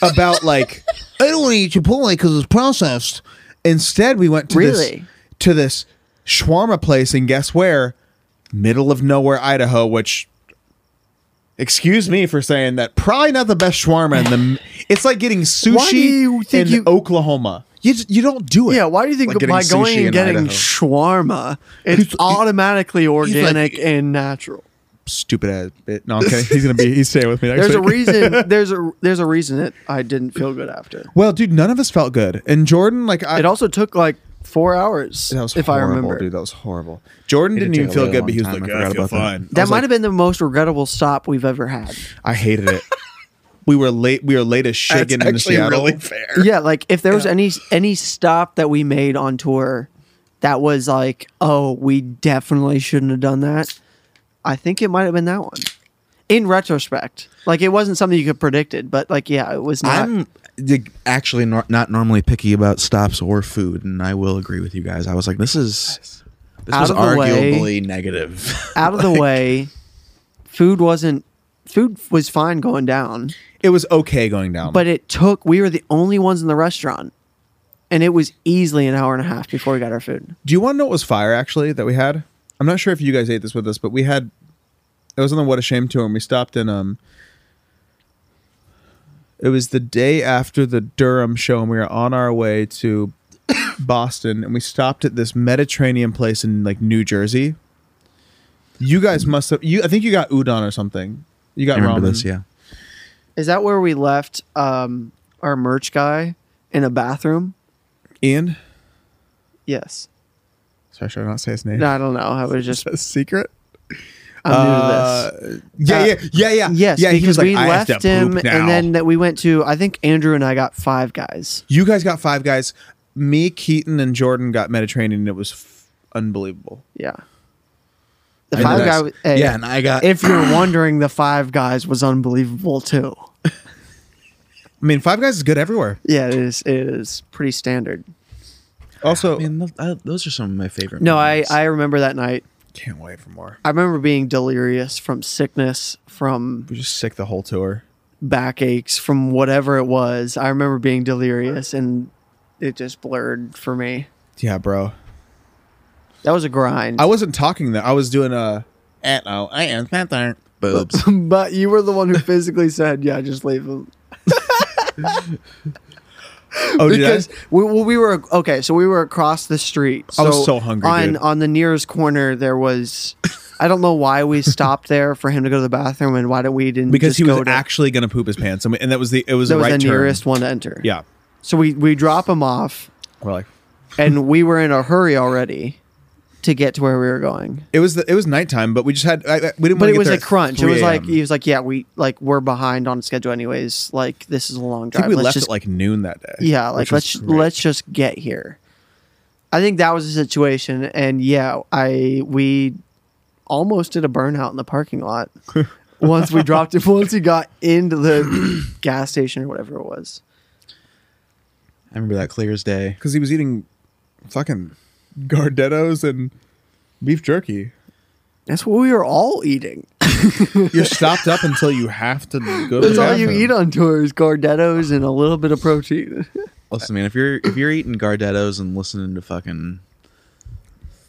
Speaker 2: about like I don't want to eat Chipotle because it's processed. Instead, we went to this
Speaker 4: Really?
Speaker 2: to this shawarma place, and guess where? Middle of nowhere, Idaho. Which, excuse me for saying that, probably not the best shawarma in the. It's like getting sushi
Speaker 4: do you think
Speaker 2: in
Speaker 4: you-
Speaker 2: Oklahoma. You just, you don't do it.
Speaker 4: yeah, why do you think
Speaker 3: Like getting
Speaker 4: by
Speaker 3: sushi
Speaker 4: going
Speaker 3: in
Speaker 4: and getting
Speaker 3: Idaho.
Speaker 4: shawarma, it's automatically organic and natural?
Speaker 2: stupid ass bit. No, I'm kidding. He's gonna be. He's staying with me next
Speaker 4: There's a
Speaker 2: week.
Speaker 4: reason. There's a there's a reason that I didn't feel good after.
Speaker 2: well, dude, none of us felt good, and Jordan, like, I,
Speaker 4: It also took like four hours,
Speaker 2: That was
Speaker 4: if I
Speaker 2: horrible,
Speaker 4: remember.
Speaker 2: dude. That was horrible. Jordan didn't
Speaker 3: did
Speaker 2: even
Speaker 3: take a
Speaker 2: feel
Speaker 3: really
Speaker 2: good, but
Speaker 3: long
Speaker 2: he was
Speaker 3: time.
Speaker 2: like,
Speaker 3: I
Speaker 2: "Yeah, "I
Speaker 3: forgot
Speaker 2: feel
Speaker 3: about that.
Speaker 2: fine." I
Speaker 4: That
Speaker 2: was
Speaker 4: might
Speaker 2: like,
Speaker 4: have been the most regrettable stop we've ever had.
Speaker 2: I hated it. we were late. We were late as shit
Speaker 3: That's
Speaker 2: getting into
Speaker 3: actually
Speaker 2: Seattle.
Speaker 3: really fair.
Speaker 4: yeah, like if there was any any stop that we made on tour that was like, oh, we definitely shouldn't have done that. I think it might have been that one. In retrospect, like it wasn't something you could predicted, but like yeah, it was not.
Speaker 3: I'm dig- actually nor- not normally picky about stops or food, and I will agree with you guys. I was like, this is this
Speaker 4: Out
Speaker 3: was
Speaker 4: of the way.
Speaker 3: arguably negative.
Speaker 4: out of the way. Food wasn't food was fine going down,
Speaker 2: It was okay going
Speaker 3: Um,
Speaker 2: down,
Speaker 4: but it took we were the only ones in the restaurant. And it was easily an hour and a half before we got our food.
Speaker 2: do you want to know what was fire actually that we had? I'm not sure if you guys ate this with us, but we had. It was on the What a Shame tour, and we stopped in. Um, it was the day after the Durham show, and we were on our way to Boston, and we stopped at this Mediterranean place in like New Jersey. You guys must have. You, I think you got udon or something. You
Speaker 3: I
Speaker 2: got
Speaker 3: remember
Speaker 2: ramen.
Speaker 3: this, yeah.
Speaker 4: Is that where we left um, our merch guy in a bathroom?
Speaker 2: Ian.
Speaker 4: Yes.
Speaker 2: Sorry, should I not say his name?
Speaker 4: No, I don't know. I was
Speaker 2: Is
Speaker 4: just
Speaker 2: that a secret.
Speaker 4: I'm new to this.
Speaker 2: Yeah,
Speaker 4: Uh,
Speaker 2: yeah, yeah, yeah.
Speaker 4: Yes,
Speaker 2: yeah.
Speaker 4: because we
Speaker 2: "I have to
Speaker 4: left him,
Speaker 2: poop now."
Speaker 4: and then that we went to. I think Andrew and I got five guys.
Speaker 2: you guys got five guys. Me, Keaton, and Jordan got Mediterranean. and It was f- unbelievable.
Speaker 4: Yeah, the
Speaker 3: I
Speaker 4: five
Speaker 3: know
Speaker 4: guy.
Speaker 3: that's-
Speaker 4: was- hey,
Speaker 3: yeah, and I got
Speaker 4: if you're wondering, the five guys was unbelievable too.
Speaker 2: I mean, five guys is good everywhere.
Speaker 4: Yeah, it is. It is pretty standard.
Speaker 2: Also,
Speaker 3: I mean, th- I- those are some of my favorite.
Speaker 4: No, I
Speaker 3: moments.
Speaker 4: I remember that night.
Speaker 2: can't wait for more.
Speaker 4: I remember being delirious from sickness, from
Speaker 2: We're just sick the whole tour.
Speaker 4: backaches, from whatever it was. I remember being delirious, and it just blurred for me.
Speaker 2: Yeah, bro.
Speaker 4: That was a grind.
Speaker 2: I wasn't talking that. I was doing a. At oh, I am Panther.
Speaker 3: boobs.
Speaker 4: but you were the one who physically said, "Yeah, just leave him."
Speaker 2: Oh, did I?
Speaker 4: because we, well, we were okay. So we were across the street.
Speaker 2: I was so hungry,
Speaker 4: On
Speaker 2: dude.
Speaker 4: on the nearest corner, there was. I don't know why we stopped there for him to go to the bathroom, and why did we didn't
Speaker 2: because
Speaker 4: just
Speaker 2: he was
Speaker 4: go to,
Speaker 2: actually going to poop his pants, and, we- and that was the it was
Speaker 4: that
Speaker 2: the
Speaker 4: was
Speaker 2: right
Speaker 4: the
Speaker 2: turn.
Speaker 4: nearest one to enter.
Speaker 2: Yeah,
Speaker 4: So we we drop him off,
Speaker 2: we're like
Speaker 4: and we were in a hurry already to get to where we were going.
Speaker 2: it was the, it was nighttime, but we just had I, I- we didn't.
Speaker 4: But
Speaker 2: wanna
Speaker 4: it
Speaker 2: get
Speaker 4: was
Speaker 2: there
Speaker 4: a
Speaker 2: at
Speaker 4: crunch. It
Speaker 2: 3
Speaker 4: was like
Speaker 2: a.m..
Speaker 4: he was like, yeah, we like we're behind on schedule anyways. Like this is a long
Speaker 2: I
Speaker 4: drive.
Speaker 2: think we
Speaker 4: Let's
Speaker 2: left
Speaker 4: just
Speaker 2: at like noon that day.
Speaker 4: Yeah, like
Speaker 2: which
Speaker 4: let's
Speaker 2: was great.
Speaker 4: let's just get here. I think that was the situation, and yeah, I we almost did a burnout in the parking lot once we dropped him. Once he got into the gas station or whatever it was,
Speaker 3: I remember that clear as day.
Speaker 2: because he was eating fucking gardettos and beef jerky.
Speaker 4: that's what we were all eating.
Speaker 2: You're stopped up until you have to go. to
Speaker 4: That's
Speaker 2: the
Speaker 4: all you
Speaker 2: bathroom.
Speaker 4: eat on tours: gardettos and a little bit of protein.
Speaker 3: Listen, man, if you're if you're eating Gardettos and listening to fucking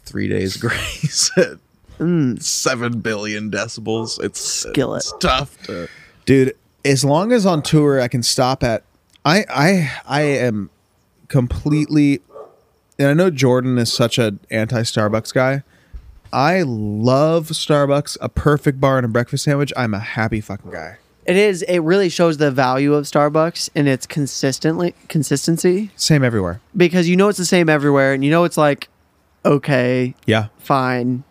Speaker 3: Three Days Grace at Mm. seven billion decibels, it's
Speaker 4: Skillet.
Speaker 3: It's tough to.
Speaker 2: dude as long as on tour i can stop at i i i am completely and i know jordan is such an anti-starbucks guy i love starbucks a perfect bar and a breakfast sandwich i'm a happy fucking guy
Speaker 4: It is. It really shows the value of Starbucks and its consistently consistency
Speaker 2: same everywhere
Speaker 4: because you know it's the same everywhere, and you know it's like okay,
Speaker 2: yeah
Speaker 4: fine.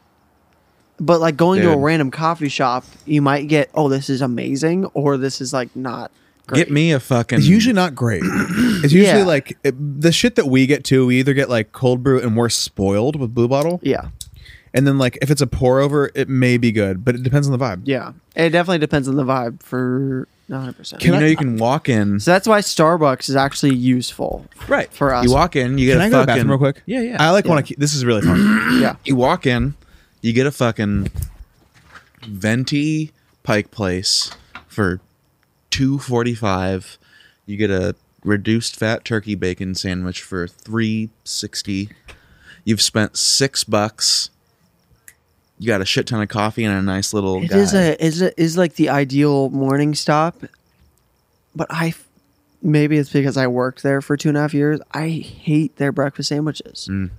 Speaker 4: But like going to a
Speaker 3: Dude.
Speaker 4: random coffee shop, you might get, oh, this is amazing, or this is like not great.
Speaker 3: Get me a fucking.
Speaker 2: it's usually not great it's usually
Speaker 4: Yeah.
Speaker 2: like it- the shit that we get too we either get like cold brew and we're spoiled with blue bottle
Speaker 4: Yeah.
Speaker 2: and then like if it's a pour over it may be good but it depends on the vibe
Speaker 4: Yeah. It definitely depends on the vibe for 100%.
Speaker 3: you know you can walk in.
Speaker 4: so that's why Starbucks is actually useful.
Speaker 3: Right
Speaker 4: for us.
Speaker 3: You walk in, you get
Speaker 2: can
Speaker 3: a
Speaker 2: i go to the
Speaker 3: fucking
Speaker 2: bathroom real quick
Speaker 3: Yeah, yeah.
Speaker 2: i like want to this is really fun
Speaker 4: Yeah.
Speaker 3: you walk in, you get a fucking venti Pike Place for two forty five. You get a reduced fat turkey bacon sandwich for three sixty. You've spent six bucks. You got a shit ton of coffee and a nice little.
Speaker 4: It
Speaker 3: guy.
Speaker 4: is a is a, is like the ideal morning stop, but I f- maybe it's because I worked there for two and a half years. I hate their breakfast sandwiches.
Speaker 3: Mm.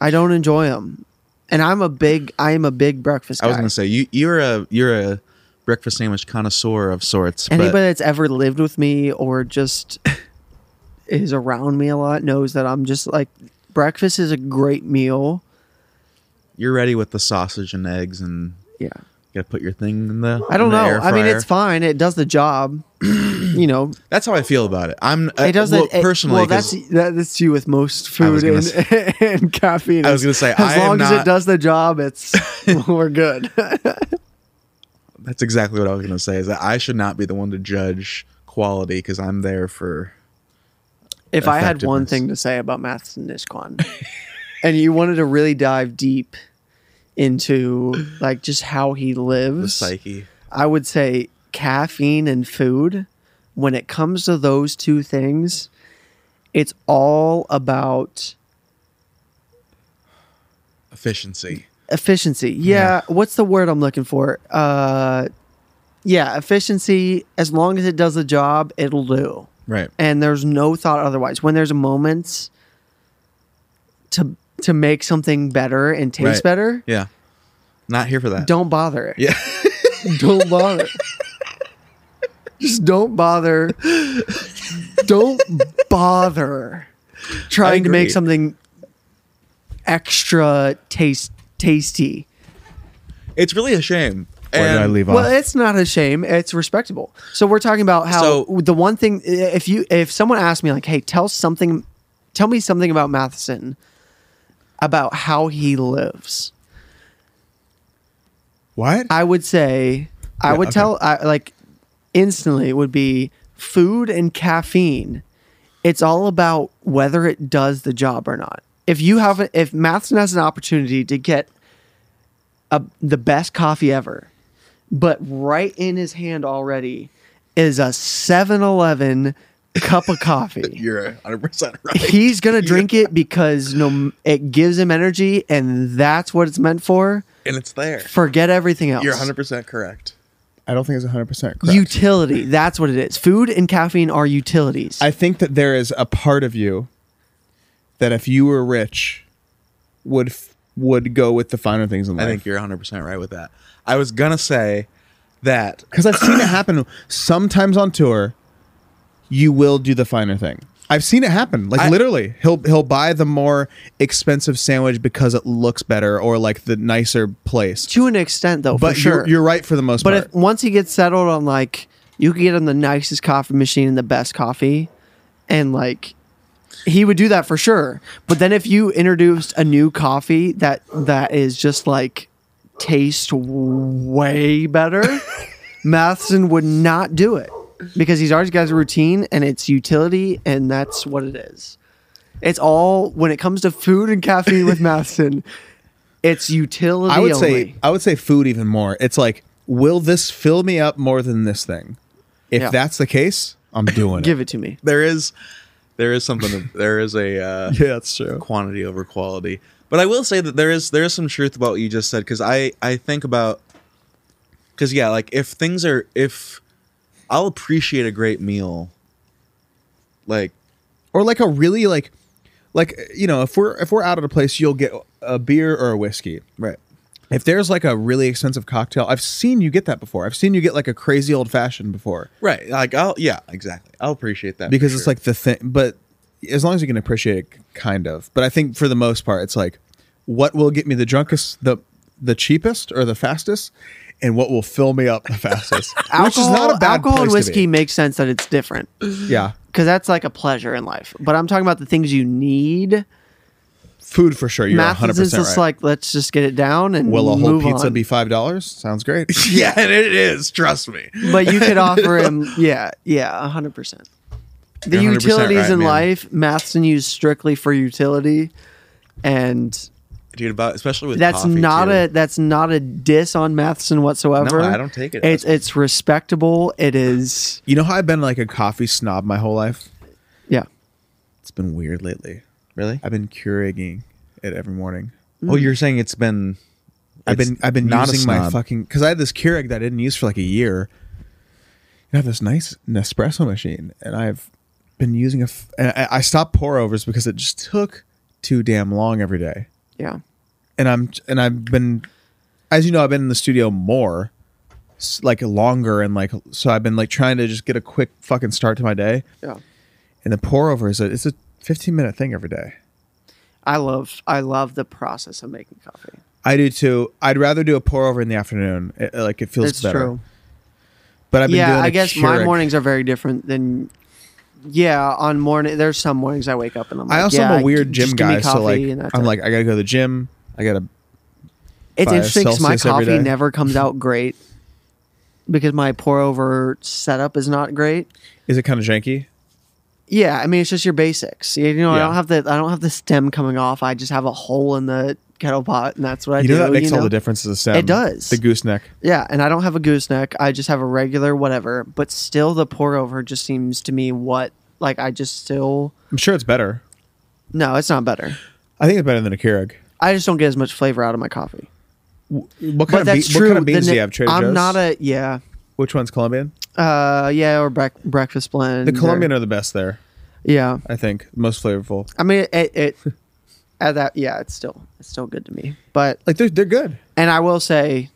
Speaker 4: I don't enjoy them, and I'm a big I am a big breakfast.
Speaker 3: I was
Speaker 4: guy.
Speaker 3: gonna say you you're a you're a breakfast sandwich connoisseur of sorts.
Speaker 4: Anybody
Speaker 3: but
Speaker 4: that's ever lived with me or just is around me a lot knows that I'm just like breakfast is a great meal.
Speaker 3: you're ready with the sausage and eggs and
Speaker 4: Yeah.
Speaker 3: you gotta put your thing in the.
Speaker 4: I don't
Speaker 3: in the
Speaker 4: know.
Speaker 3: air
Speaker 4: I mean,
Speaker 3: fryer.
Speaker 4: it's fine. It does the job. you know,
Speaker 3: That's how I feel about it. I'm uh,
Speaker 4: it does
Speaker 3: well,
Speaker 4: the, it-
Speaker 3: personally.
Speaker 4: Well,
Speaker 3: 'cause
Speaker 4: that's that, that's you with most
Speaker 3: I was
Speaker 4: food and,
Speaker 3: gonna
Speaker 4: and caffeine.
Speaker 3: I was gonna say,
Speaker 4: as
Speaker 3: I am
Speaker 4: long as
Speaker 3: not-
Speaker 4: it does the job, it's we're good.
Speaker 3: that's exactly what I was going to say. Is that I should not be the one to judge quality because I'm there for.
Speaker 4: if I had one
Speaker 3: Effectiveness.
Speaker 4: thing to say about maths and Nishquan, and you wanted to really dive deep into like just how he lives,
Speaker 3: The psyche.
Speaker 4: I would say caffeine and food, when it comes to those two things, it's all about
Speaker 3: Efficiency.
Speaker 4: efficiency. Yeah, what's the word I'm looking for? Uh yeah, efficiency as long as it does the job, it'll do.
Speaker 3: Right.
Speaker 4: And there's no thought otherwise. When there's moments to to make something better and taste
Speaker 3: Right.
Speaker 4: better,
Speaker 3: Yeah. Not here for that.
Speaker 4: don't bother.
Speaker 3: Yeah.
Speaker 4: don't bother. Just don't bother. Don't bother trying to
Speaker 3: agree.
Speaker 4: make something extra taste tasty.
Speaker 3: It's really a shame.
Speaker 2: Where did I
Speaker 3: And
Speaker 2: leave
Speaker 4: Well,
Speaker 2: off?
Speaker 4: it's not a shame. It's respectable. So we're talking about how
Speaker 3: So-
Speaker 4: the one thing if you if someone asked me like, "Hey, tell something tell me something about Matheson about how he lives."
Speaker 2: what?
Speaker 4: I would say I would tell I like instantly it would be food and caffeine. It's all about whether it does the job or not. If you have a, if Matheson has an opportunity to get a, the best coffee ever, but right in his hand already is a 7-Eleven cup of coffee.
Speaker 3: You're 100% right.
Speaker 4: He's gonna drink it because no, it gives him energy, and that's what it's meant for.
Speaker 3: and it's there.
Speaker 4: Forget everything else.
Speaker 3: You're 100% correct.
Speaker 2: I don't think it's 100 percent correct.
Speaker 4: Utility. That's what it is. Food and caffeine are utilities.
Speaker 2: I think that there is a part of you that if you were rich would f- would go with the finer things in
Speaker 3: I
Speaker 2: life.
Speaker 3: think you're 100 percent right with that. I was gonna say that
Speaker 2: because I've seen it happen sometimes on tour. You will do the finer thing. I've seen it happen. Like
Speaker 3: I-
Speaker 2: literally, he'll he'll buy the more expensive sandwich because it looks better or like the nicer place.
Speaker 4: to an extent, though,
Speaker 2: But
Speaker 4: for sure.
Speaker 2: you're, you're right for the most
Speaker 4: but
Speaker 2: part.
Speaker 4: if once he gets settled on like, you could get him the nicest coffee machine and the best coffee, and like, he would do that for sure. But then if you introduced a new coffee that that is just like taste way better, Matheson would not do it because he's already got a routine and it's utility, and that's what it is. It's all when it comes to food and caffeine with Matheson. It's utility.
Speaker 2: I would
Speaker 4: only.
Speaker 2: say I would say food even more. It's like, will this fill me up more than this thing? If
Speaker 4: Yeah.
Speaker 2: that's the case, I'm doing
Speaker 4: give it to me.
Speaker 3: there is there is something of- there is a uh,
Speaker 2: Yeah, that's true.
Speaker 3: quantity over quality. But I will say that there is there is some truth about what you just said because I I think about because yeah, like if things are if I'll appreciate a great meal, like
Speaker 2: Or like a really like, like you know, if we're if we're out at a place, you'll get a beer or a whiskey.
Speaker 3: right.
Speaker 2: If there's like a really expensive cocktail, I've seen you get that before. I've seen you get like a crazy old fashioned before
Speaker 3: Right, like I'll yeah, exactly. I'll appreciate that
Speaker 2: because
Speaker 3: for
Speaker 2: it's
Speaker 3: sure.
Speaker 2: like the thing. But as long as you can appreciate it, kind of. But I think for the most part, it's like what will get me the drunkest, the the cheapest, or the fastest, and what will fill me up the fastest. which is not a bad
Speaker 4: alcohol and
Speaker 2: place to
Speaker 4: whiskey
Speaker 2: be.
Speaker 4: makes sense that it's different
Speaker 2: Yeah,
Speaker 4: because that's like a pleasure in life. But I'm talking about the things you need.
Speaker 2: food for sure. You're
Speaker 4: Math
Speaker 2: 100
Speaker 4: is
Speaker 2: percent
Speaker 4: just
Speaker 2: right.
Speaker 4: like let's just get it down and
Speaker 2: will a whole
Speaker 4: move
Speaker 2: pizza
Speaker 4: on.
Speaker 2: be five dollars? Sounds great.
Speaker 3: yeah, and it is. Trust me.
Speaker 4: But you could offer him, yeah, yeah, hundred percent. The
Speaker 3: You're 100%
Speaker 4: utilities
Speaker 3: right,
Speaker 4: in
Speaker 3: man.
Speaker 4: life, Matheson used strictly for utility, and
Speaker 3: dude. About especially with
Speaker 4: that's
Speaker 3: coffee,
Speaker 4: not
Speaker 3: too.
Speaker 4: a that's not a diss on Matheson whatsoever.
Speaker 3: No, I don't take it
Speaker 4: It's
Speaker 3: as one.
Speaker 4: it's respectable. It is,
Speaker 2: You know how I've been like a coffee snob my whole life.
Speaker 4: yeah.
Speaker 2: It's been weird lately.
Speaker 3: really.
Speaker 2: I've been Keurigging it every morning.
Speaker 3: Oh, you're saying it's been.
Speaker 2: I've
Speaker 3: it's
Speaker 2: been I've been
Speaker 3: not a
Speaker 2: using my
Speaker 3: snob.
Speaker 2: fucking because I had this Keurig that I didn't use for like a year. And I have this nice Nespresso machine, and I've been using a. F- and I, I stopped pour overs because it just took too damn long every day.
Speaker 4: Yeah.
Speaker 2: And I'm and I've been, as you know, I've been in the studio more, s- like longer, and like so I've been like trying to just get a quick fucking start to my day.
Speaker 4: Yeah.
Speaker 2: And the pour over is a it's a fifteen minute thing every day.
Speaker 4: I love I love the process of making coffee.
Speaker 2: I do too. I'd rather do a pour over in the afternoon. It- like it feels
Speaker 4: It's
Speaker 2: better.
Speaker 4: true.
Speaker 2: But I've been
Speaker 4: yeah,
Speaker 2: doing
Speaker 4: I
Speaker 2: a
Speaker 4: guess my
Speaker 2: Keurig.
Speaker 4: mornings are very different than. Yeah, on morning there's some mornings I wake up and I'm. Like,
Speaker 2: I also
Speaker 4: yeah,
Speaker 2: am a weird
Speaker 4: g-
Speaker 2: gym
Speaker 4: just give me
Speaker 2: guy, so
Speaker 4: coffee
Speaker 2: like
Speaker 4: and that's
Speaker 2: I'm
Speaker 4: it.
Speaker 2: like I gotta go to the gym. I gotta.
Speaker 4: it's
Speaker 2: five
Speaker 4: interesting 'cause my
Speaker 2: Celsius every
Speaker 4: coffee
Speaker 2: day.
Speaker 4: never comes out great because my pour over setup is not great.
Speaker 2: Is it kind of janky?
Speaker 4: Yeah, I mean it's just your basics. You know, I
Speaker 2: Yeah.
Speaker 4: don't have the I don't have the stem coming off. I just have a hole in the kettle pot, and that's what I
Speaker 2: You
Speaker 4: do.
Speaker 2: know that makes
Speaker 4: you
Speaker 2: all
Speaker 4: know?
Speaker 2: the difference to the stem.
Speaker 4: It does.
Speaker 2: The gooseneck.
Speaker 4: Yeah, and I don't have a gooseneck. I just have a regular whatever. But still, the pour over just seems to me what like I just still
Speaker 2: I'm sure it's better.
Speaker 4: no, it's not better.
Speaker 2: I think it's better than a Keurig.
Speaker 4: I just don't get as much flavor out of my coffee.
Speaker 2: What
Speaker 4: But
Speaker 2: kind, of, be-
Speaker 4: that's
Speaker 2: what
Speaker 4: true.
Speaker 2: kind of
Speaker 4: The
Speaker 2: beans do
Speaker 4: ne-
Speaker 2: you have? Trader
Speaker 4: I'm
Speaker 2: Joe's?
Speaker 4: not a yeah,
Speaker 2: Which one's Colombian?
Speaker 4: uh, yeah, or brec- breakfast blend.
Speaker 2: The
Speaker 4: or-
Speaker 2: Colombian are the best there.
Speaker 4: yeah,
Speaker 2: I think most flavorful.
Speaker 4: I mean it. it at that, yeah, it's still it's still good to me. But
Speaker 2: Like they're they're good.
Speaker 4: and I will say,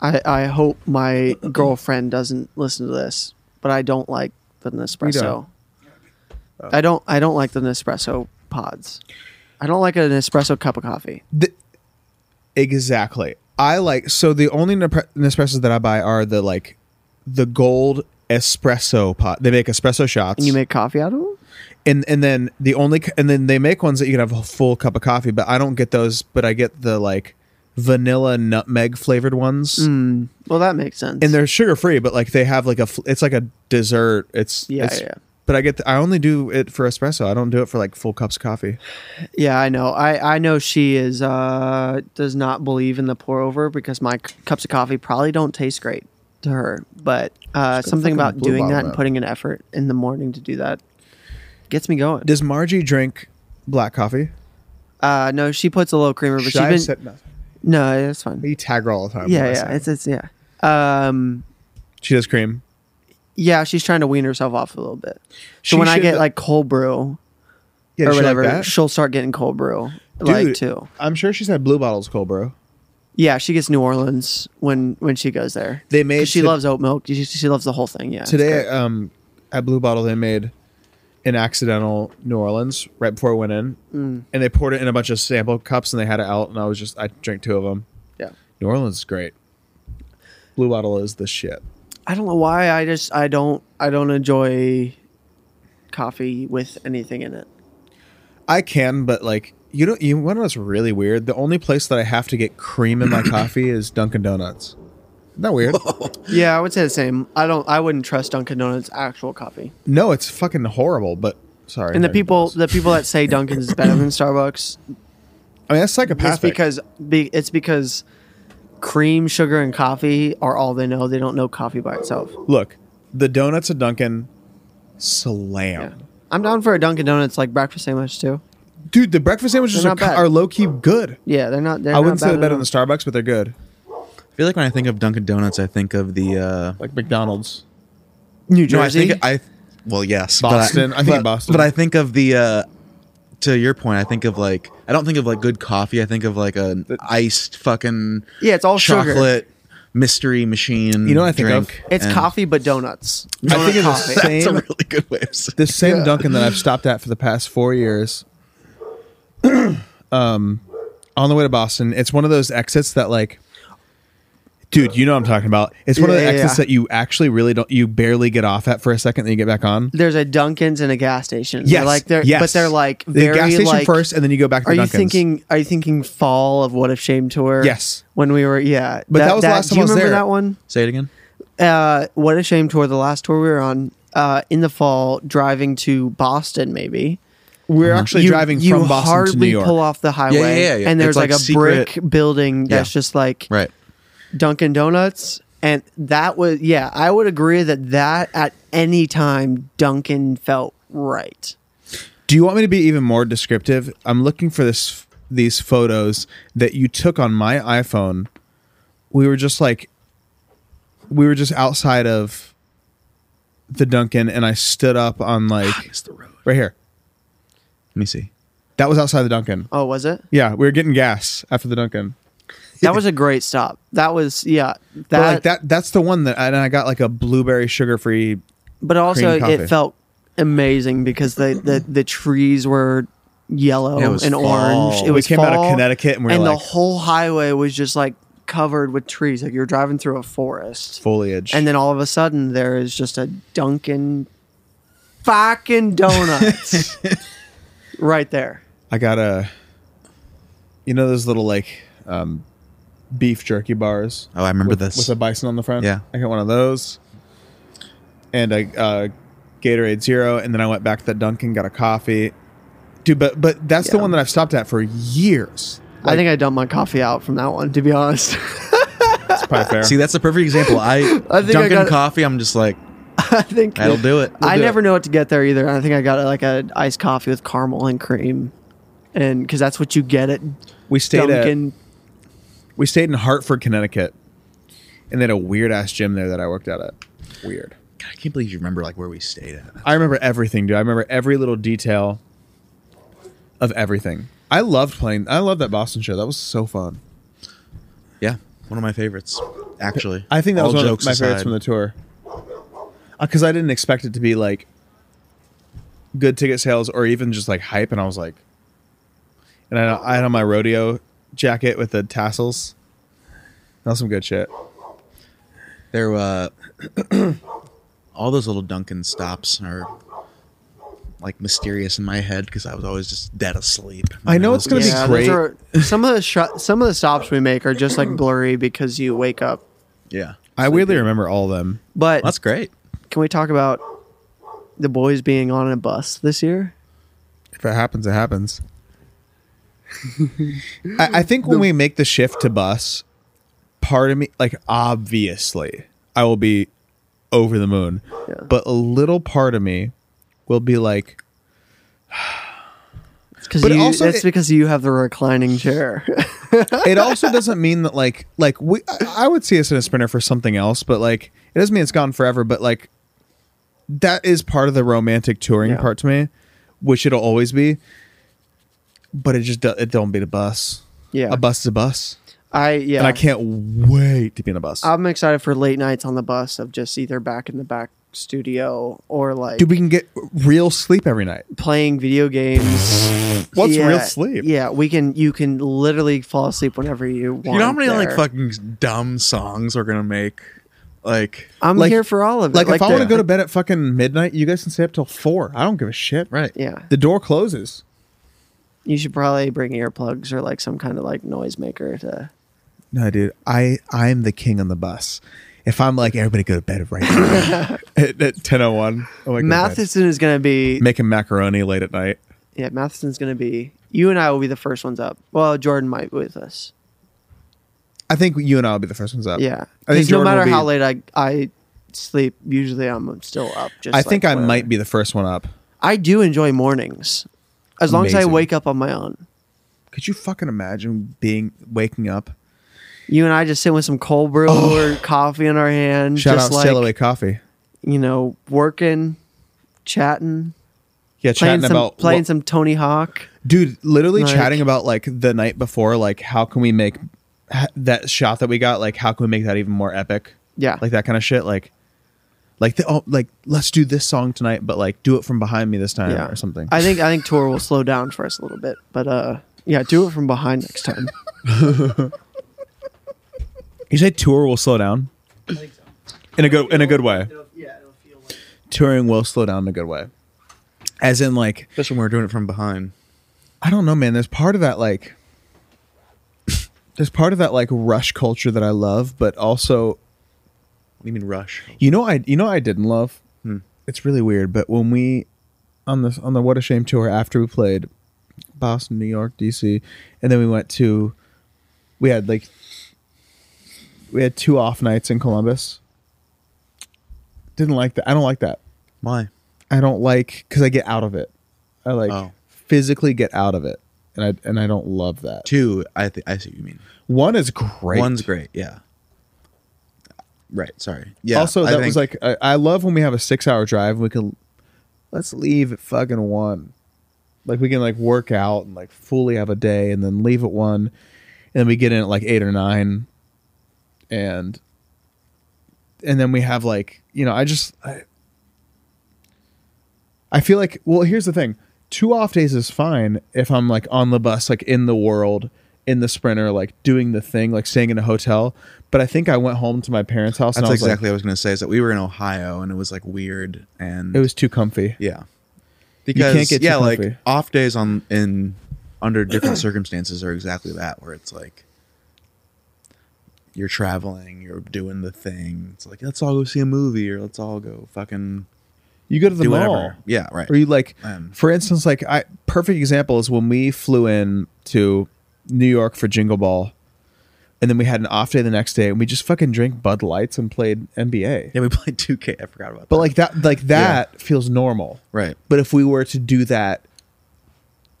Speaker 4: I I hope my girlfriend doesn't listen to this, but I don't like the Nespresso. I don't I don't like the Nespresso pods. I don't like an espresso cup of coffee.
Speaker 2: The, exactly. I like so the only Nepre- Nespressos that I buy are the like the gold espresso pot. They make espresso shots.
Speaker 4: And you make coffee out of them?
Speaker 2: and and then the only c- and then they make ones that you can have a full cup of coffee but i don't get those but i get the like vanilla nutmeg flavored ones
Speaker 4: Mm. Well, that makes sense.
Speaker 2: and they're sugar free but like they have like a fl- it's like a dessert it's
Speaker 4: Yeah,
Speaker 2: it's-
Speaker 4: yeah.
Speaker 2: but i get the, i only do it for espresso i don't do it for like full cups of coffee
Speaker 4: Yeah, I know. I, I know she is uh, does not believe in the pour over because my c- cups of coffee probably don't taste great to her. But uh,
Speaker 2: fucking
Speaker 4: something about
Speaker 2: blue
Speaker 4: doing
Speaker 2: bottle
Speaker 4: that and
Speaker 2: that.
Speaker 4: putting an effort in the morning to do that gets me going.
Speaker 2: does margie drink black coffee
Speaker 4: Uh, no, she puts a little creamer, but
Speaker 2: Should
Speaker 4: she's
Speaker 2: I have
Speaker 4: been
Speaker 2: said nothing?
Speaker 4: no, that's fine.
Speaker 2: you tag her all the time
Speaker 4: Yeah,
Speaker 2: when I
Speaker 4: yeah,
Speaker 2: say
Speaker 4: it's it's yeah. Um,
Speaker 2: She does cream.
Speaker 4: Yeah, she's trying to wean herself off a little bit. So
Speaker 2: She
Speaker 4: when I
Speaker 2: should-
Speaker 4: get like cold brew
Speaker 2: yeah,
Speaker 4: or
Speaker 2: she like
Speaker 4: whatever,
Speaker 2: that?
Speaker 4: she'll start getting cold brew like
Speaker 2: Dude.
Speaker 4: too.
Speaker 2: I'm sure she's had blue bottles, cold bro.
Speaker 4: Yeah, she gets New Orleans when when she goes there.
Speaker 2: They
Speaker 4: 'Cause
Speaker 2: made
Speaker 4: she
Speaker 2: to-
Speaker 4: loves oat milk. She, she loves the whole thing. Yeah. it's
Speaker 2: today
Speaker 4: great.
Speaker 2: um at blue bottle they made an accidental new orleans right before it went in
Speaker 4: Mm.
Speaker 2: and they poured it in a bunch of sample cups and they had it out and i was just i drank two of them
Speaker 4: Yeah.
Speaker 2: new orleans is great blue bottle is the shit
Speaker 4: I don't know why. I just I don't I don't enjoy coffee with anything in it.
Speaker 2: i can but like you know you want what's really weird the only place that i have to get cream in my coffee is dunkin' donuts isn't that weird
Speaker 4: Yeah, I would say the same. I don't. I wouldn't trust Dunkin' Donuts actual coffee.
Speaker 2: no it's fucking horrible but sorry
Speaker 4: And the
Speaker 2: Dunkin'
Speaker 4: people,
Speaker 2: Donuts.
Speaker 4: the people that say Dunkin's is better than Starbucks,
Speaker 2: i mean that's
Speaker 4: it's
Speaker 2: psychopathic
Speaker 4: because be, it's because cream, sugar, and coffee are all they know. They don't know coffee by itself.
Speaker 2: look the donuts at dunkin' slam
Speaker 4: I'm down for a Dunkin' Donuts like breakfast sandwich too.
Speaker 2: Dude, the breakfast sandwiches
Speaker 4: They're
Speaker 2: are,
Speaker 4: not bad.
Speaker 2: are low key good.
Speaker 4: Yeah, they're not. They're
Speaker 2: I wouldn't
Speaker 4: not
Speaker 2: say they're
Speaker 4: bad
Speaker 2: better
Speaker 4: at
Speaker 2: than Starbucks, but they're good.
Speaker 3: I feel like when I think of Dunkin' Donuts, I think of the uh,
Speaker 2: Like McDonald's.
Speaker 4: all. New
Speaker 3: No, I
Speaker 4: Jersey.
Speaker 3: think I. Well, yes, but
Speaker 2: Boston. I think
Speaker 3: but-
Speaker 2: Boston.
Speaker 3: But I think of the. Uh, to your point, I think of like I don't think of like good coffee. I think of like an iced fucking
Speaker 4: yeah, it's all sugar.
Speaker 3: chocolate mystery machine.
Speaker 2: You know what I think of?
Speaker 3: drink,
Speaker 4: It's
Speaker 3: and-
Speaker 4: coffee but donuts.
Speaker 2: I
Speaker 4: Donut
Speaker 2: think it's
Speaker 4: coffee.
Speaker 2: the
Speaker 3: That's a
Speaker 2: same,
Speaker 3: really good way of saying.
Speaker 2: the same Dunkin' that I've stopped at for the past four years. um, on the way to Boston, it's one of those exits that like, dude, you know what I'm talking about. It's one of
Speaker 4: Yeah,
Speaker 2: the
Speaker 4: yeah,
Speaker 2: exits
Speaker 4: yeah.
Speaker 2: that you actually really don't, you barely get off at for a second, then you get back on.
Speaker 4: There's a Dunkin's and a gas station.
Speaker 2: Yes,
Speaker 4: they're like they're
Speaker 2: yes.
Speaker 4: but they're like
Speaker 2: the
Speaker 4: very
Speaker 2: gas station
Speaker 4: like,
Speaker 2: first, and then you go back. to
Speaker 4: Are you
Speaker 2: Dunkin's.
Speaker 4: thinking? Are you thinking fall of What If Shame tour?
Speaker 2: Yes.
Speaker 4: When we were, yeah,
Speaker 2: But that was the last time
Speaker 4: Do you
Speaker 2: I was
Speaker 4: remember
Speaker 2: there.
Speaker 4: that one?
Speaker 3: Say it again.
Speaker 4: Uh, what a shame tour. The last tour we were on uh, in the fall, driving to Boston, maybe.
Speaker 2: we're actually
Speaker 4: You-
Speaker 2: driving
Speaker 4: you
Speaker 2: from Boston
Speaker 4: hardly
Speaker 2: to New York?
Speaker 4: pull off the highway,
Speaker 3: yeah, yeah.
Speaker 4: and there's
Speaker 3: It's
Speaker 4: like,
Speaker 3: like
Speaker 4: a
Speaker 3: secret-
Speaker 4: brick building that's
Speaker 3: Yeah.
Speaker 4: just like
Speaker 3: Right.
Speaker 4: Dunkin' Donuts, and that was yeah. I would agree that that at any time Dunkin' felt right.
Speaker 2: Do you want me to be even more descriptive? I'm looking for this these photos that you took on my iPhone. We were just like we were just outside of the Duncan and I stood up on like
Speaker 3: It's the road.
Speaker 2: right here.
Speaker 3: Let me see.
Speaker 2: That was outside the Duncan.
Speaker 4: Oh, was it?
Speaker 2: Yeah, we were getting gas after the Duncan.
Speaker 4: That was a great stop. That was yeah. That
Speaker 2: But like that that's the one that and I got like a blueberry sugar free
Speaker 4: but also
Speaker 2: cream coffee.
Speaker 4: it felt amazing because the the, the trees were yellow
Speaker 3: It was
Speaker 4: and
Speaker 3: fall.
Speaker 4: orange. It
Speaker 2: We
Speaker 4: was
Speaker 2: came out of
Speaker 4: fall,
Speaker 2: Connecticut and we were
Speaker 4: the
Speaker 2: like-
Speaker 4: whole highway was just like covered with trees. Like you're driving through a forest,
Speaker 2: foliage.
Speaker 4: and then all of a sudden there is just a Dunkin' fucking donuts right there.
Speaker 2: I got a you know those little like um beef jerky bars?
Speaker 3: Oh, I remember
Speaker 2: with,
Speaker 3: this.
Speaker 2: with a bison on the front.
Speaker 3: Yeah.
Speaker 2: I got one of those, and a uh, Gatorade Zero, and then I went back to the Dunkin', got a coffee, dude. But but that's the
Speaker 4: Yeah.
Speaker 2: one that I've stopped at for years.
Speaker 4: I think I dumped my coffee out from that one. To be honest,
Speaker 2: That's probably fair.
Speaker 3: See, that's a perfect example. I,
Speaker 4: I
Speaker 3: Dunkin'
Speaker 4: think I got-
Speaker 3: coffee. I'm just like
Speaker 4: I think
Speaker 3: that'll do it.
Speaker 4: I
Speaker 2: do
Speaker 4: never know what to get there either. I think I got like a iced coffee with caramel and cream, and because that's what you get at
Speaker 2: we stayed at,
Speaker 4: Dunkin'.
Speaker 2: we stayed in Hartford, Connecticut, and they had a weird ass gym there that I worked out at. Weird.
Speaker 3: God, I can't believe you remember like where we stayed at.
Speaker 2: I remember everything, dude. I remember every little detail of everything. I loved playing. I loved that Boston show. That was so fun.
Speaker 3: Yeah, one of my favorites, actually.
Speaker 2: I think that
Speaker 3: All
Speaker 2: was one of
Speaker 3: jokes
Speaker 2: my favorites
Speaker 3: aside.
Speaker 2: from the tour. Because I didn't expect it to be like good ticket sales or even just like hype, and I was like, and I, I had on my rodeo jacket with the tassels. That was some good shit.
Speaker 3: There, uh, all those little Dunkin' stops are like mysterious in my head because I was always just dead asleep.
Speaker 2: I know it's gonna be
Speaker 4: Yeah,
Speaker 2: great.
Speaker 4: those are some of the sh- some of the stops we make are just like blurry because you wake up.
Speaker 3: Yeah,
Speaker 2: I weirdly remember all of them.
Speaker 4: But
Speaker 3: that's great.
Speaker 4: can we talk about the boys being on a bus this year?
Speaker 2: If it happens, it happens. I, I think when we make the shift to bus, part of me, like obviously, I will be over the moon, but a little part of me will be like,
Speaker 4: Because
Speaker 2: But
Speaker 4: you,
Speaker 2: also
Speaker 4: that's
Speaker 2: it-
Speaker 4: because you have the reclining chair.
Speaker 2: it also doesn't mean that like like we I I would see us in a sprinter for something else, but like it doesn't mean it's gone forever, but like that is part of the romantic touring
Speaker 4: Yeah.
Speaker 2: part to me, which it'll always be. But it just do- it don't beat a bus.
Speaker 4: yeah,
Speaker 2: A bus is a bus.
Speaker 4: I yeah. Uh,
Speaker 2: And I can't wait to be in a bus.
Speaker 4: I'm excited for late nights on the bus of just either back in the back studio or like
Speaker 2: Dude, we can get real sleep every night.
Speaker 4: playing video games.
Speaker 2: What's
Speaker 4: Yeah,
Speaker 2: real sleep?
Speaker 4: Yeah, we can. You can literally fall asleep whenever you want.
Speaker 3: You know how many like
Speaker 4: there.
Speaker 3: fucking dumb songs we're gonna make? Like
Speaker 4: I'm
Speaker 2: like-
Speaker 4: here for all of it.
Speaker 2: Like, if I
Speaker 4: the-
Speaker 2: want to go to bed at fucking midnight, you guys can stay up till four. I don't give a shit.
Speaker 3: right.
Speaker 4: yeah,
Speaker 2: The door closes.
Speaker 4: you should probably bring earplugs or like some kind of like noisemaker to.
Speaker 2: No, dude, I I'm the king on the bus. If I'm like everybody go to bed right now at, at ten oh one,
Speaker 4: Matheson is gonna be
Speaker 2: making macaroni late at night.
Speaker 4: yeah. Matheson's gonna be you and I will be the first ones up. Well, Jordan might be with us.
Speaker 2: I think you and I will be the first ones up.
Speaker 4: Yeah,
Speaker 2: I think
Speaker 4: because no
Speaker 2: Jordan will
Speaker 4: matter
Speaker 2: be-
Speaker 4: how late I I sleep, usually I'm still up. Just
Speaker 2: I think
Speaker 4: like,
Speaker 2: I
Speaker 4: whatever.
Speaker 2: might be the first one up.
Speaker 4: I do enjoy mornings, as long as I
Speaker 2: Amazing.
Speaker 4: wake up on my own.
Speaker 2: Could you fucking imagine being waking up?
Speaker 4: You and I just sit with some cold brew or coffee in our hand,
Speaker 2: Oh. Shout
Speaker 4: just
Speaker 2: out
Speaker 4: like
Speaker 2: Sail Away Coffee.
Speaker 4: you know, working, chatting,
Speaker 2: Yeah,
Speaker 4: playing
Speaker 2: chatting
Speaker 4: some
Speaker 2: about
Speaker 4: playing
Speaker 2: what-
Speaker 4: some Tony Hawk.
Speaker 2: dude literally
Speaker 4: Like-
Speaker 2: chatting about like the night before like how can we make ha- that shot that we got like how can we make that even more epic
Speaker 4: Yeah,
Speaker 2: like that kind of shit like like the, oh like let's do this song tonight but like do it from behind me this time
Speaker 4: yeah,
Speaker 2: or something
Speaker 4: I think I think tour will slow down for us a little bit, but uh, yeah, do it from behind next time.
Speaker 2: you say tour will slow down in a good in a good way
Speaker 4: yeah, it'll feel like
Speaker 2: touring will slow down in a good way as in like
Speaker 3: Especially when we're doing it from behind.
Speaker 2: I don't know, man. There's part of that like there's part of that like rush culture that I love, but also
Speaker 3: What do you mean rush?
Speaker 2: you know I you know I didn't love.
Speaker 3: Hmm.
Speaker 2: It's really weird, but when we on the on the What a Shame tour after we played Boston, New York, DC, and then we went to we had like we had two off nights in Columbus. Didn't like that. I don't like that.
Speaker 3: Why?
Speaker 2: I don't like because I get out of it. I like
Speaker 3: Oh.
Speaker 2: physically get out of it, and I and I don't love that.
Speaker 3: Two, I think I see what you mean.
Speaker 2: One is great.
Speaker 3: One's great, yeah. Right, sorry. Yeah.
Speaker 2: also,
Speaker 3: I
Speaker 2: that
Speaker 3: think-
Speaker 2: was like I, I love when we have a six-hour drive. We can let's leave at fucking one. Like we can like work out and like fully have a day, and then leave at one, and then we get in at like eight or nine, and and then we have like you know I just I, I feel like well here's the thing two off days is fine if I'm like on the bus like in the world in the sprinter like doing the thing like staying in a hotel but I think I went home to my parents' house and
Speaker 3: that's
Speaker 2: I was
Speaker 3: exactly
Speaker 2: like,
Speaker 3: what I was gonna say, is that we were in Ohio and it was like weird and
Speaker 2: it was too comfy
Speaker 3: Yeah.
Speaker 2: can't
Speaker 3: Because
Speaker 2: get too
Speaker 3: yeah, like
Speaker 2: comfy.
Speaker 3: off days on in under different circumstances are exactly that where it's like you're traveling, you're doing the thing. It's like let's all go see a movie or let's all go fucking
Speaker 2: you go to the
Speaker 3: do
Speaker 2: mall
Speaker 3: whatever. Yeah, right.
Speaker 2: Or you like,
Speaker 3: Um,
Speaker 2: for instance, like I perfect example is when we flew in to New York for Jingle Ball, and then we had an off day the next day, and we just fucking drank Bud Lights and played NBA.
Speaker 3: yeah, we played 2K. I forgot about that.
Speaker 2: But like that, like that feels normal.
Speaker 3: right.
Speaker 2: But if we were to do that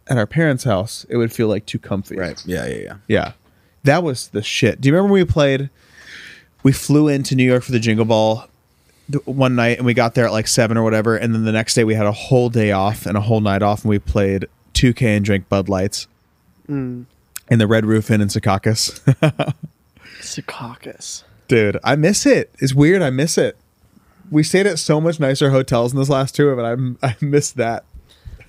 Speaker 2: at our parents' house, it would feel like too comfy.
Speaker 3: Right. Yeah, yeah, yeah.
Speaker 2: Yeah. That was the shit. Do you remember when we played? We flew into New York for the Jingle Ball th- one night and we got there at like seven or whatever. And then the next day we had a whole day off and a whole night off and we played 2K and drank Bud Lights in the Red Roof Inn in Secaucus.
Speaker 4: it's a caucus.
Speaker 2: Dude, I miss it. It's weird. I miss it. We stayed at so much nicer hotels in this last tour, but I, I miss that.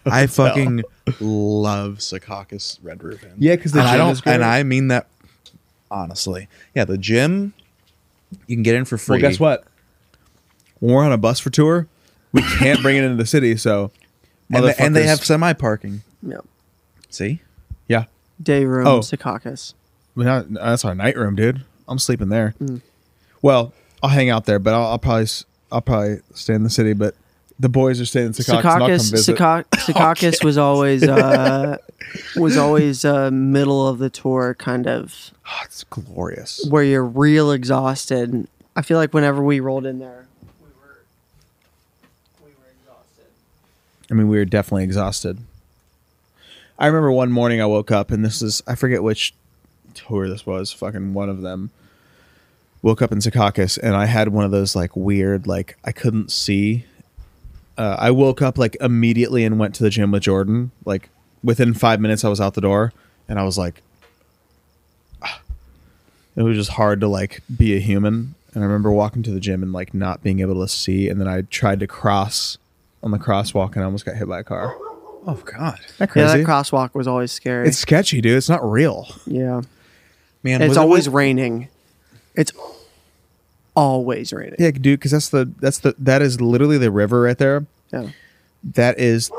Speaker 3: I fucking love Secaucus Red Roof Inn.
Speaker 2: Yeah, 'cause the
Speaker 3: And I
Speaker 2: gym
Speaker 3: don't,
Speaker 2: is great.
Speaker 3: and I mean that honestly. Yeah, the gym you can get in for free.
Speaker 2: Well, guess what? When we're on a bus for tour, we can't bring it into the city. So,
Speaker 3: And, they- and they
Speaker 2: motherfuckers-
Speaker 3: have semi parking.
Speaker 4: Yeah,
Speaker 3: See,
Speaker 2: yeah.
Speaker 4: day room.
Speaker 2: Oh.
Speaker 4: It's a caucus.
Speaker 2: Well, not, uh, that's our night room, dude. I'm sleeping there. Well, I'll hang out there, but I'll, I'll probably s- I'll probably stay in the city. But the boys are staying in Secaucus. and I'll come
Speaker 4: Secaucus,
Speaker 2: visit.
Speaker 4: Secau- Secaucus was always uh, was always uh, middle of the tour kind of
Speaker 2: Ah, it's glorious.
Speaker 4: where you're real exhausted. I feel like whenever we rolled in there, we were we were exhausted.
Speaker 2: I mean, we were definitely exhausted. I remember one morning I woke up and this is I forget which tour this was, fucking one of them. Woke up in Secaucus and I had one of those like weird like I couldn't see. Uh, I woke up like immediately and went to the gym with Jordan. Like within five minutes, I was out the door and I was like, it was just hard to like be a human. And I remember walking to the gym and like not being able to see. And then I tried to cross on the crosswalk and I almost got hit by a car.
Speaker 7: Oh God.
Speaker 2: That
Speaker 4: Yeah,
Speaker 2: crazy.
Speaker 4: that crosswalk was always scary.
Speaker 2: it's sketchy, dude. It's not real.
Speaker 4: yeah.
Speaker 3: Man,
Speaker 4: And it's
Speaker 3: was it-
Speaker 4: always raining. It's always raining.
Speaker 2: Yeah, dude, because that's the that's the that is literally the river right there.
Speaker 4: Yeah.
Speaker 2: That is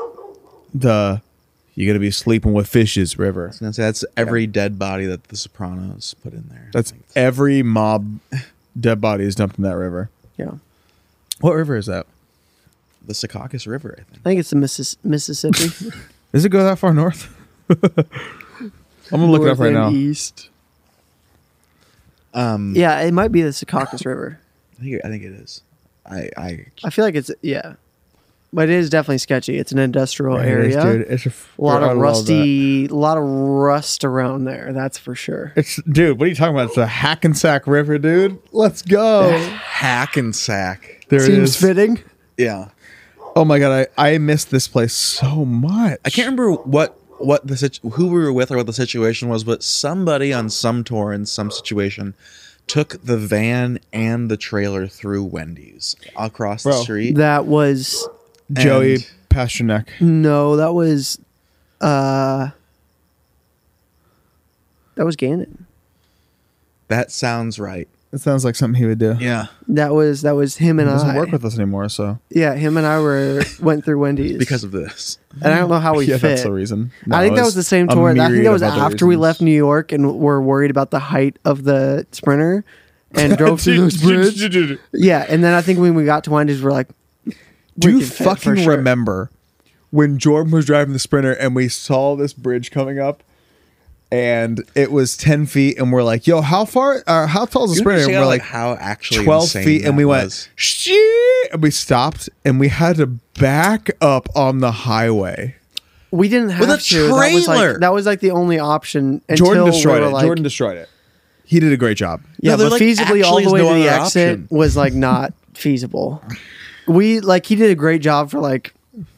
Speaker 2: the you're gonna be sleeping with fishes river.
Speaker 3: I was gonna say, that's every dead body that The Sopranos put in there. I
Speaker 2: That's
Speaker 3: think.
Speaker 2: every mob dead body is dumped in that river.
Speaker 4: Yeah.
Speaker 2: What river is that?
Speaker 3: the Secaucus River, I think.
Speaker 4: I think it's the Missis- Mississippi.
Speaker 2: Does it go that far north? I'm gonna look it up
Speaker 4: North
Speaker 2: right
Speaker 4: and
Speaker 2: now.
Speaker 4: East.
Speaker 3: Um,
Speaker 4: Yeah, it might be the Secaucus River.
Speaker 3: I think I think it is. I I
Speaker 4: I feel like it's yeah, but it is definitely sketchy. It's an industrial
Speaker 2: There it is,
Speaker 4: area.
Speaker 2: dude. It's a, f-
Speaker 4: A lot
Speaker 2: I
Speaker 4: of
Speaker 2: love
Speaker 4: rusty, a lot of rust around there. That's for sure.
Speaker 2: that. It's dude. What are you talking about? It's a Hackensack River, dude. Let's go.
Speaker 3: hack and sack.
Speaker 2: There it
Speaker 4: Seems
Speaker 2: is.
Speaker 4: fitting.
Speaker 3: Yeah,
Speaker 2: Oh my god, I I missed this place so much.
Speaker 3: I can't remember what what the situ- who we were with or what the situation was, but somebody on some tour in some situation took the van and the trailer through Wendy's across the
Speaker 2: Bro.
Speaker 3: street.
Speaker 4: That was
Speaker 2: Joey
Speaker 3: And-
Speaker 2: Pasternak.
Speaker 4: no, that was, uh, that was Gannon.
Speaker 3: that sounds right.
Speaker 2: It sounds like something he would do.
Speaker 3: Yeah,
Speaker 4: That was that was him
Speaker 2: He
Speaker 4: and
Speaker 2: doesn't
Speaker 4: I.
Speaker 2: work with us anymore, so
Speaker 4: yeah, him and I were went through Wendy's
Speaker 3: because of this.
Speaker 4: and I don't know how we
Speaker 2: yeah,
Speaker 4: fit.
Speaker 2: that's the reason. No,
Speaker 4: I think
Speaker 2: it
Speaker 4: that was the same
Speaker 2: a
Speaker 4: tour. I think
Speaker 2: myriad
Speaker 4: that
Speaker 2: of
Speaker 4: was
Speaker 2: other
Speaker 4: after we
Speaker 2: reasons.
Speaker 4: left New York and were worried about the height of the sprinter and drove through those bridges. Yeah, and then I think when we got to Wendy's, we're like,
Speaker 2: Do
Speaker 4: we
Speaker 2: you
Speaker 4: can fit for
Speaker 2: fucking
Speaker 4: sure.
Speaker 2: remember when Jordan was driving the Sprinter and we saw this bridge coming up? And it was ten feet, and we're like, "Yo, how far? Uh, how tall is the
Speaker 3: You
Speaker 2: sprinter?" And
Speaker 3: understand,
Speaker 2: we're like,
Speaker 3: how actually
Speaker 2: twelve
Speaker 3: insane
Speaker 2: feet, and
Speaker 3: that
Speaker 2: we
Speaker 3: was.
Speaker 2: went, "Shit!" And we stopped, and we had to back up on the highway.
Speaker 4: We didn't have
Speaker 3: a
Speaker 4: to. That was,
Speaker 3: trailer.
Speaker 4: like, that was like the only option until
Speaker 2: Jordan
Speaker 4: we
Speaker 2: destroyed
Speaker 4: were
Speaker 2: it.
Speaker 4: like,
Speaker 2: Jordan destroyed it. He did a great job.
Speaker 4: yeah,
Speaker 3: No, they're
Speaker 4: but
Speaker 3: like,
Speaker 4: feasibly all
Speaker 3: actually,
Speaker 4: the way
Speaker 3: there's no
Speaker 4: to the
Speaker 3: other
Speaker 4: exit
Speaker 3: option.
Speaker 4: was like not feasible. We like he did a great job for like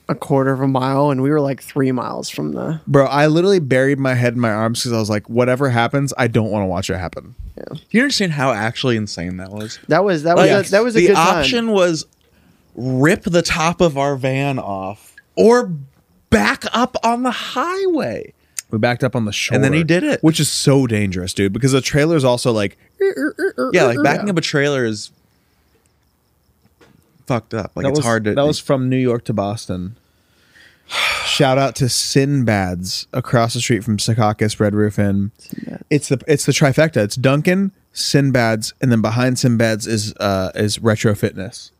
Speaker 4: a quarter of a mile, and we were like three miles from the.
Speaker 2: Bro, I literally buried my head in my arms because I was like, whatever happens, I don't want to watch it happen.
Speaker 3: Do you understand how actually insane that was?
Speaker 4: That was Oh, that was a, that was a
Speaker 3: the
Speaker 4: good
Speaker 3: option
Speaker 4: time.
Speaker 3: was rip the top of our van off or back up on the highway.
Speaker 2: We backed up on the shoulder.
Speaker 3: then he did it.
Speaker 2: Which is so dangerous, dude, because the trailer's also like,
Speaker 3: Yeah, like backing up a trailer is fucked up. Like
Speaker 2: that
Speaker 3: it's
Speaker 2: was,
Speaker 3: hard to.
Speaker 2: That was from New York to Boston. Shout out to Sinbad's across the street from Secaucus Red Roof Inn. It's the it's the trifecta. It's Duncan, Sinbad's, and then behind Sinbad's is uh is Retro Fitness.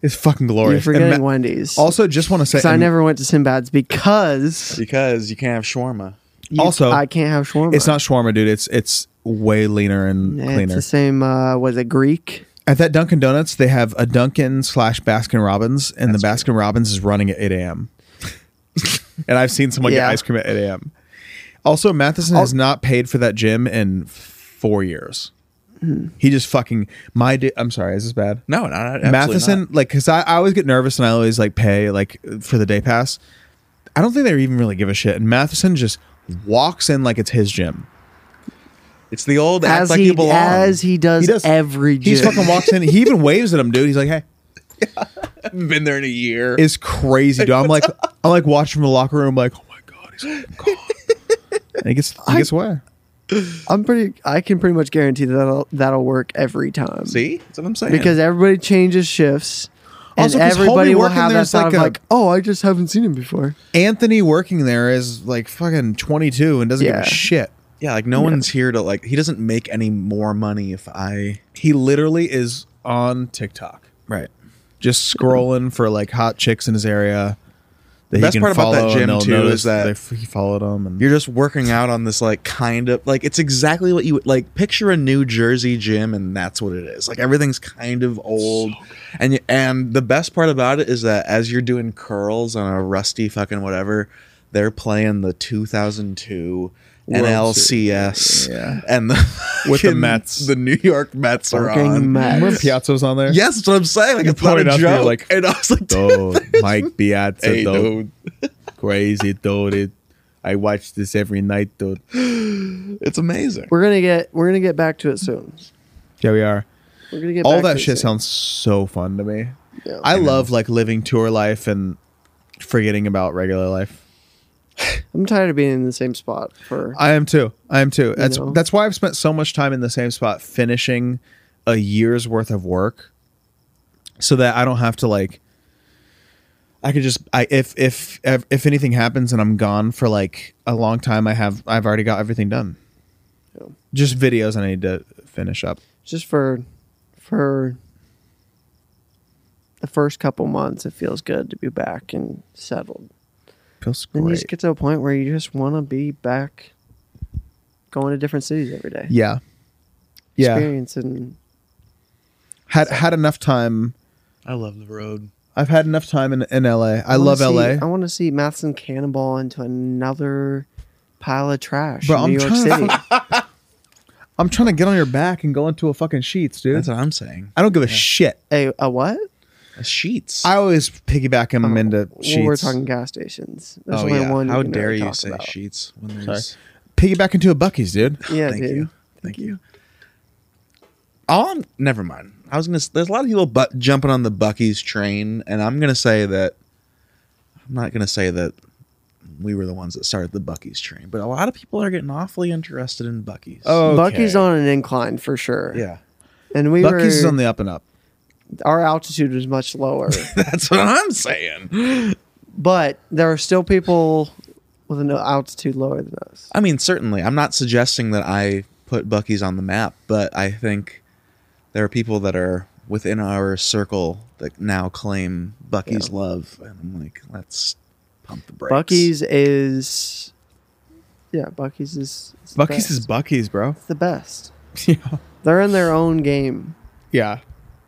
Speaker 2: It's fucking
Speaker 4: You're
Speaker 2: glorious. And
Speaker 4: forgetting
Speaker 2: Ma-
Speaker 4: Wendy's.
Speaker 2: Also, just want to say,
Speaker 4: Because I
Speaker 2: and
Speaker 4: never went to Sinbad's because
Speaker 3: because you can't have shawarma.
Speaker 4: you-
Speaker 2: Also,
Speaker 4: I can't have shawarma.
Speaker 2: It's not shawarma, dude. It's it's way leaner and
Speaker 4: Yeah, It's
Speaker 2: cleaner.
Speaker 4: the same. Uh, was it Greek?
Speaker 2: At that Dunkin' Donuts, they have a Dunkin' slash Baskin Robbins, and the Baskin Robbins is running at eight a.m. and I've seen someone get
Speaker 4: Yeah.
Speaker 2: ice cream at eight a.m. Also, Matheson has not paid for that gym in four years.
Speaker 4: Hmm.
Speaker 2: He just fucking my. Di- I'm sorry. Is this bad?
Speaker 3: No, not absolutely
Speaker 2: Matheson,
Speaker 3: not.
Speaker 2: like, cause I, I always get nervous and I always like pay like for the day pass. I don't think they even really give a shit. And Matheson just walks in like it's his gym.
Speaker 3: It's the old act
Speaker 4: As
Speaker 3: like
Speaker 4: he
Speaker 3: you belong.
Speaker 4: as he does,
Speaker 2: He does-
Speaker 4: every
Speaker 2: He
Speaker 4: gym.
Speaker 2: just fucking walks in. He even waves at him, dude. He's like, "Hey,
Speaker 3: Haven't been there in a year.
Speaker 2: it's crazy, dude." I'm like, I'm like watching from the locker room, like, "Oh my god, he's like, god." And he gets, he gets away.
Speaker 4: I'm pretty. I can pretty much guarantee that that'll, that'll work every time.
Speaker 3: See, that's what I'm saying.
Speaker 4: because everybody changes shifts. And
Speaker 2: Also, 'cause homie
Speaker 4: everybody will
Speaker 2: working
Speaker 4: have
Speaker 2: there
Speaker 4: that
Speaker 2: is
Speaker 4: thought
Speaker 2: like
Speaker 4: of
Speaker 2: a-
Speaker 4: like, oh, I just haven't seen him before.
Speaker 2: Anthony working there is like fucking 22 and doesn't
Speaker 4: Yeah.
Speaker 2: give a shit.
Speaker 3: yeah, like no one's here to like. He doesn't make any more money if I.
Speaker 2: He literally is on TikTok,
Speaker 3: Right.
Speaker 2: just scrolling for like hot chicks in his area. That
Speaker 3: Best part about that
Speaker 2: follow and
Speaker 3: gym,
Speaker 2: they'll
Speaker 3: too, is
Speaker 2: notice
Speaker 3: that
Speaker 2: they f- he followed him. And
Speaker 3: You're just working out on this like kind of like it's exactly what you would like picture a New Jersey gym and that's what it is. Like everything's kind of old. and you, and the best part about it is that as you're doing curls on a rusty fucking whatever, they're playing the 2002 NLCS and the
Speaker 2: With the
Speaker 3: fucking-
Speaker 2: Mets.
Speaker 3: the New York Mets are on.
Speaker 4: Fucking
Speaker 2: Remember
Speaker 4: Mets.
Speaker 2: Piazza's on there?
Speaker 3: Yes, that's what I'm saying. Like,
Speaker 2: You
Speaker 3: it's not a
Speaker 2: pointed out to me,
Speaker 3: joke.
Speaker 2: like,
Speaker 3: and I was like, dude,
Speaker 2: Oh, Mike Piazza,
Speaker 3: hey,
Speaker 2: though.
Speaker 3: dude,
Speaker 2: Crazy, dude. It, I watch this every night, dude.
Speaker 3: it's amazing.
Speaker 4: We're gonna get we're gonna get back to it soon.
Speaker 2: Yeah, we are.
Speaker 4: We're gonna get
Speaker 2: All
Speaker 4: back
Speaker 2: that
Speaker 4: to
Speaker 2: shit
Speaker 4: it soon.
Speaker 2: sounds so fun to me.
Speaker 4: Yeah.
Speaker 2: I love like living tour life and forgetting about regular life.
Speaker 4: I'm tired of being in the same spot for.
Speaker 2: I am too. I am too. That's
Speaker 4: know?
Speaker 2: that's why I've spent so much time in the same spot finishing a year's worth of work so that I don't have to like I could just I if if if, if anything happens and I'm gone for like a long time I have I've already got everything done.
Speaker 4: Yeah.
Speaker 2: Just videos I need to finish up.
Speaker 4: just for for the first couple months it feels good to be back and settled
Speaker 2: Feels
Speaker 4: then you
Speaker 2: great.
Speaker 4: just get to a point where you just want to be back going to different cities every day
Speaker 2: Yeah. Yeah.
Speaker 4: experiencing
Speaker 2: Had had enough time
Speaker 3: I love the road.
Speaker 2: I've had enough time in, in LA. I,
Speaker 4: wanna
Speaker 2: love
Speaker 4: see-
Speaker 2: LA.
Speaker 4: i want to see matheson cannonball into another pile of trash
Speaker 2: Bro,
Speaker 4: in
Speaker 2: I'm
Speaker 4: new york
Speaker 2: trying
Speaker 4: city
Speaker 2: to- I'm trying to get on your back and go into a fucking sheets, dude.
Speaker 3: That's what I'm saying.
Speaker 2: I don't give a shit.
Speaker 4: a, a what
Speaker 3: Sheets.
Speaker 2: I always piggyback him into
Speaker 4: well,
Speaker 2: sheets.
Speaker 4: Oh, we're talking gas stations there's
Speaker 3: oh
Speaker 4: only
Speaker 3: yeah.
Speaker 4: one
Speaker 3: How
Speaker 4: can
Speaker 3: dare
Speaker 4: really
Speaker 3: you
Speaker 4: talk
Speaker 3: say
Speaker 4: about.
Speaker 3: sheets when there's
Speaker 2: piggyback into a Bucky's, dude.
Speaker 4: yeah
Speaker 3: Thank
Speaker 4: dude
Speaker 3: you. Thank you. Oh, I'm, never mind. I was gonna. s- There's a lot of people bu- jumping on the Bucky's train, and I'm gonna say that. I'm not gonna say that we were the ones that started the Bucky's train, but a lot of people are getting awfully interested in Bucky's.
Speaker 2: Oh,
Speaker 4: bucky's on an incline for sure
Speaker 3: yeah,
Speaker 4: and we
Speaker 2: Bucky's is
Speaker 4: were
Speaker 2: on the up and up.
Speaker 4: our altitude was much lower,
Speaker 3: that's what I'm saying.
Speaker 4: but there are still people with an altitude lower than us.
Speaker 3: I mean, certainly, I'm not suggesting that I put Bucky's on the map, but I think there are people that are within our circle that now claim Bucky's love, and I'm like, let's pump the brakes.
Speaker 4: Bucky's is, yeah, Bucky's is it's the
Speaker 2: Bucky's
Speaker 4: best.
Speaker 2: is Bucky's, bro.
Speaker 4: It's the best.
Speaker 2: Yeah,
Speaker 4: They're in their own game.
Speaker 2: yeah,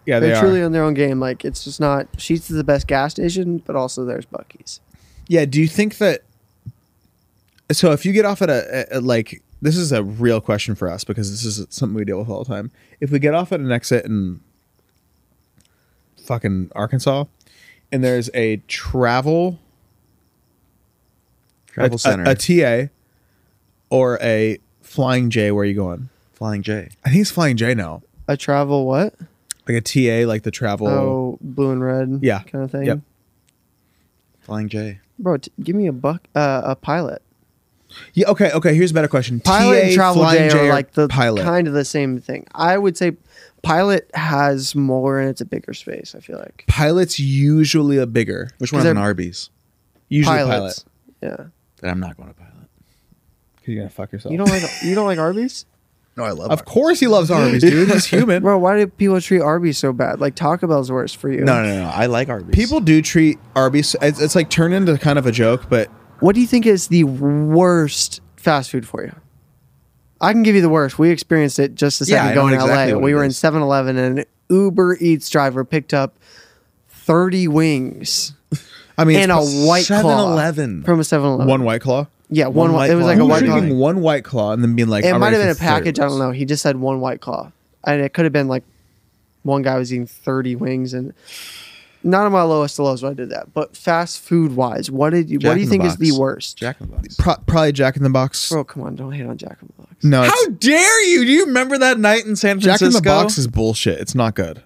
Speaker 2: yeah.
Speaker 4: They're
Speaker 2: They are.
Speaker 4: truly in their own game. Like it's just not Sheets is the best gas station, but also there's Bucky's.
Speaker 2: yeah. Do you think that? So if you get off at a, a, a- like this is a real question for us because this is something we deal with all the time. If we get off at an exit in fucking Arkansas, and there's a travel
Speaker 3: Travel
Speaker 2: a, a-
Speaker 3: Center,
Speaker 2: a TA, or a Flying J, where are you going?
Speaker 3: Flying J.
Speaker 2: I think it's Flying J now.
Speaker 4: A travel what?
Speaker 2: Like a TA, like the travel.
Speaker 4: Oh, blue and red.
Speaker 2: Yeah.
Speaker 4: kind of thing.
Speaker 2: Yep.
Speaker 3: Flying J.
Speaker 4: Bro, t- give me a buck. Uh, a pilot.
Speaker 2: Yeah. Okay. Okay. Here's a better question.
Speaker 4: pilot
Speaker 2: TA,
Speaker 4: and travel
Speaker 2: Flying
Speaker 4: day
Speaker 2: J,
Speaker 4: are
Speaker 2: or
Speaker 4: like the
Speaker 2: pilot.
Speaker 4: kind of the same thing. I would say pilot has more and it's a bigger space. I feel like
Speaker 2: Pilot's usually a bigger.
Speaker 3: Which one's
Speaker 4: Is
Speaker 3: an
Speaker 4: there-
Speaker 3: Arby's
Speaker 2: Usually
Speaker 4: pilots. Yeah,
Speaker 3: that I'm not going to pilot?
Speaker 2: pilot. You're gonna fuck yourself.
Speaker 4: you don't like you don't like Arby's,
Speaker 3: No, I love.
Speaker 2: of course, he loves Arby's, dude. He's human.
Speaker 4: bro. Why do people treat Arby's so bad? Like Taco Bell's worse for you.
Speaker 3: No, no, no, no. I like Arby's.
Speaker 2: People do treat Arby's. It's, it's like turned into kind of a joke, but
Speaker 4: What do you think is the worst fast food for you? I can give you the worst. We experienced it just a
Speaker 3: Yeah,
Speaker 4: second
Speaker 3: I
Speaker 4: ago
Speaker 3: know
Speaker 4: in
Speaker 3: exactly
Speaker 4: LA.
Speaker 3: what
Speaker 4: We
Speaker 3: it
Speaker 4: were in
Speaker 3: is.
Speaker 4: 7-Eleven and an Uber Eats driver picked up thirty wings
Speaker 2: I mean,
Speaker 4: and a
Speaker 2: it's
Speaker 4: white claw
Speaker 3: 7-Eleven.
Speaker 4: from a 7-Eleven.
Speaker 2: one white claw.
Speaker 4: Yeah, one.
Speaker 3: One
Speaker 4: White
Speaker 3: White
Speaker 4: it was
Speaker 3: Claw.
Speaker 4: like
Speaker 2: Who's
Speaker 4: a
Speaker 3: Who's
Speaker 4: white claw.
Speaker 2: drinking one white claw and then being like,
Speaker 4: It
Speaker 2: "I'm
Speaker 4: might
Speaker 2: ready
Speaker 4: have been a
Speaker 2: for thirty
Speaker 4: package. I don't
Speaker 2: wings."
Speaker 4: know. He just said one white claw, and it could have been like one guy was eating thirty wings, and not on my lowest of lows when I did that. But fast food wise, what did you?
Speaker 3: Jack
Speaker 4: what do you
Speaker 3: in the
Speaker 4: think is
Speaker 3: Box.
Speaker 4: the worst?
Speaker 3: Jack in the Box.
Speaker 2: Pro- probably Jack in the Box.
Speaker 4: Bro, come on, don't hate on Jack in the Box.
Speaker 2: No, it's-
Speaker 3: How dare you? Do you remember that night in San
Speaker 2: Jack
Speaker 3: Francisco?
Speaker 2: in the Box is bullshit. It's not good.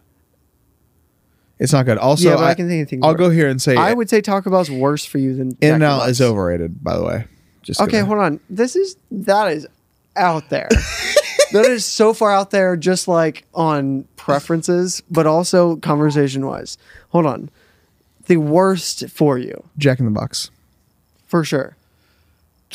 Speaker 2: It's not good. Also,
Speaker 4: Yeah, but I can think of anything
Speaker 2: I'll
Speaker 4: worse.
Speaker 2: go here and say
Speaker 4: I would say Taco Bell's worse for you than Jack
Speaker 2: In
Speaker 4: in
Speaker 2: and
Speaker 4: the
Speaker 2: Out
Speaker 4: Box.
Speaker 2: is overrated, by the way. Just
Speaker 4: Okay,
Speaker 2: gonna-
Speaker 4: hold on. This is that is out there. that is so far out there, just like on preferences, but also conversation wise. Hold on. The worst for you,
Speaker 2: Jack in the Box.
Speaker 4: for sure.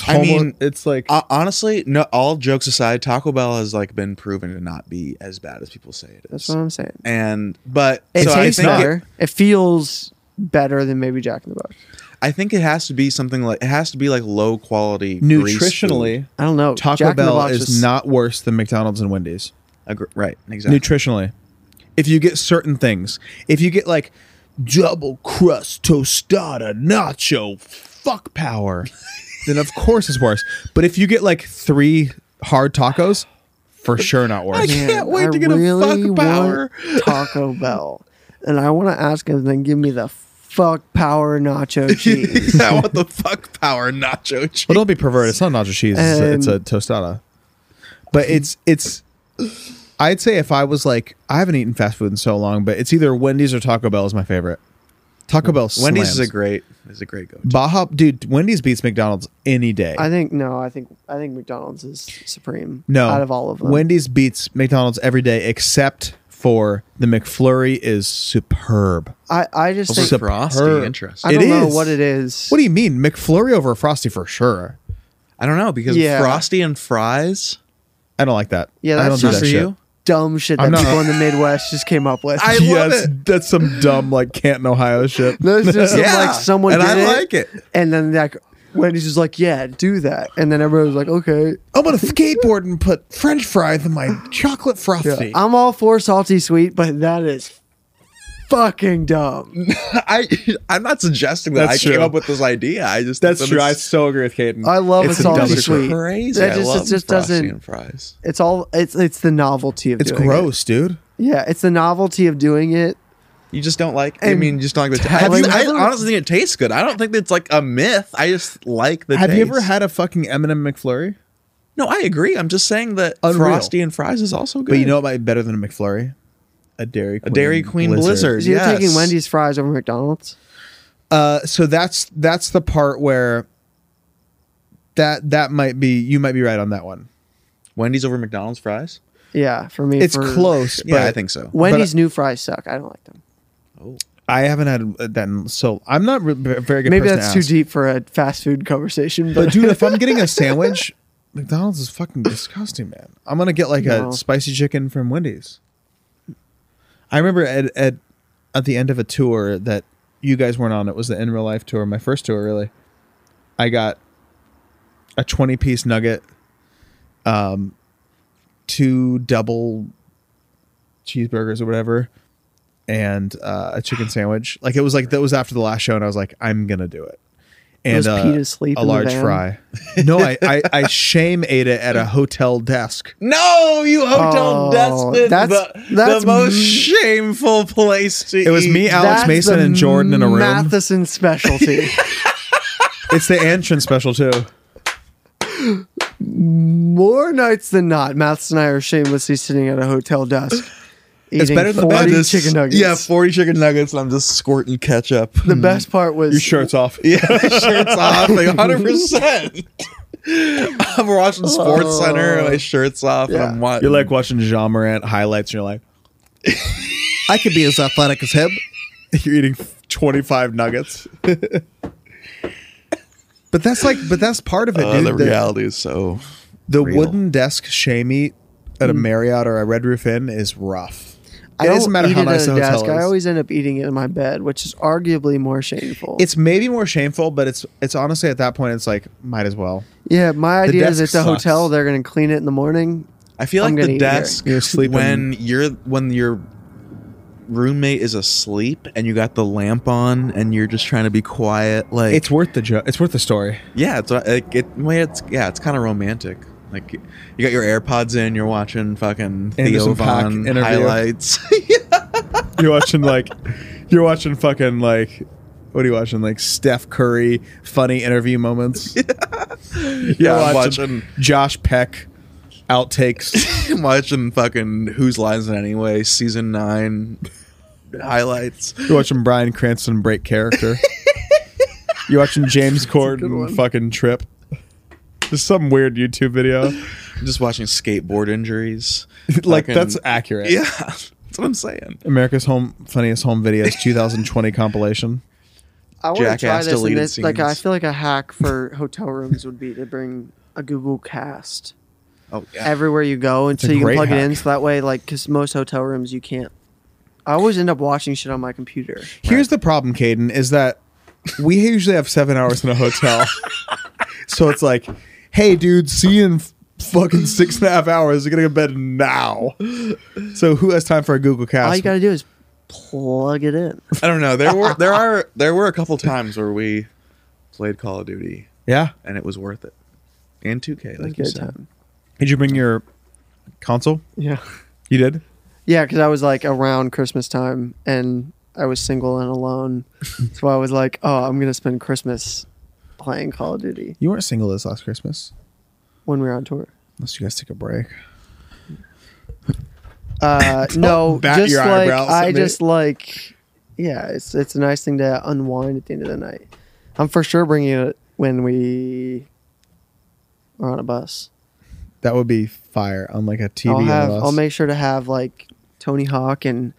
Speaker 3: I mean,
Speaker 2: it's like
Speaker 3: Uh, honestly, no. All jokes aside, Taco Bell has like been proven to not be as bad as people say it is.
Speaker 4: That's what I'm saying.
Speaker 3: and but
Speaker 4: It
Speaker 3: so
Speaker 4: tastes
Speaker 3: I think
Speaker 4: better.
Speaker 3: It,
Speaker 4: It, feels better than maybe Jack in the Box.
Speaker 3: I think it has to be something like it has to be like low quality grease food.
Speaker 2: nutritionally,
Speaker 4: I don't know.
Speaker 2: Taco
Speaker 4: Jack in the
Speaker 2: Bell
Speaker 4: Box
Speaker 2: is not worse than McDonald's and Wendy's.
Speaker 3: Agre- right, exactly.
Speaker 2: Nutritionally, if you get certain things, if you get like double crust tostada nacho fuck power, then of course it's worse. But if you get like three hard tacos, for sure not worse.
Speaker 8: I can't wait
Speaker 4: I
Speaker 8: to get
Speaker 4: really
Speaker 8: a fuck
Speaker 4: want
Speaker 8: power.
Speaker 4: Taco Bell, and I want to ask him. Then give me the fuck power nacho cheese.
Speaker 3: I want the fuck power nacho cheese.
Speaker 2: But don't be perverted. It's not nacho cheese. It's, a, it's
Speaker 4: Um,
Speaker 2: a tostada. But it's it's. I'd say if I was like I haven't eaten fast food in so long, but it's either Wendy's or Taco Bell is my favorite. Taco Bell.
Speaker 3: Wendy's is
Speaker 2: slams.
Speaker 3: a great is a great go.
Speaker 2: Baja, dude. Wendy's beats McDonald's any day.
Speaker 4: I think no. I think I think McDonald's is supreme.
Speaker 2: no,
Speaker 4: out of all of them,
Speaker 2: Wendy's beats McDonald's every day except for the McFlurry is superb.
Speaker 4: I I just think
Speaker 2: Sup-
Speaker 3: Frosty,
Speaker 2: superb.
Speaker 4: I
Speaker 3: interesting.
Speaker 4: don't
Speaker 2: It
Speaker 4: know
Speaker 2: is.
Speaker 4: what it is.
Speaker 2: What do you mean McFlurry over Frosty for sure?
Speaker 3: I don't know because
Speaker 4: Yeah.
Speaker 3: Frosty and fries.
Speaker 2: I don't like that.
Speaker 4: Yeah,
Speaker 2: I
Speaker 4: that's
Speaker 2: don't
Speaker 3: not
Speaker 2: do that
Speaker 3: for
Speaker 2: shit.
Speaker 3: you.
Speaker 4: dumb shit that
Speaker 2: I'm not-
Speaker 4: people in the Midwest just came up with.
Speaker 3: I
Speaker 2: yeah,
Speaker 3: love
Speaker 2: that's,
Speaker 3: it.
Speaker 2: that's some dumb like Canton, Ohio shit.
Speaker 4: There's just some,
Speaker 3: Yeah,
Speaker 4: like someone
Speaker 3: and
Speaker 4: did
Speaker 3: I
Speaker 4: it,
Speaker 3: like it.
Speaker 4: and then like Wendy's just like, yeah, do that, and then everyone was like, okay,
Speaker 2: I'm gonna skateboard and put French fries in my chocolate frosty.
Speaker 4: I'm all for salty sweet, but that is fucking dumb.
Speaker 3: I I'm not suggesting that
Speaker 2: That's
Speaker 3: I came
Speaker 2: true.
Speaker 3: up with this idea. I just
Speaker 2: That's
Speaker 3: think
Speaker 2: true. I
Speaker 3: that
Speaker 2: so agree with Caden.
Speaker 4: I love a
Speaker 3: dumb
Speaker 4: salty
Speaker 3: shit.
Speaker 4: sweet.
Speaker 3: Crazy.
Speaker 4: That
Speaker 3: I
Speaker 4: just- it
Speaker 3: love Frosty
Speaker 4: just doesn't-
Speaker 3: and fries.
Speaker 4: It's all it's it's the novelty of
Speaker 2: it's
Speaker 4: doing
Speaker 2: gross, dude.
Speaker 4: It. Yeah, it's the novelty of doing it.
Speaker 3: You just don't like. I
Speaker 4: And
Speaker 3: mean, you just don't like the.
Speaker 4: have
Speaker 3: Have
Speaker 4: you
Speaker 3: you, I
Speaker 4: ever-
Speaker 3: honestly think it tastes good. I don't think it's like a myth. I just like the.
Speaker 2: Have you ever
Speaker 3: taste.
Speaker 2: had a fucking M&M McFlurry?
Speaker 3: No, I agree. I'm just saying that
Speaker 2: Unreal.
Speaker 3: Frosty and fries is also good.
Speaker 2: But you know what might be better than a McFlurry? A Dairy Queen.
Speaker 3: Dairy Queen Blizzard.
Speaker 4: Because you're
Speaker 3: Yes.
Speaker 4: taking Wendy's fries over McDonald's.
Speaker 2: Uh, so that's that's the part where that that might be you might be right on that one.
Speaker 3: Wendy's over McDonald's fries.
Speaker 4: Yeah, for me,
Speaker 2: It's
Speaker 4: for-
Speaker 2: close,
Speaker 3: Yeah,
Speaker 2: but
Speaker 3: I think so.
Speaker 4: Wendy's new fries suck. I don't like them.
Speaker 2: I haven't had that in so I'm not re- very good.
Speaker 4: Maybe
Speaker 2: person to
Speaker 4: that's too
Speaker 2: ask.
Speaker 4: deep for a fast food conversation, but,
Speaker 2: But dude, if I'm getting a sandwich, McDonald's is fucking disgusting, man. I'm gonna get like
Speaker 4: No.
Speaker 2: a spicy chicken from Wendy's. I remember at at at the end of a tour that you guys weren't on. It was the in real life tour, my first tour really. I got a twenty piece nugget, um, two double cheeseburgers or whatever, and uh, a chicken sandwich. Like it was like that was after the last show, and I was like, I'm gonna do it. And
Speaker 4: Was
Speaker 2: uh,
Speaker 4: Pete asleep
Speaker 2: a
Speaker 4: in the
Speaker 2: large
Speaker 4: van?
Speaker 2: fry. No, I, I I shame ate it at a hotel desk.
Speaker 3: No, you hotel
Speaker 4: Oh,
Speaker 3: despot.
Speaker 4: that's-
Speaker 3: the,
Speaker 4: that's
Speaker 3: the most
Speaker 4: m-
Speaker 3: shameful place to.
Speaker 2: It was
Speaker 3: eat.
Speaker 2: me, Alex
Speaker 4: That's
Speaker 2: Mason,
Speaker 4: the
Speaker 2: and Jordan in a room.
Speaker 4: Matheson specialty.
Speaker 2: It's the entrance special too.
Speaker 4: More nights than not, Matheson and I are shamelessly sitting at a hotel desk. It's
Speaker 2: better than the
Speaker 3: I
Speaker 2: bad-
Speaker 3: just-
Speaker 4: chicken nuggets.
Speaker 3: Yeah, forty chicken nuggets, and I'm just squirting ketchup.
Speaker 4: the best part was
Speaker 2: Your shirt's off.
Speaker 3: Yeah, shirts off, like hundred percent. I'm watching Sports Center, my shirt's off, and
Speaker 4: Yeah.
Speaker 3: I'm watching.
Speaker 2: You're like watching Jean Morant highlights, and you're like, I could be as athletic as him. You're eating 25 nuggets. but that's like, but that's part of it,
Speaker 3: Uh,
Speaker 2: dude.
Speaker 3: the
Speaker 2: The-
Speaker 3: reality is so.
Speaker 2: the
Speaker 3: real.
Speaker 2: wooden desk shamey at a Marriott or a Red Roof Inn is rough.
Speaker 4: I
Speaker 2: it
Speaker 4: don't
Speaker 2: doesn't matter
Speaker 4: eat
Speaker 2: how
Speaker 4: it
Speaker 2: nice
Speaker 4: at
Speaker 2: the
Speaker 4: a
Speaker 2: hotel
Speaker 4: desk.
Speaker 2: is.
Speaker 4: I always end up eating it in my bed, which is arguably more shameful.
Speaker 2: it's maybe more shameful, but it's it's honestly at that point it's like might as well.
Speaker 4: yeah, my idea is
Speaker 2: desk
Speaker 4: it's a
Speaker 2: sucks.
Speaker 4: hotel. They're going to clean it in the morning.
Speaker 3: I feel
Speaker 4: I'm
Speaker 3: like
Speaker 4: gonna
Speaker 3: the
Speaker 4: eat here.
Speaker 3: desk
Speaker 2: You're sleeping-
Speaker 3: when you're when your roommate is asleep and you got the lamp on and you're just trying to be quiet. Like
Speaker 2: It's worth the jo- it's worth the story.
Speaker 3: yeah, it's like it. well, It's yeah, it's kind of romantic. Like you got your AirPods in, you're watching fucking Theo
Speaker 2: Anderson Paak
Speaker 3: Von
Speaker 2: interview.
Speaker 3: highlights.
Speaker 2: You're watching like you're watching fucking like what are you watching? Like Steph Curry funny interview moments.
Speaker 3: yeah,
Speaker 2: You're
Speaker 3: I'm
Speaker 2: watching
Speaker 3: watching
Speaker 2: Josh Peck outtakes.
Speaker 3: I'm watching fucking Who's Lines It Anyway season nine highlights.
Speaker 2: You're watching Brian Cranston break character. You're watching James Corden fucking trip. There's some weird YouTube video.
Speaker 3: I'm just watching skateboard injuries.
Speaker 2: like
Speaker 3: Fucking-
Speaker 2: that's accurate.
Speaker 3: yeah, that's what I'm saying.
Speaker 2: America's Home Funniest Home Videos 2020 compilation.
Speaker 4: I want to try
Speaker 3: Jackass
Speaker 4: this. And
Speaker 3: deleted
Speaker 4: it's, like I
Speaker 3: scenes.
Speaker 4: feel like a hack for hotel rooms would be to bring a Google Cast
Speaker 3: Oh yeah,
Speaker 4: everywhere you go, and so you can
Speaker 2: great
Speaker 4: plug it in.
Speaker 2: hack.
Speaker 4: So that way, like, because most hotel rooms you can't. I always end up watching shit on my computer.
Speaker 2: Here's the problem, Caden, is that we usually have seven hours in a hotel. so it's like, hey, dude, see you in f- fucking six and a half hours. You're going to go to bed now. So who has time for a Google Cast?
Speaker 4: All you got to do is plug it in.
Speaker 3: I don't know. There were there are there were a couple times where we played Call of Duty,
Speaker 2: Yeah.
Speaker 3: and it was worth it. And 2K, like you
Speaker 4: good
Speaker 3: said.
Speaker 4: time.
Speaker 2: Did you bring your console?
Speaker 4: Yeah.
Speaker 2: You did.
Speaker 4: Yeah, because I was like around Christmas time and I was single and alone. so I was like, oh, I'm going to spend Christmas playing Call of Duty
Speaker 2: You weren't single this last Christmas,
Speaker 4: when we were on tour.
Speaker 2: unless you guys took a break.
Speaker 4: Uh, no,
Speaker 2: bat
Speaker 4: just
Speaker 2: your
Speaker 4: like
Speaker 2: eyebrows
Speaker 4: I
Speaker 2: at me.
Speaker 4: just like, yeah, it's it's a nice thing to unwind at the end of the night. I'm for sure bringing it when we are on a bus.
Speaker 2: That would be fire on like a TV.
Speaker 4: I'll
Speaker 2: on
Speaker 4: have
Speaker 2: us.
Speaker 4: I'll make sure to have like Tony Hawk and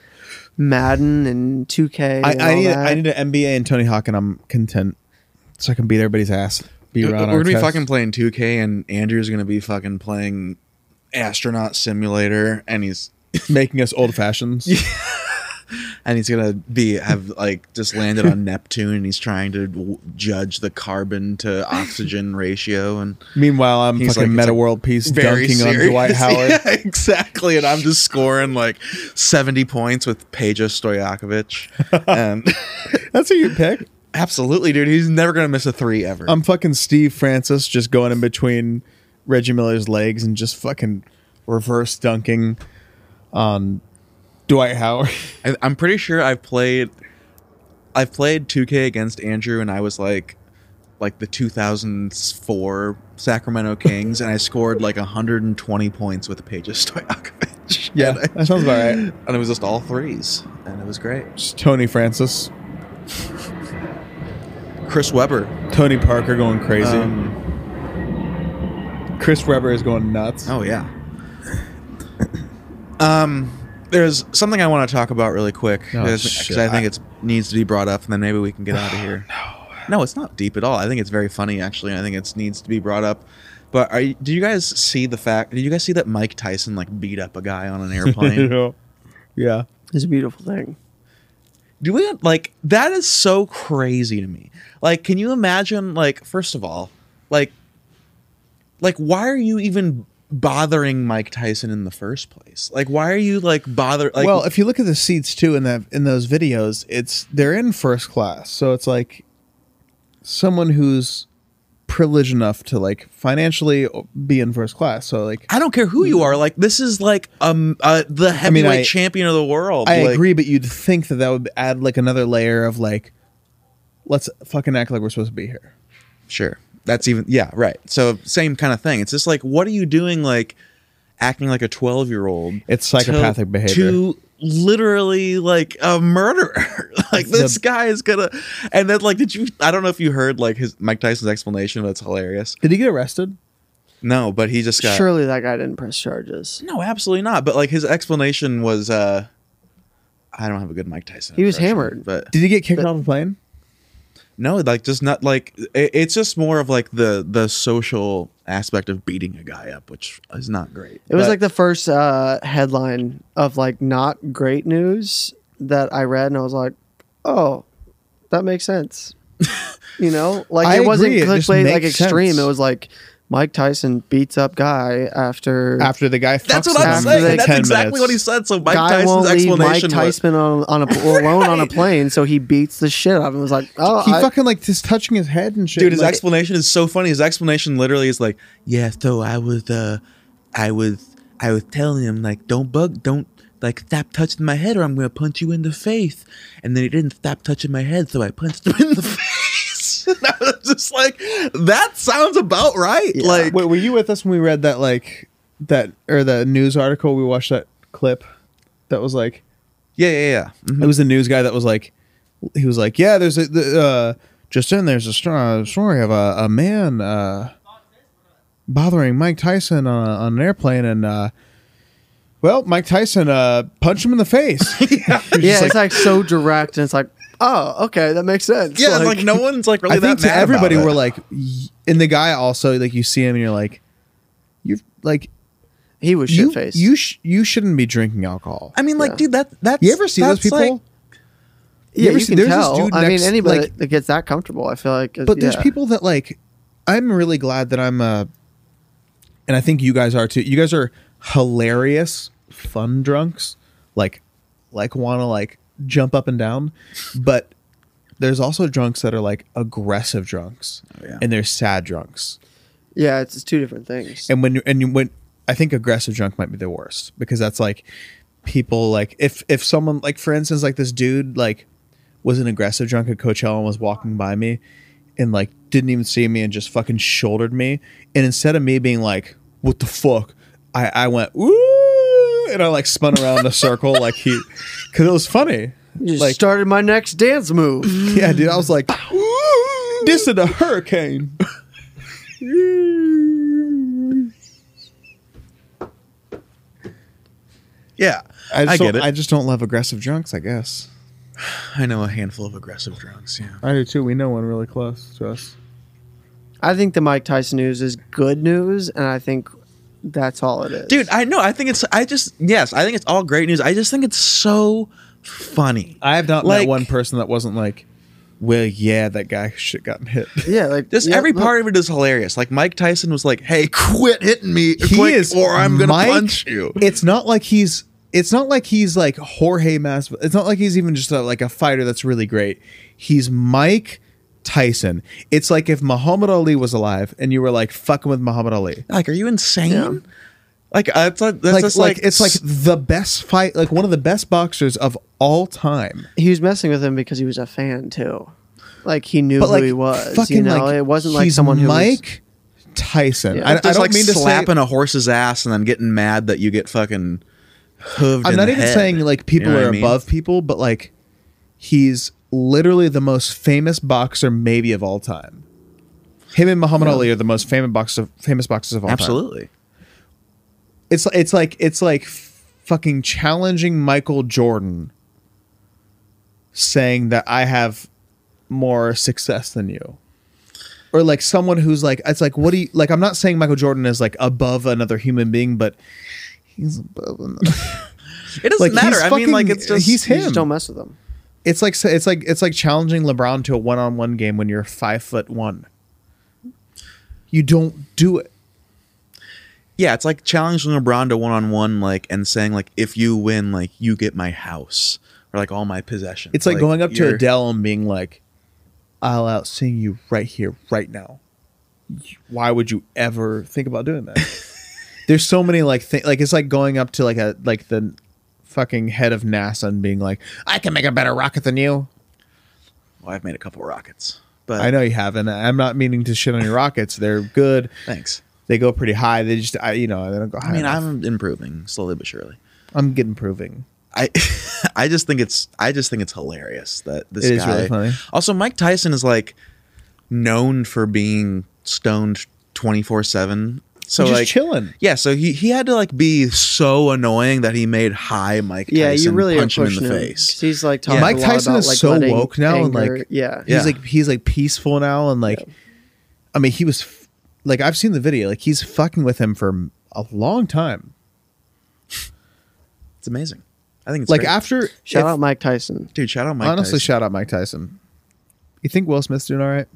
Speaker 4: Madden and 2K.
Speaker 2: I,
Speaker 4: and
Speaker 2: I
Speaker 4: all
Speaker 2: need
Speaker 4: that.
Speaker 2: I need an MBA and Tony Hawk, and I'm content, so I can beat everybody's ass. Be
Speaker 3: We're
Speaker 2: Ron
Speaker 3: gonna be
Speaker 2: Artest.
Speaker 3: fucking playing 2K, and Andrew's gonna be fucking playing Astronaut Simulator, and he's
Speaker 2: making us old fashions.
Speaker 3: and he's gonna be have like just landed on Neptune, and he's trying to w- judge the carbon to oxygen ratio, and
Speaker 2: Meanwhile, I'm
Speaker 3: He's
Speaker 2: fucking
Speaker 3: like, it's
Speaker 2: meta
Speaker 3: a
Speaker 2: world peace
Speaker 3: very
Speaker 2: dunking on
Speaker 3: serious.
Speaker 2: Dwight Howard.
Speaker 3: Yeah, exactly. And I'm just scoring like 70 points with Peja Stojakovic. and
Speaker 2: That's who you pick.
Speaker 3: absolutely, dude, he's never gonna miss a three ever.
Speaker 2: I'm fucking Steve Francis, just going in between Reggie Miller's legs and just fucking reverse dunking on Dwight Howard.
Speaker 3: I, I'm pretty sure I've played I've played 2K against Andrew and I was like like the 2004 Sacramento Kings and I scored like 120 points with Pages Stojakovic.
Speaker 2: Yeah,
Speaker 3: And,
Speaker 2: that sounds about right.
Speaker 3: I- and it was just all threes and it was great.
Speaker 2: Just Tony Francis,
Speaker 3: Chris Webber.
Speaker 2: Tony Parker going crazy.
Speaker 3: Um,
Speaker 2: Chris Webber is going nuts.
Speaker 3: oh yeah. Oh, um there's something I want to talk about really quick
Speaker 2: Oh,
Speaker 3: because
Speaker 2: shit.
Speaker 3: I think it's needs to be brought up and then maybe we can get out of here. No, it's not deep at all. I think it's very funny actually. And I think it needs to be brought up. But are you, do you guys see the fact? Did you guys see that Mike Tyson like beat up a guy on an airplane?
Speaker 2: yeah.
Speaker 4: It's a beautiful thing.
Speaker 3: do we like that is so crazy to me. Like, can you imagine? Like, first of all, like, like why are you even bothering Mike Tyson in the first place? Like, why are you like bother? Like,
Speaker 2: well, if you look at the seats too in that in those videos, it's they're in first class, so it's like someone who's privileged enough to like financially be in first class. So like,
Speaker 3: I don't care who you are. Like, this is like um uh, the heavyweight
Speaker 2: mean, I-
Speaker 3: champion of the world.
Speaker 2: I
Speaker 3: like,
Speaker 2: agree, but you'd think that that would add like another layer of like, let's fucking act like we're supposed to be here.
Speaker 3: Sure. That's even yeah, right. So same kind of thing. It's just like what are you doing like acting like a 12-year-old?
Speaker 2: It's psychopathic
Speaker 3: to-
Speaker 2: behavior.
Speaker 3: To literally like a murderer. like this guy is going to and then like did you I don't know if you heard like his Mike Tyson's explanation, but it's hilarious.
Speaker 2: Did he get arrested?
Speaker 3: No, but he just got
Speaker 4: Surely that guy didn't press charges.
Speaker 3: No, absolutely not. But like his explanation was uh I don't have a good Mike Tyson.
Speaker 4: He was
Speaker 3: impression,
Speaker 4: hammered.
Speaker 3: But
Speaker 2: Did he get kicked off the plane?
Speaker 3: no like just not like it, it's just more of like the the social aspect of beating a guy up which is not great
Speaker 4: It was
Speaker 3: But-
Speaker 4: like the first uh, headline of like not great news that I read, and I was like, "Oh, that makes sense." you know, like
Speaker 2: I
Speaker 4: it wasn't
Speaker 2: agree, it just
Speaker 4: clickbait like
Speaker 2: makes
Speaker 4: extreme.
Speaker 2: sense.
Speaker 4: It was like Mike Tyson beats up guy after,
Speaker 2: After the guy, fucks
Speaker 3: that's what
Speaker 2: him
Speaker 3: i'm
Speaker 2: for
Speaker 4: After
Speaker 3: saying
Speaker 4: they-
Speaker 3: that's
Speaker 2: 10
Speaker 3: exactly
Speaker 2: minutes.
Speaker 3: what he said so mike
Speaker 4: guy
Speaker 3: tyson's
Speaker 4: won't leave Mike
Speaker 3: explanation was,
Speaker 4: Tyson on, on a alone on a plane, so he beats the shit out of him. It was like, "Oh,
Speaker 2: He
Speaker 4: I,
Speaker 2: fucking like just touching his head and shit.
Speaker 3: dude his
Speaker 2: like,
Speaker 3: explanation is so funny his explanation literally is like yeah so i was uh i was i was telling him like don't bug don't like stop touching my head or i'm gonna punch you in the face and then he didn't stop touching my head so i punched him in the face and i was just like that sounds about right like
Speaker 2: Wait, were you with us when we read that like that or the news article? We watched that clip that was like
Speaker 3: yeah yeah yeah Mm-hmm.
Speaker 2: it was the news guy that was like he was like yeah there's a the, uh, just in there's a st- uh, story of a, a man uh, bothering Mike Tyson on, a, on an airplane and uh, well Mike Tyson uh, punched him in the face.
Speaker 4: yeah." It's like so direct, and it's like, "Oh, okay, that makes sense."
Speaker 3: Yeah, like, no one's like really
Speaker 2: I think
Speaker 3: that
Speaker 2: to
Speaker 3: mad
Speaker 2: everybody
Speaker 3: about
Speaker 2: we're
Speaker 3: it.
Speaker 2: like y- and the guy also like you see him and you're like you're like
Speaker 4: he was shit
Speaker 2: you
Speaker 4: faced.
Speaker 2: you sh- you shouldn't be drinking alcohol.
Speaker 3: I mean, like,
Speaker 4: Yeah.
Speaker 3: dude, that that's
Speaker 2: you ever see those
Speaker 3: that's,
Speaker 2: people?
Speaker 3: like-
Speaker 2: You
Speaker 4: yeah,
Speaker 2: ever
Speaker 4: you
Speaker 2: see-
Speaker 4: can
Speaker 2: there's this
Speaker 4: tell.
Speaker 2: dude
Speaker 4: I mean,
Speaker 2: next-
Speaker 4: anybody
Speaker 2: like-
Speaker 4: that gets that comfortable, I feel like. is-
Speaker 2: but there's
Speaker 4: yeah.
Speaker 2: people that like i'm really glad that i'm uh and i think you guys are too you guys are hilarious fun drunks like like wanna like jump up and down but there's also drunks that are like aggressive drunks,
Speaker 9: yeah.
Speaker 2: and there's sad drunks.
Speaker 4: Yeah, it's, it's two different things.
Speaker 2: And when you and you when I think aggressive drunk might be the worst because that's like people like if if someone like for instance like this dude like was an aggressive drunk at Coachella and was walking by me and like didn't even see me and just fucking shouldered me and instead of me being like what the fuck I I went ooh and I like spun around in a circle like he because it was funny
Speaker 4: You just
Speaker 2: like
Speaker 4: started my next dance move.
Speaker 2: yeah dude I was like this is a hurricane
Speaker 3: Yeah,
Speaker 2: I, just
Speaker 3: I get
Speaker 2: don't-
Speaker 3: it.
Speaker 2: I just don't love aggressive drunks I guess.
Speaker 3: I know a handful of aggressive drunks. Yeah,
Speaker 2: I do too. We know one really close to us.
Speaker 4: I think the Mike Tyson news is good news, and I think that's all it is.
Speaker 3: dude. I know. I think it's. I just yes. I think it's all great news. I just think it's so funny.
Speaker 2: I have not
Speaker 3: Like-
Speaker 2: met one person that wasn't like, well, yeah, that guy shit got hit.
Speaker 4: yeah, like
Speaker 3: Just
Speaker 4: yeah,
Speaker 3: every
Speaker 4: look,
Speaker 3: part of it is hilarious. Like Mike Tyson was like, "Hey, quit hitting me,
Speaker 2: He
Speaker 3: quick,
Speaker 2: is
Speaker 3: or I'm gonna
Speaker 2: Mike-
Speaker 3: punch you."
Speaker 2: It's not like he's. It's not like he's like Jorge Mas. It's not like he's even just a, like a fighter that's really great. He's Mike Tyson. It's like if Muhammad Ali was alive and you were like fucking with Muhammad Ali.
Speaker 3: Like, are you insane? Like, uh, it's like, that's
Speaker 2: Like,
Speaker 3: just
Speaker 2: like,
Speaker 3: like,
Speaker 2: it's like the best fight, like one of the best boxers of all time.
Speaker 4: he was messing with him because he was a fan too. Like he knew who he was. you know, it wasn't like
Speaker 2: he's
Speaker 4: someone who was-
Speaker 2: Mike Tyson.
Speaker 4: Yeah.
Speaker 2: I, I
Speaker 4: Just
Speaker 2: don't
Speaker 3: just like
Speaker 2: mean to say,
Speaker 3: slapping a horse's ass and then getting mad that you get fucking hooved.
Speaker 2: I'm
Speaker 3: in
Speaker 2: not
Speaker 3: the
Speaker 2: even
Speaker 3: head.
Speaker 2: saying like people
Speaker 3: You know what
Speaker 2: are
Speaker 3: I mean?
Speaker 2: above people, but like he's literally the most famous boxer maybe of all time. Him and Muhammad Ali are the most famous boxer, famous boxers of all
Speaker 3: Absolutely.
Speaker 2: time. It's it's like it's like fucking challenging Michael Jordan, saying that I have more success than you. Or like someone who's like it's like what do you like? I'm not saying Michael Jordan is like above another human being, but he's above another.
Speaker 3: It doesn't
Speaker 2: Like,
Speaker 3: matter.
Speaker 2: he's
Speaker 3: I mean, like
Speaker 2: fucking-
Speaker 3: it's just
Speaker 2: he's
Speaker 4: You
Speaker 2: him.
Speaker 4: just don't mess with him.
Speaker 2: It's like it's like it's like challenging LeBron to a one-on-one game when you're five foot one. You don't do it.
Speaker 3: Yeah, it's like challenging LeBron to one on one, like, and saying like, if you win, like, you get my house or like all my possessions.
Speaker 2: It's like, going up to
Speaker 3: you're-
Speaker 2: Adele and being like, "I'll outsing you right here, right now." Why would you ever think about doing that? There's so many like things. Like it's like going up to like a like the fucking head of NASA and being like, "I can make a better rocket than you."
Speaker 3: Well, I've made a couple rockets, but
Speaker 2: I know you haven't. I'm not meaning to shit on your rockets. They're good.
Speaker 3: Thanks.
Speaker 2: They go pretty high. They just, I, you know, they don't go high.
Speaker 3: I mean,
Speaker 2: enough.
Speaker 3: I'm improving slowly but surely.
Speaker 2: I'm getting proving.
Speaker 3: I I just think it's I just think it's hilarious that this
Speaker 2: It is
Speaker 3: guy.
Speaker 2: really funny.
Speaker 3: Also, Mike Tyson is like known for being stoned twenty four seven. So
Speaker 2: Just
Speaker 3: like
Speaker 2: chilling.
Speaker 3: Yeah, so he, he had to like be so annoying that he made high Mike Tyson
Speaker 4: Yeah, you really
Speaker 3: punch
Speaker 4: are
Speaker 3: him in
Speaker 4: pushing
Speaker 3: the
Speaker 4: him. 'cause
Speaker 3: face.
Speaker 4: He's like talking
Speaker 2: Mike
Speaker 4: a lot
Speaker 2: Tyson
Speaker 4: about,
Speaker 2: is
Speaker 4: like,
Speaker 2: so
Speaker 4: letting
Speaker 2: woke now and,
Speaker 4: anger-
Speaker 2: like,
Speaker 4: yeah,
Speaker 2: He's
Speaker 3: Yeah.
Speaker 2: like he's like peaceful now and like I mean he was f- like I've seen the video like he's fucking with him for a long time.
Speaker 3: It's amazing. I think it's
Speaker 2: Like
Speaker 3: great.
Speaker 2: after
Speaker 4: shout
Speaker 2: if-
Speaker 4: out Mike Tyson.
Speaker 3: dude, shout out Mike.
Speaker 2: honestly
Speaker 3: Tyson.
Speaker 2: shout out Mike Tyson. You think Will Smith's doing all right?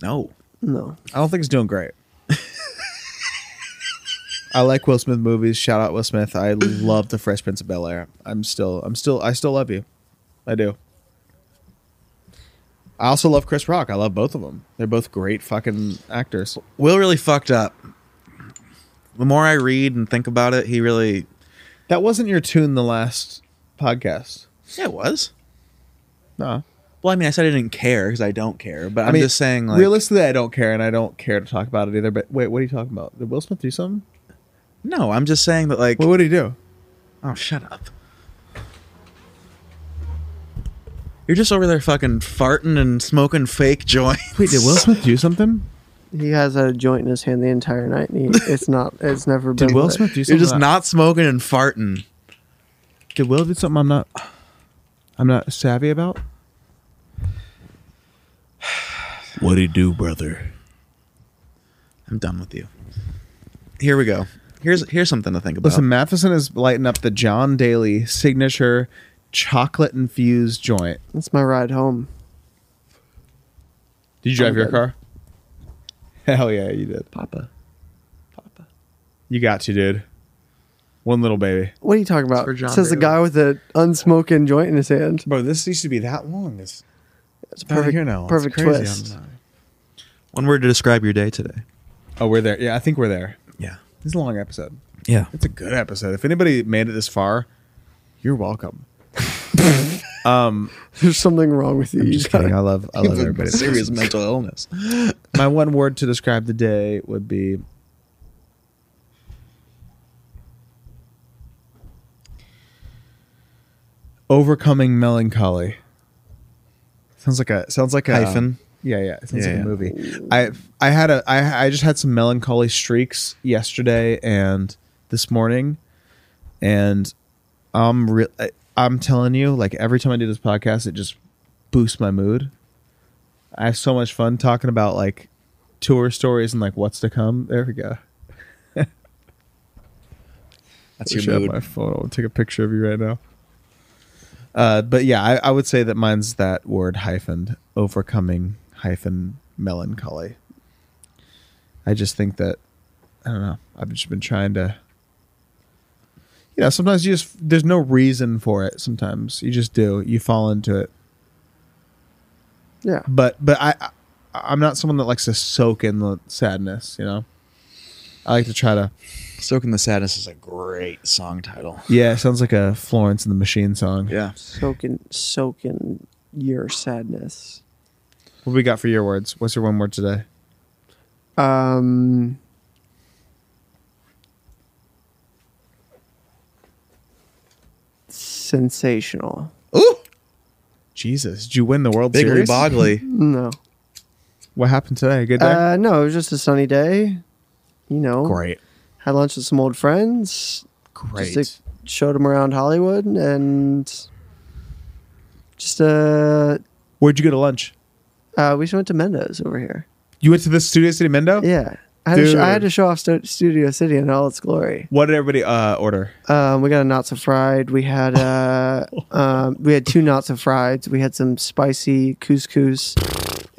Speaker 3: no.
Speaker 4: No,
Speaker 2: I don't think he's doing great. I like Will Smith movies. Shout out Will Smith. I love The Fresh Prince of Bel Air. I'm still, I'm still, I still love you. I do. I also love Chris Rock. I love both of them. They're both great fucking actors.
Speaker 3: Will really fucked up. The more I read and think about it, he really
Speaker 2: That wasn't your tune the last podcast.
Speaker 3: Yeah, it was.
Speaker 2: No.
Speaker 3: Well, I mean, I said I didn't care because I don't care, but I
Speaker 2: I
Speaker 3: am
Speaker 2: mean,
Speaker 3: just saying, like,
Speaker 2: realistically, I don't care, and I don't care to talk about it either. But wait, what are you talking about? Did Will Smith do something?
Speaker 3: no, I'm just saying that, like,
Speaker 2: What would he do?
Speaker 3: oh, shut up. You're just over there fucking farting and smoking fake joints.
Speaker 2: Wait, did Will Smith do something?
Speaker 4: he has a joint in his hand the entire night, and he, it's not. It's never been.
Speaker 2: Did Will
Speaker 4: lit.
Speaker 2: Smith do
Speaker 3: You're
Speaker 2: something?
Speaker 3: just
Speaker 2: that-
Speaker 3: not smoking and farting.
Speaker 2: Did Will do something I'm not I'm not savvy about?
Speaker 3: What'd he do, brother? I'm done with you. Here we go. Here's here's something to think about.
Speaker 2: Listen, Matheson is lighting up the John Daly signature chocolate infused joint.
Speaker 4: That's my ride home.
Speaker 2: Did you drive your car? Hell yeah, you did.
Speaker 3: Papa.
Speaker 2: You got to, dude. One little baby.
Speaker 4: What are you talking about?
Speaker 3: for John
Speaker 4: Says the
Speaker 3: Daly.
Speaker 4: guy with the unsmoking joint in his hand.
Speaker 2: Bro, this used to be that long. It's
Speaker 4: It's a
Speaker 2: Oh,
Speaker 4: perfect,
Speaker 2: you're now. It's
Speaker 4: perfect
Speaker 2: crazy.
Speaker 4: twist.
Speaker 2: I'm-
Speaker 3: One word to describe your day today.
Speaker 2: Oh, we're there. Yeah, I think we're there.
Speaker 3: Yeah.
Speaker 2: This is a long episode.
Speaker 3: Yeah.
Speaker 2: It's a good episode. If anybody made it this far, you're welcome.
Speaker 4: There's something wrong with you.
Speaker 2: I'm
Speaker 4: You
Speaker 2: just
Speaker 4: gotta-
Speaker 2: kidding. I love I love everybody. that
Speaker 3: Serious
Speaker 2: listens.
Speaker 3: mental illness.
Speaker 2: My one word to describe the day would be overcoming melancholy. Sounds like a sounds like a
Speaker 3: Hyphen.
Speaker 2: Yeah, yeah. It sounds
Speaker 3: Yeah,
Speaker 2: like
Speaker 3: yeah.
Speaker 2: a movie. I I had a I I just had some melancholy streaks yesterday and this morning, and I'm real. I'm telling you, like every time I do this podcast, it just boosts my mood. I have so much fun talking about like tour stories and like what's to come. There we go.
Speaker 3: That's
Speaker 2: Wish I had my phone. I'll take a picture of you right now. Uh, but yeah, I, I would say that mine's that word hyphen overcoming hyphen melancholy. I just think that I don't know. I've just been trying to. You know, sometimes you just there's no reason for it. Sometimes you just do. You fall into it.
Speaker 4: Yeah.
Speaker 2: But but I, I I'm not someone that likes to soak in the sadness. You know, I like to try to
Speaker 3: Soaking the Sadness is a great song title.
Speaker 2: Yeah, it sounds like a Florence and the Machine song.
Speaker 3: Yeah.
Speaker 4: Soaking, soaking your sadness.
Speaker 2: What we got for your words? What's your one word today?
Speaker 4: Um, sensational.
Speaker 3: Ooh!
Speaker 2: Jesus, did you win the World
Speaker 3: Bigly
Speaker 2: Series?
Speaker 3: Boggly.
Speaker 4: No.
Speaker 2: What happened today? A good day?
Speaker 4: Uh, no, it was just a sunny day. You know,
Speaker 2: Great.
Speaker 4: had lunch with some old friends.
Speaker 3: Great.
Speaker 4: Just like, showed them around Hollywood and just uh,
Speaker 2: Where'd you go to lunch?
Speaker 4: uh we just went to Mendo's over here.
Speaker 2: You went to the Studio City Mendo?
Speaker 4: Yeah. I had, to sh- I had
Speaker 2: Dude.
Speaker 4: to show off Stu- Studio City in all its glory.
Speaker 2: What did everybody uh, order?
Speaker 4: Um, we got a not so fried. We had uh, um, we had two not so frieds. We had some spicy couscous,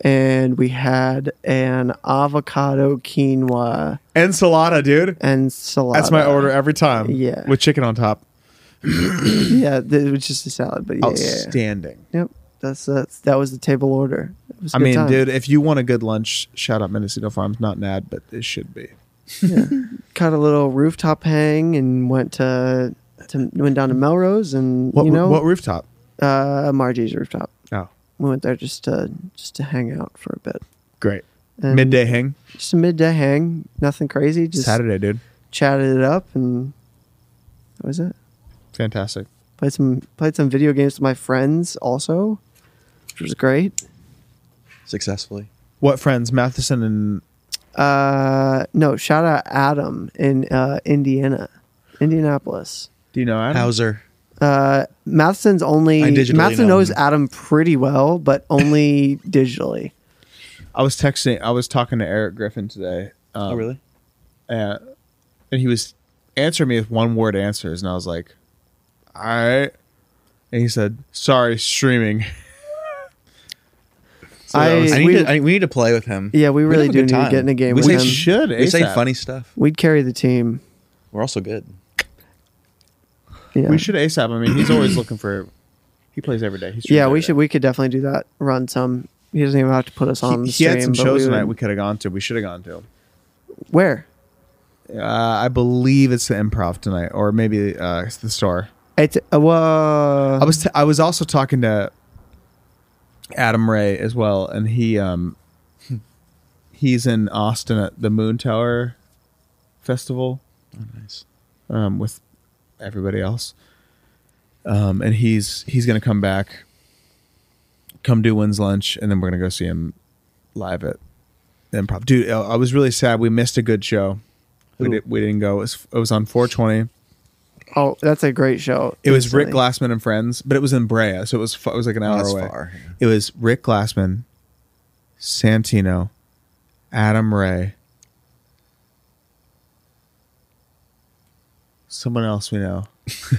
Speaker 4: and we had an avocado quinoa
Speaker 2: Enchilada, dude.
Speaker 4: and salad.
Speaker 2: That's my order every time.
Speaker 4: Yeah.
Speaker 2: With chicken on top.
Speaker 4: Yeah, th- it was just a salad,
Speaker 2: Oh,
Speaker 4: but yeah, yeah, yeah.
Speaker 2: Outstanding.
Speaker 4: Yep, that's that's that was the table order. It was a
Speaker 2: I
Speaker 4: good
Speaker 2: mean,
Speaker 4: time.
Speaker 2: dude, if you want a good lunch, shout out Mendocino Farms. Not an ad, but it should be.
Speaker 4: caught a little rooftop hang and went to, to went down to Melrose and
Speaker 2: What,
Speaker 4: you know
Speaker 2: what rooftop?
Speaker 4: uh, Margie's rooftop.
Speaker 2: Oh,
Speaker 4: We went there just to just to hang out for a bit.
Speaker 2: great.
Speaker 4: And-
Speaker 2: Midday hang.
Speaker 4: just a midday hang, nothing crazy. Just
Speaker 2: Saturday, dude.
Speaker 4: chatted it up, and that was it.
Speaker 2: Fantastic.
Speaker 4: Played some played some video games with my friends also, which was great.
Speaker 3: Successfully.
Speaker 2: What friends? Matheson and
Speaker 4: Uh, no, shout out Adam in uh, Indiana, Indianapolis.
Speaker 2: do you know
Speaker 4: Um,
Speaker 2: Adam?
Speaker 3: Hauser.
Speaker 4: Uh, Matheson's only
Speaker 3: I digitally
Speaker 4: Matheson
Speaker 3: know
Speaker 4: knows
Speaker 3: him.
Speaker 4: Adam pretty well, but only digitally.
Speaker 2: I was texting. I was talking to Eric Griffin today.
Speaker 3: Oh,
Speaker 2: Um, And, and he was answering me with one word answers, and I was like, "All right." And he said, "Sorry, streaming." So that
Speaker 4: I,
Speaker 2: was-
Speaker 3: I need
Speaker 4: we,
Speaker 3: to, I, we need to play with him.
Speaker 4: yeah, we
Speaker 3: We'd
Speaker 4: really
Speaker 3: have a
Speaker 4: do
Speaker 3: good
Speaker 4: need to
Speaker 3: time.
Speaker 4: get in a game
Speaker 3: We
Speaker 4: with
Speaker 2: we
Speaker 4: him.
Speaker 2: should.
Speaker 3: We say
Speaker 2: ASAP.
Speaker 3: funny stuff.
Speaker 4: We'd carry the team.
Speaker 3: We're also good.
Speaker 4: Yeah.
Speaker 2: We should ASAP. I mean, he's always looking for. He plays every day. He streams
Speaker 4: Yeah,
Speaker 2: every
Speaker 4: we
Speaker 2: day.
Speaker 4: should. We could definitely do that. Run some. He doesn't even have to put us on.
Speaker 2: He,
Speaker 4: the
Speaker 2: he had
Speaker 4: stream,
Speaker 2: some
Speaker 4: but
Speaker 2: shows
Speaker 4: we would-
Speaker 2: tonight we could have gone to. We should have gone to.
Speaker 4: Where?
Speaker 2: Uh, I believe it's the Improv tonight, or maybe uh, it's the Star.
Speaker 4: It's uh, well,
Speaker 2: I was t- I was also talking to Adam Ray as well, and he um he's in Austin at the Moon Tower Festival
Speaker 3: Nice.
Speaker 2: um, with everybody else, um, and he's he's gonna come back, come do Wins Lunch, and then we're gonna go see him live at the Improv. Dude, I I was really sad we missed a good show. We,
Speaker 4: Who?
Speaker 2: did, we didn't go. It was, it was on 420.
Speaker 4: oh, that's a great show.
Speaker 2: It was
Speaker 4: Instantly.
Speaker 2: Rick Glassman and friends, but it was in Brea, so it was fu- it was like an hour
Speaker 3: Oh, that's
Speaker 2: away.
Speaker 3: far, yeah.
Speaker 2: It was Rick Glassman, Santino, Adam Ray, someone else we know,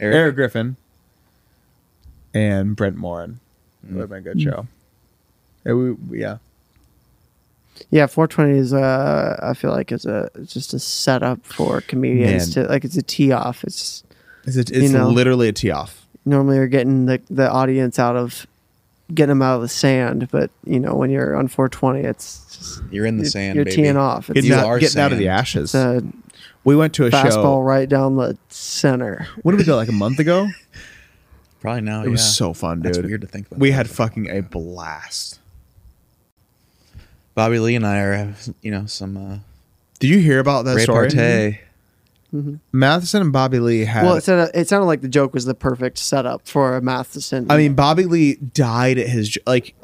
Speaker 3: Eric,
Speaker 2: Eric Griffin, and Brent Morin. It would have been a
Speaker 3: Mm.
Speaker 2: good show. Yeah, we- we- yeah.
Speaker 4: Yeah, 420 is uh, I feel like is a it's just a setup for comedians to like it's a tee off. It's
Speaker 2: It's, a, it's
Speaker 4: You know.
Speaker 2: literally a tee off.
Speaker 4: normally you're getting the the audience out of getting them out of the sand, but you know when you're on 420, it's just
Speaker 3: You're in the
Speaker 4: you're,
Speaker 3: sand.
Speaker 4: You're
Speaker 3: baby.
Speaker 4: teeing off. It's
Speaker 2: Getting,
Speaker 3: You
Speaker 2: out,
Speaker 3: are
Speaker 2: getting out of the
Speaker 3: sand.
Speaker 2: ashes.
Speaker 4: it's a
Speaker 2: we went to a
Speaker 4: fastball
Speaker 2: show.
Speaker 4: right down the center.
Speaker 2: What did we go like a month ago?
Speaker 3: Probably now.
Speaker 2: It was so fun, dude.
Speaker 3: Oh, That's weird to think about.
Speaker 2: We had fucking a blast.
Speaker 3: Bobby Lee and I are, you know, some uh,
Speaker 2: Did you hear about that story? Mm-hmm.
Speaker 3: repartee.
Speaker 2: Matheson and Bobby Lee had.
Speaker 4: Well, it sounded, it sounded like the joke was the perfect setup for a Matheson.
Speaker 2: I mean, Bobby Lee died at his j- like.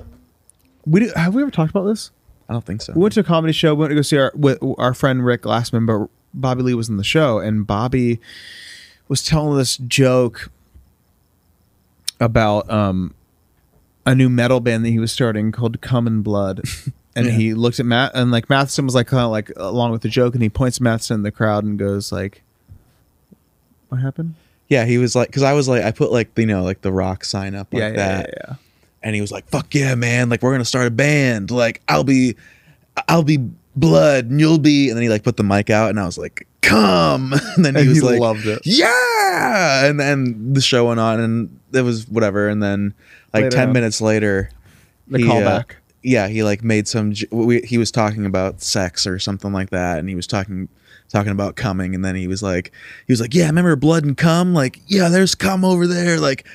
Speaker 2: We did, have we ever talked about this?
Speaker 3: I don't think so.
Speaker 2: We went to a comedy show. We went to go see our with our friend Rick Glassman, but Bobby Lee was in the show, and Bobby was telling this joke about um, a new metal band that he was starting called Common Blood, and he looked at Matt and like Matheson was like kind of like along with the joke, and he points at Matheson in the crowd and goes like, "What happened?"
Speaker 3: yeah, he was like, because I was like, I put like, you know, like the rock sign up like
Speaker 2: yeah,
Speaker 3: that.
Speaker 2: yeah, yeah, yeah.
Speaker 3: and he was like, "Fuck yeah, man! Like we're gonna start a band. Like I'll be, I'll be blood, and you'll be." And then he like put the mic out, and I was like, "Come!" And then he
Speaker 2: And
Speaker 3: was
Speaker 2: he
Speaker 3: like,
Speaker 2: loved it.
Speaker 3: "Yeah!" And then the show went on, and it was whatever. And then like
Speaker 2: Later
Speaker 3: ten
Speaker 2: on.
Speaker 3: minutes later,
Speaker 2: The
Speaker 3: he, uh,
Speaker 2: callback.
Speaker 3: yeah, he like made some. j- We, he was talking about sex or something like that, and he was talking talking about coming, and then he was like, he was like, yeah, remember blood and cum? Like, yeah, there's cum over there. Like,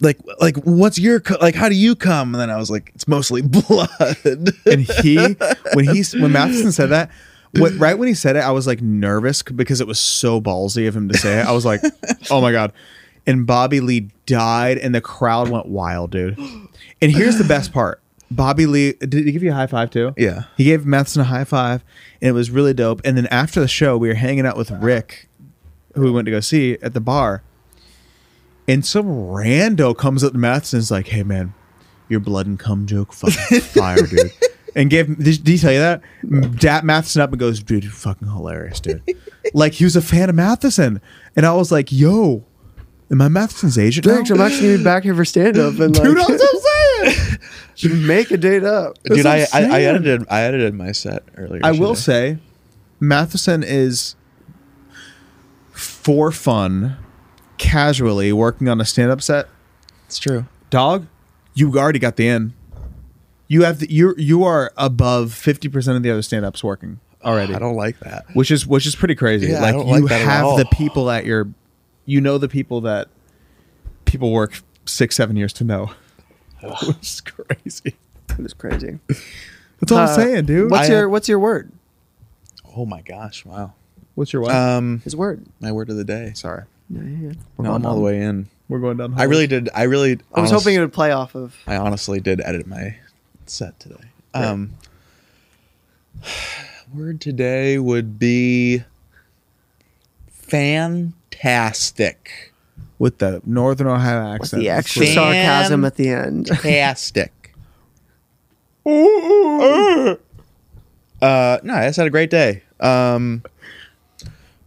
Speaker 3: like, like, what's your cu- like? How do you come? And then I was like, it's mostly blood.
Speaker 2: and he when he when Matheson said that what, right when he said it i was like nervous c- because it was so ballsy of him to say it i was like oh my god and bobby lee died and the crowd went wild dude and here's the best part bobby lee did he give you a high five too
Speaker 3: Yeah.
Speaker 2: he gave matheson a high five and it was really dope and then after the show we were hanging out with rick who we went to go see at the bar and some rando comes up to Matheson and is like, "Hey man, your blood and cum joke fucking fire, dude." And gave did, did he tell you that? Dap Matheson up and goes, "Dude, you're fucking hilarious, dude." like he was a fan of Matheson, and I was like, "Yo, am I Matheson's agent?" now?"
Speaker 4: Rich, I'm actually gonna be back here for stand up and
Speaker 2: dude, that's
Speaker 4: like
Speaker 2: what I'm saying.
Speaker 4: should make a date up.
Speaker 3: Dude, I,
Speaker 2: That's
Speaker 3: I
Speaker 2: what I'm
Speaker 3: I
Speaker 2: saying.
Speaker 3: edited I edited my set earlier.
Speaker 2: I will
Speaker 3: today.
Speaker 2: say, Matheson is for fun, casually working on a stand-up set
Speaker 3: it's true.
Speaker 2: dog, you already got the in. You have the, you you are above fifty percent of the other stand ups working already,
Speaker 3: I don't like that.
Speaker 2: which is which is pretty crazy.
Speaker 3: Yeah, I
Speaker 2: like
Speaker 3: don't
Speaker 2: you
Speaker 3: like that at
Speaker 2: have
Speaker 3: all.
Speaker 2: the people at your, you know the people that people work six seven years to know. It's crazy.
Speaker 4: It's crazy.
Speaker 2: That's all
Speaker 4: Uh,
Speaker 2: I'm saying, dude.
Speaker 4: What's
Speaker 3: I-
Speaker 4: your What's your word?
Speaker 3: Oh my gosh! Wow.
Speaker 2: What's your what?
Speaker 3: Um,
Speaker 4: His word.
Speaker 3: my word of the day.
Speaker 2: Sorry,
Speaker 3: No, I'm all the way in.
Speaker 2: we're going down.
Speaker 3: I really did. I really.
Speaker 4: I was hoping it would play off of.
Speaker 3: I honestly did edit my set today. Um, word today would be fantastic.
Speaker 2: with the Northern Ohio
Speaker 4: With
Speaker 2: accent.
Speaker 4: the extra
Speaker 3: Fan-
Speaker 4: sarcasm at the end.
Speaker 3: Fantastic. uh, no, I just had a great day. Um,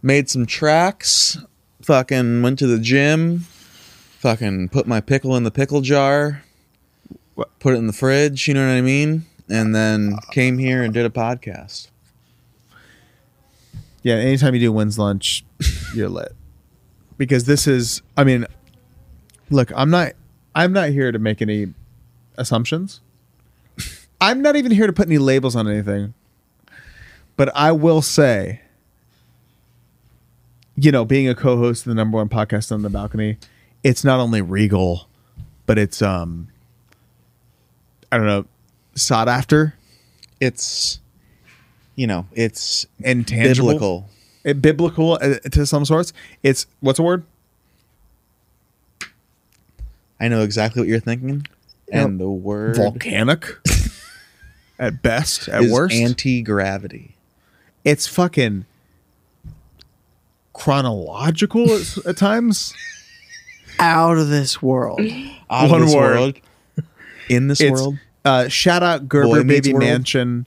Speaker 3: made some tracks. Fucking went to the gym. Fucking put my pickle in the pickle jar. Put it in the fridge. You know what I mean? And then
Speaker 2: Uh.
Speaker 3: came here and did a podcast.
Speaker 2: Yeah, anytime you do wins lunch, you're lit. Because this is I mean, look, I'm not I'm not here to make any assumptions. I'm not even here to put any labels on anything. But I will say you know, being a co-host of the number one podcast on the balcony, it's not only regal, but it's um I don't know, sought after
Speaker 3: It's, you know, it's
Speaker 2: and tangible.
Speaker 3: biblical.
Speaker 2: Uh, biblical uh, to some sorts. It's what's a word?
Speaker 3: I know exactly what you're thinking. And the word
Speaker 2: volcanic at best at
Speaker 3: is
Speaker 2: worst
Speaker 3: anti gravity.
Speaker 2: it's fucking chronological at, s- at times
Speaker 4: Out of this world.
Speaker 3: out
Speaker 2: One
Speaker 3: of this
Speaker 2: word.
Speaker 3: world, in this
Speaker 2: it's
Speaker 3: world.
Speaker 2: uh shout out
Speaker 3: Boy
Speaker 2: gerber
Speaker 3: Meets
Speaker 2: baby
Speaker 3: World.
Speaker 2: mansion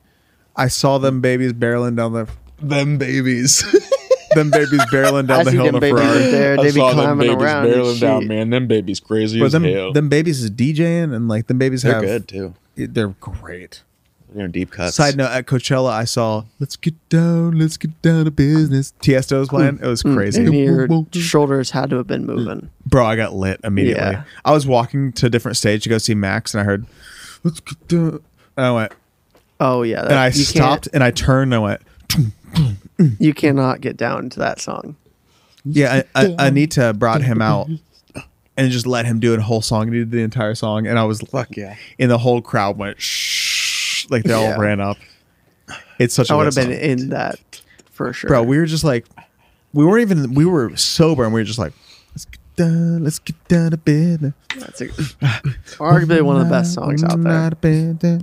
Speaker 2: i saw them babies barreling down the
Speaker 3: Them babies.
Speaker 2: them babies barreling down
Speaker 4: I
Speaker 2: the
Speaker 4: see
Speaker 2: hill in
Speaker 4: them
Speaker 2: a
Speaker 4: babies
Speaker 2: ferrari
Speaker 4: up there. They be climbing around. and shit.
Speaker 10: man. Them babies crazy
Speaker 2: but them, them babies is djing and like them babies
Speaker 3: They're
Speaker 2: have
Speaker 3: good too.
Speaker 2: they're great
Speaker 3: You know, deep cuts.
Speaker 2: Side note: At Coachella, I saw "Let's Get Down, Let's Get Down to Business." Tiesto was playing. It was crazy,
Speaker 4: Mm, And your shoulders had to have been moving.
Speaker 2: bro. I got lit immediately.
Speaker 4: Yeah.
Speaker 2: I was walking to a different stage to go see Max, and I heard "Let's Get Down," and I went,
Speaker 4: Oh yeah, that,
Speaker 2: and I
Speaker 4: you
Speaker 2: stopped, and I turned, and I went,
Speaker 4: Can't, you cannot get down to that song.
Speaker 2: "Yeah." I, I, Anita brought him out and just let him do a whole song. He did the entire song, and I was fuck
Speaker 11: yeah.
Speaker 2: And the whole crowd went shh, like they
Speaker 4: Yeah.
Speaker 2: all ran up. It's such.
Speaker 4: I
Speaker 2: a
Speaker 4: would
Speaker 2: lit
Speaker 4: have been
Speaker 2: song.
Speaker 4: in that for sure.
Speaker 2: bro. We were just like, we weren't even. We were sober, and we were just like, let's get down, let's get down to bed.
Speaker 4: That's a, arguably one of the best songs out there.
Speaker 2: there.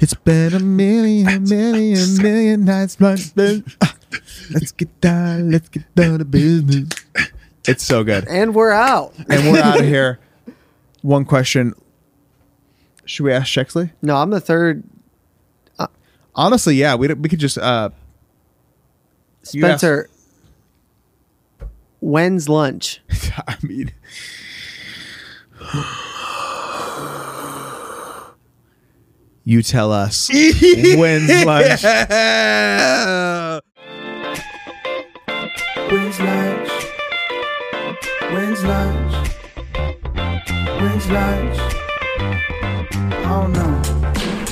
Speaker 2: It's been a million, million, million nights like this. Let's get down, let's get down to business. It's so good,
Speaker 4: And we're out.
Speaker 2: and we're out of here. One question: Should we ask Shexley?
Speaker 4: No, I'm the third.
Speaker 2: Honestly, yeah, we we could just uh, You asked-
Speaker 4: Spencer. When's lunch?
Speaker 2: I mean, you tell us when's lunch.
Speaker 1: When's lunch? When's lunch? When's lunch? I don't know.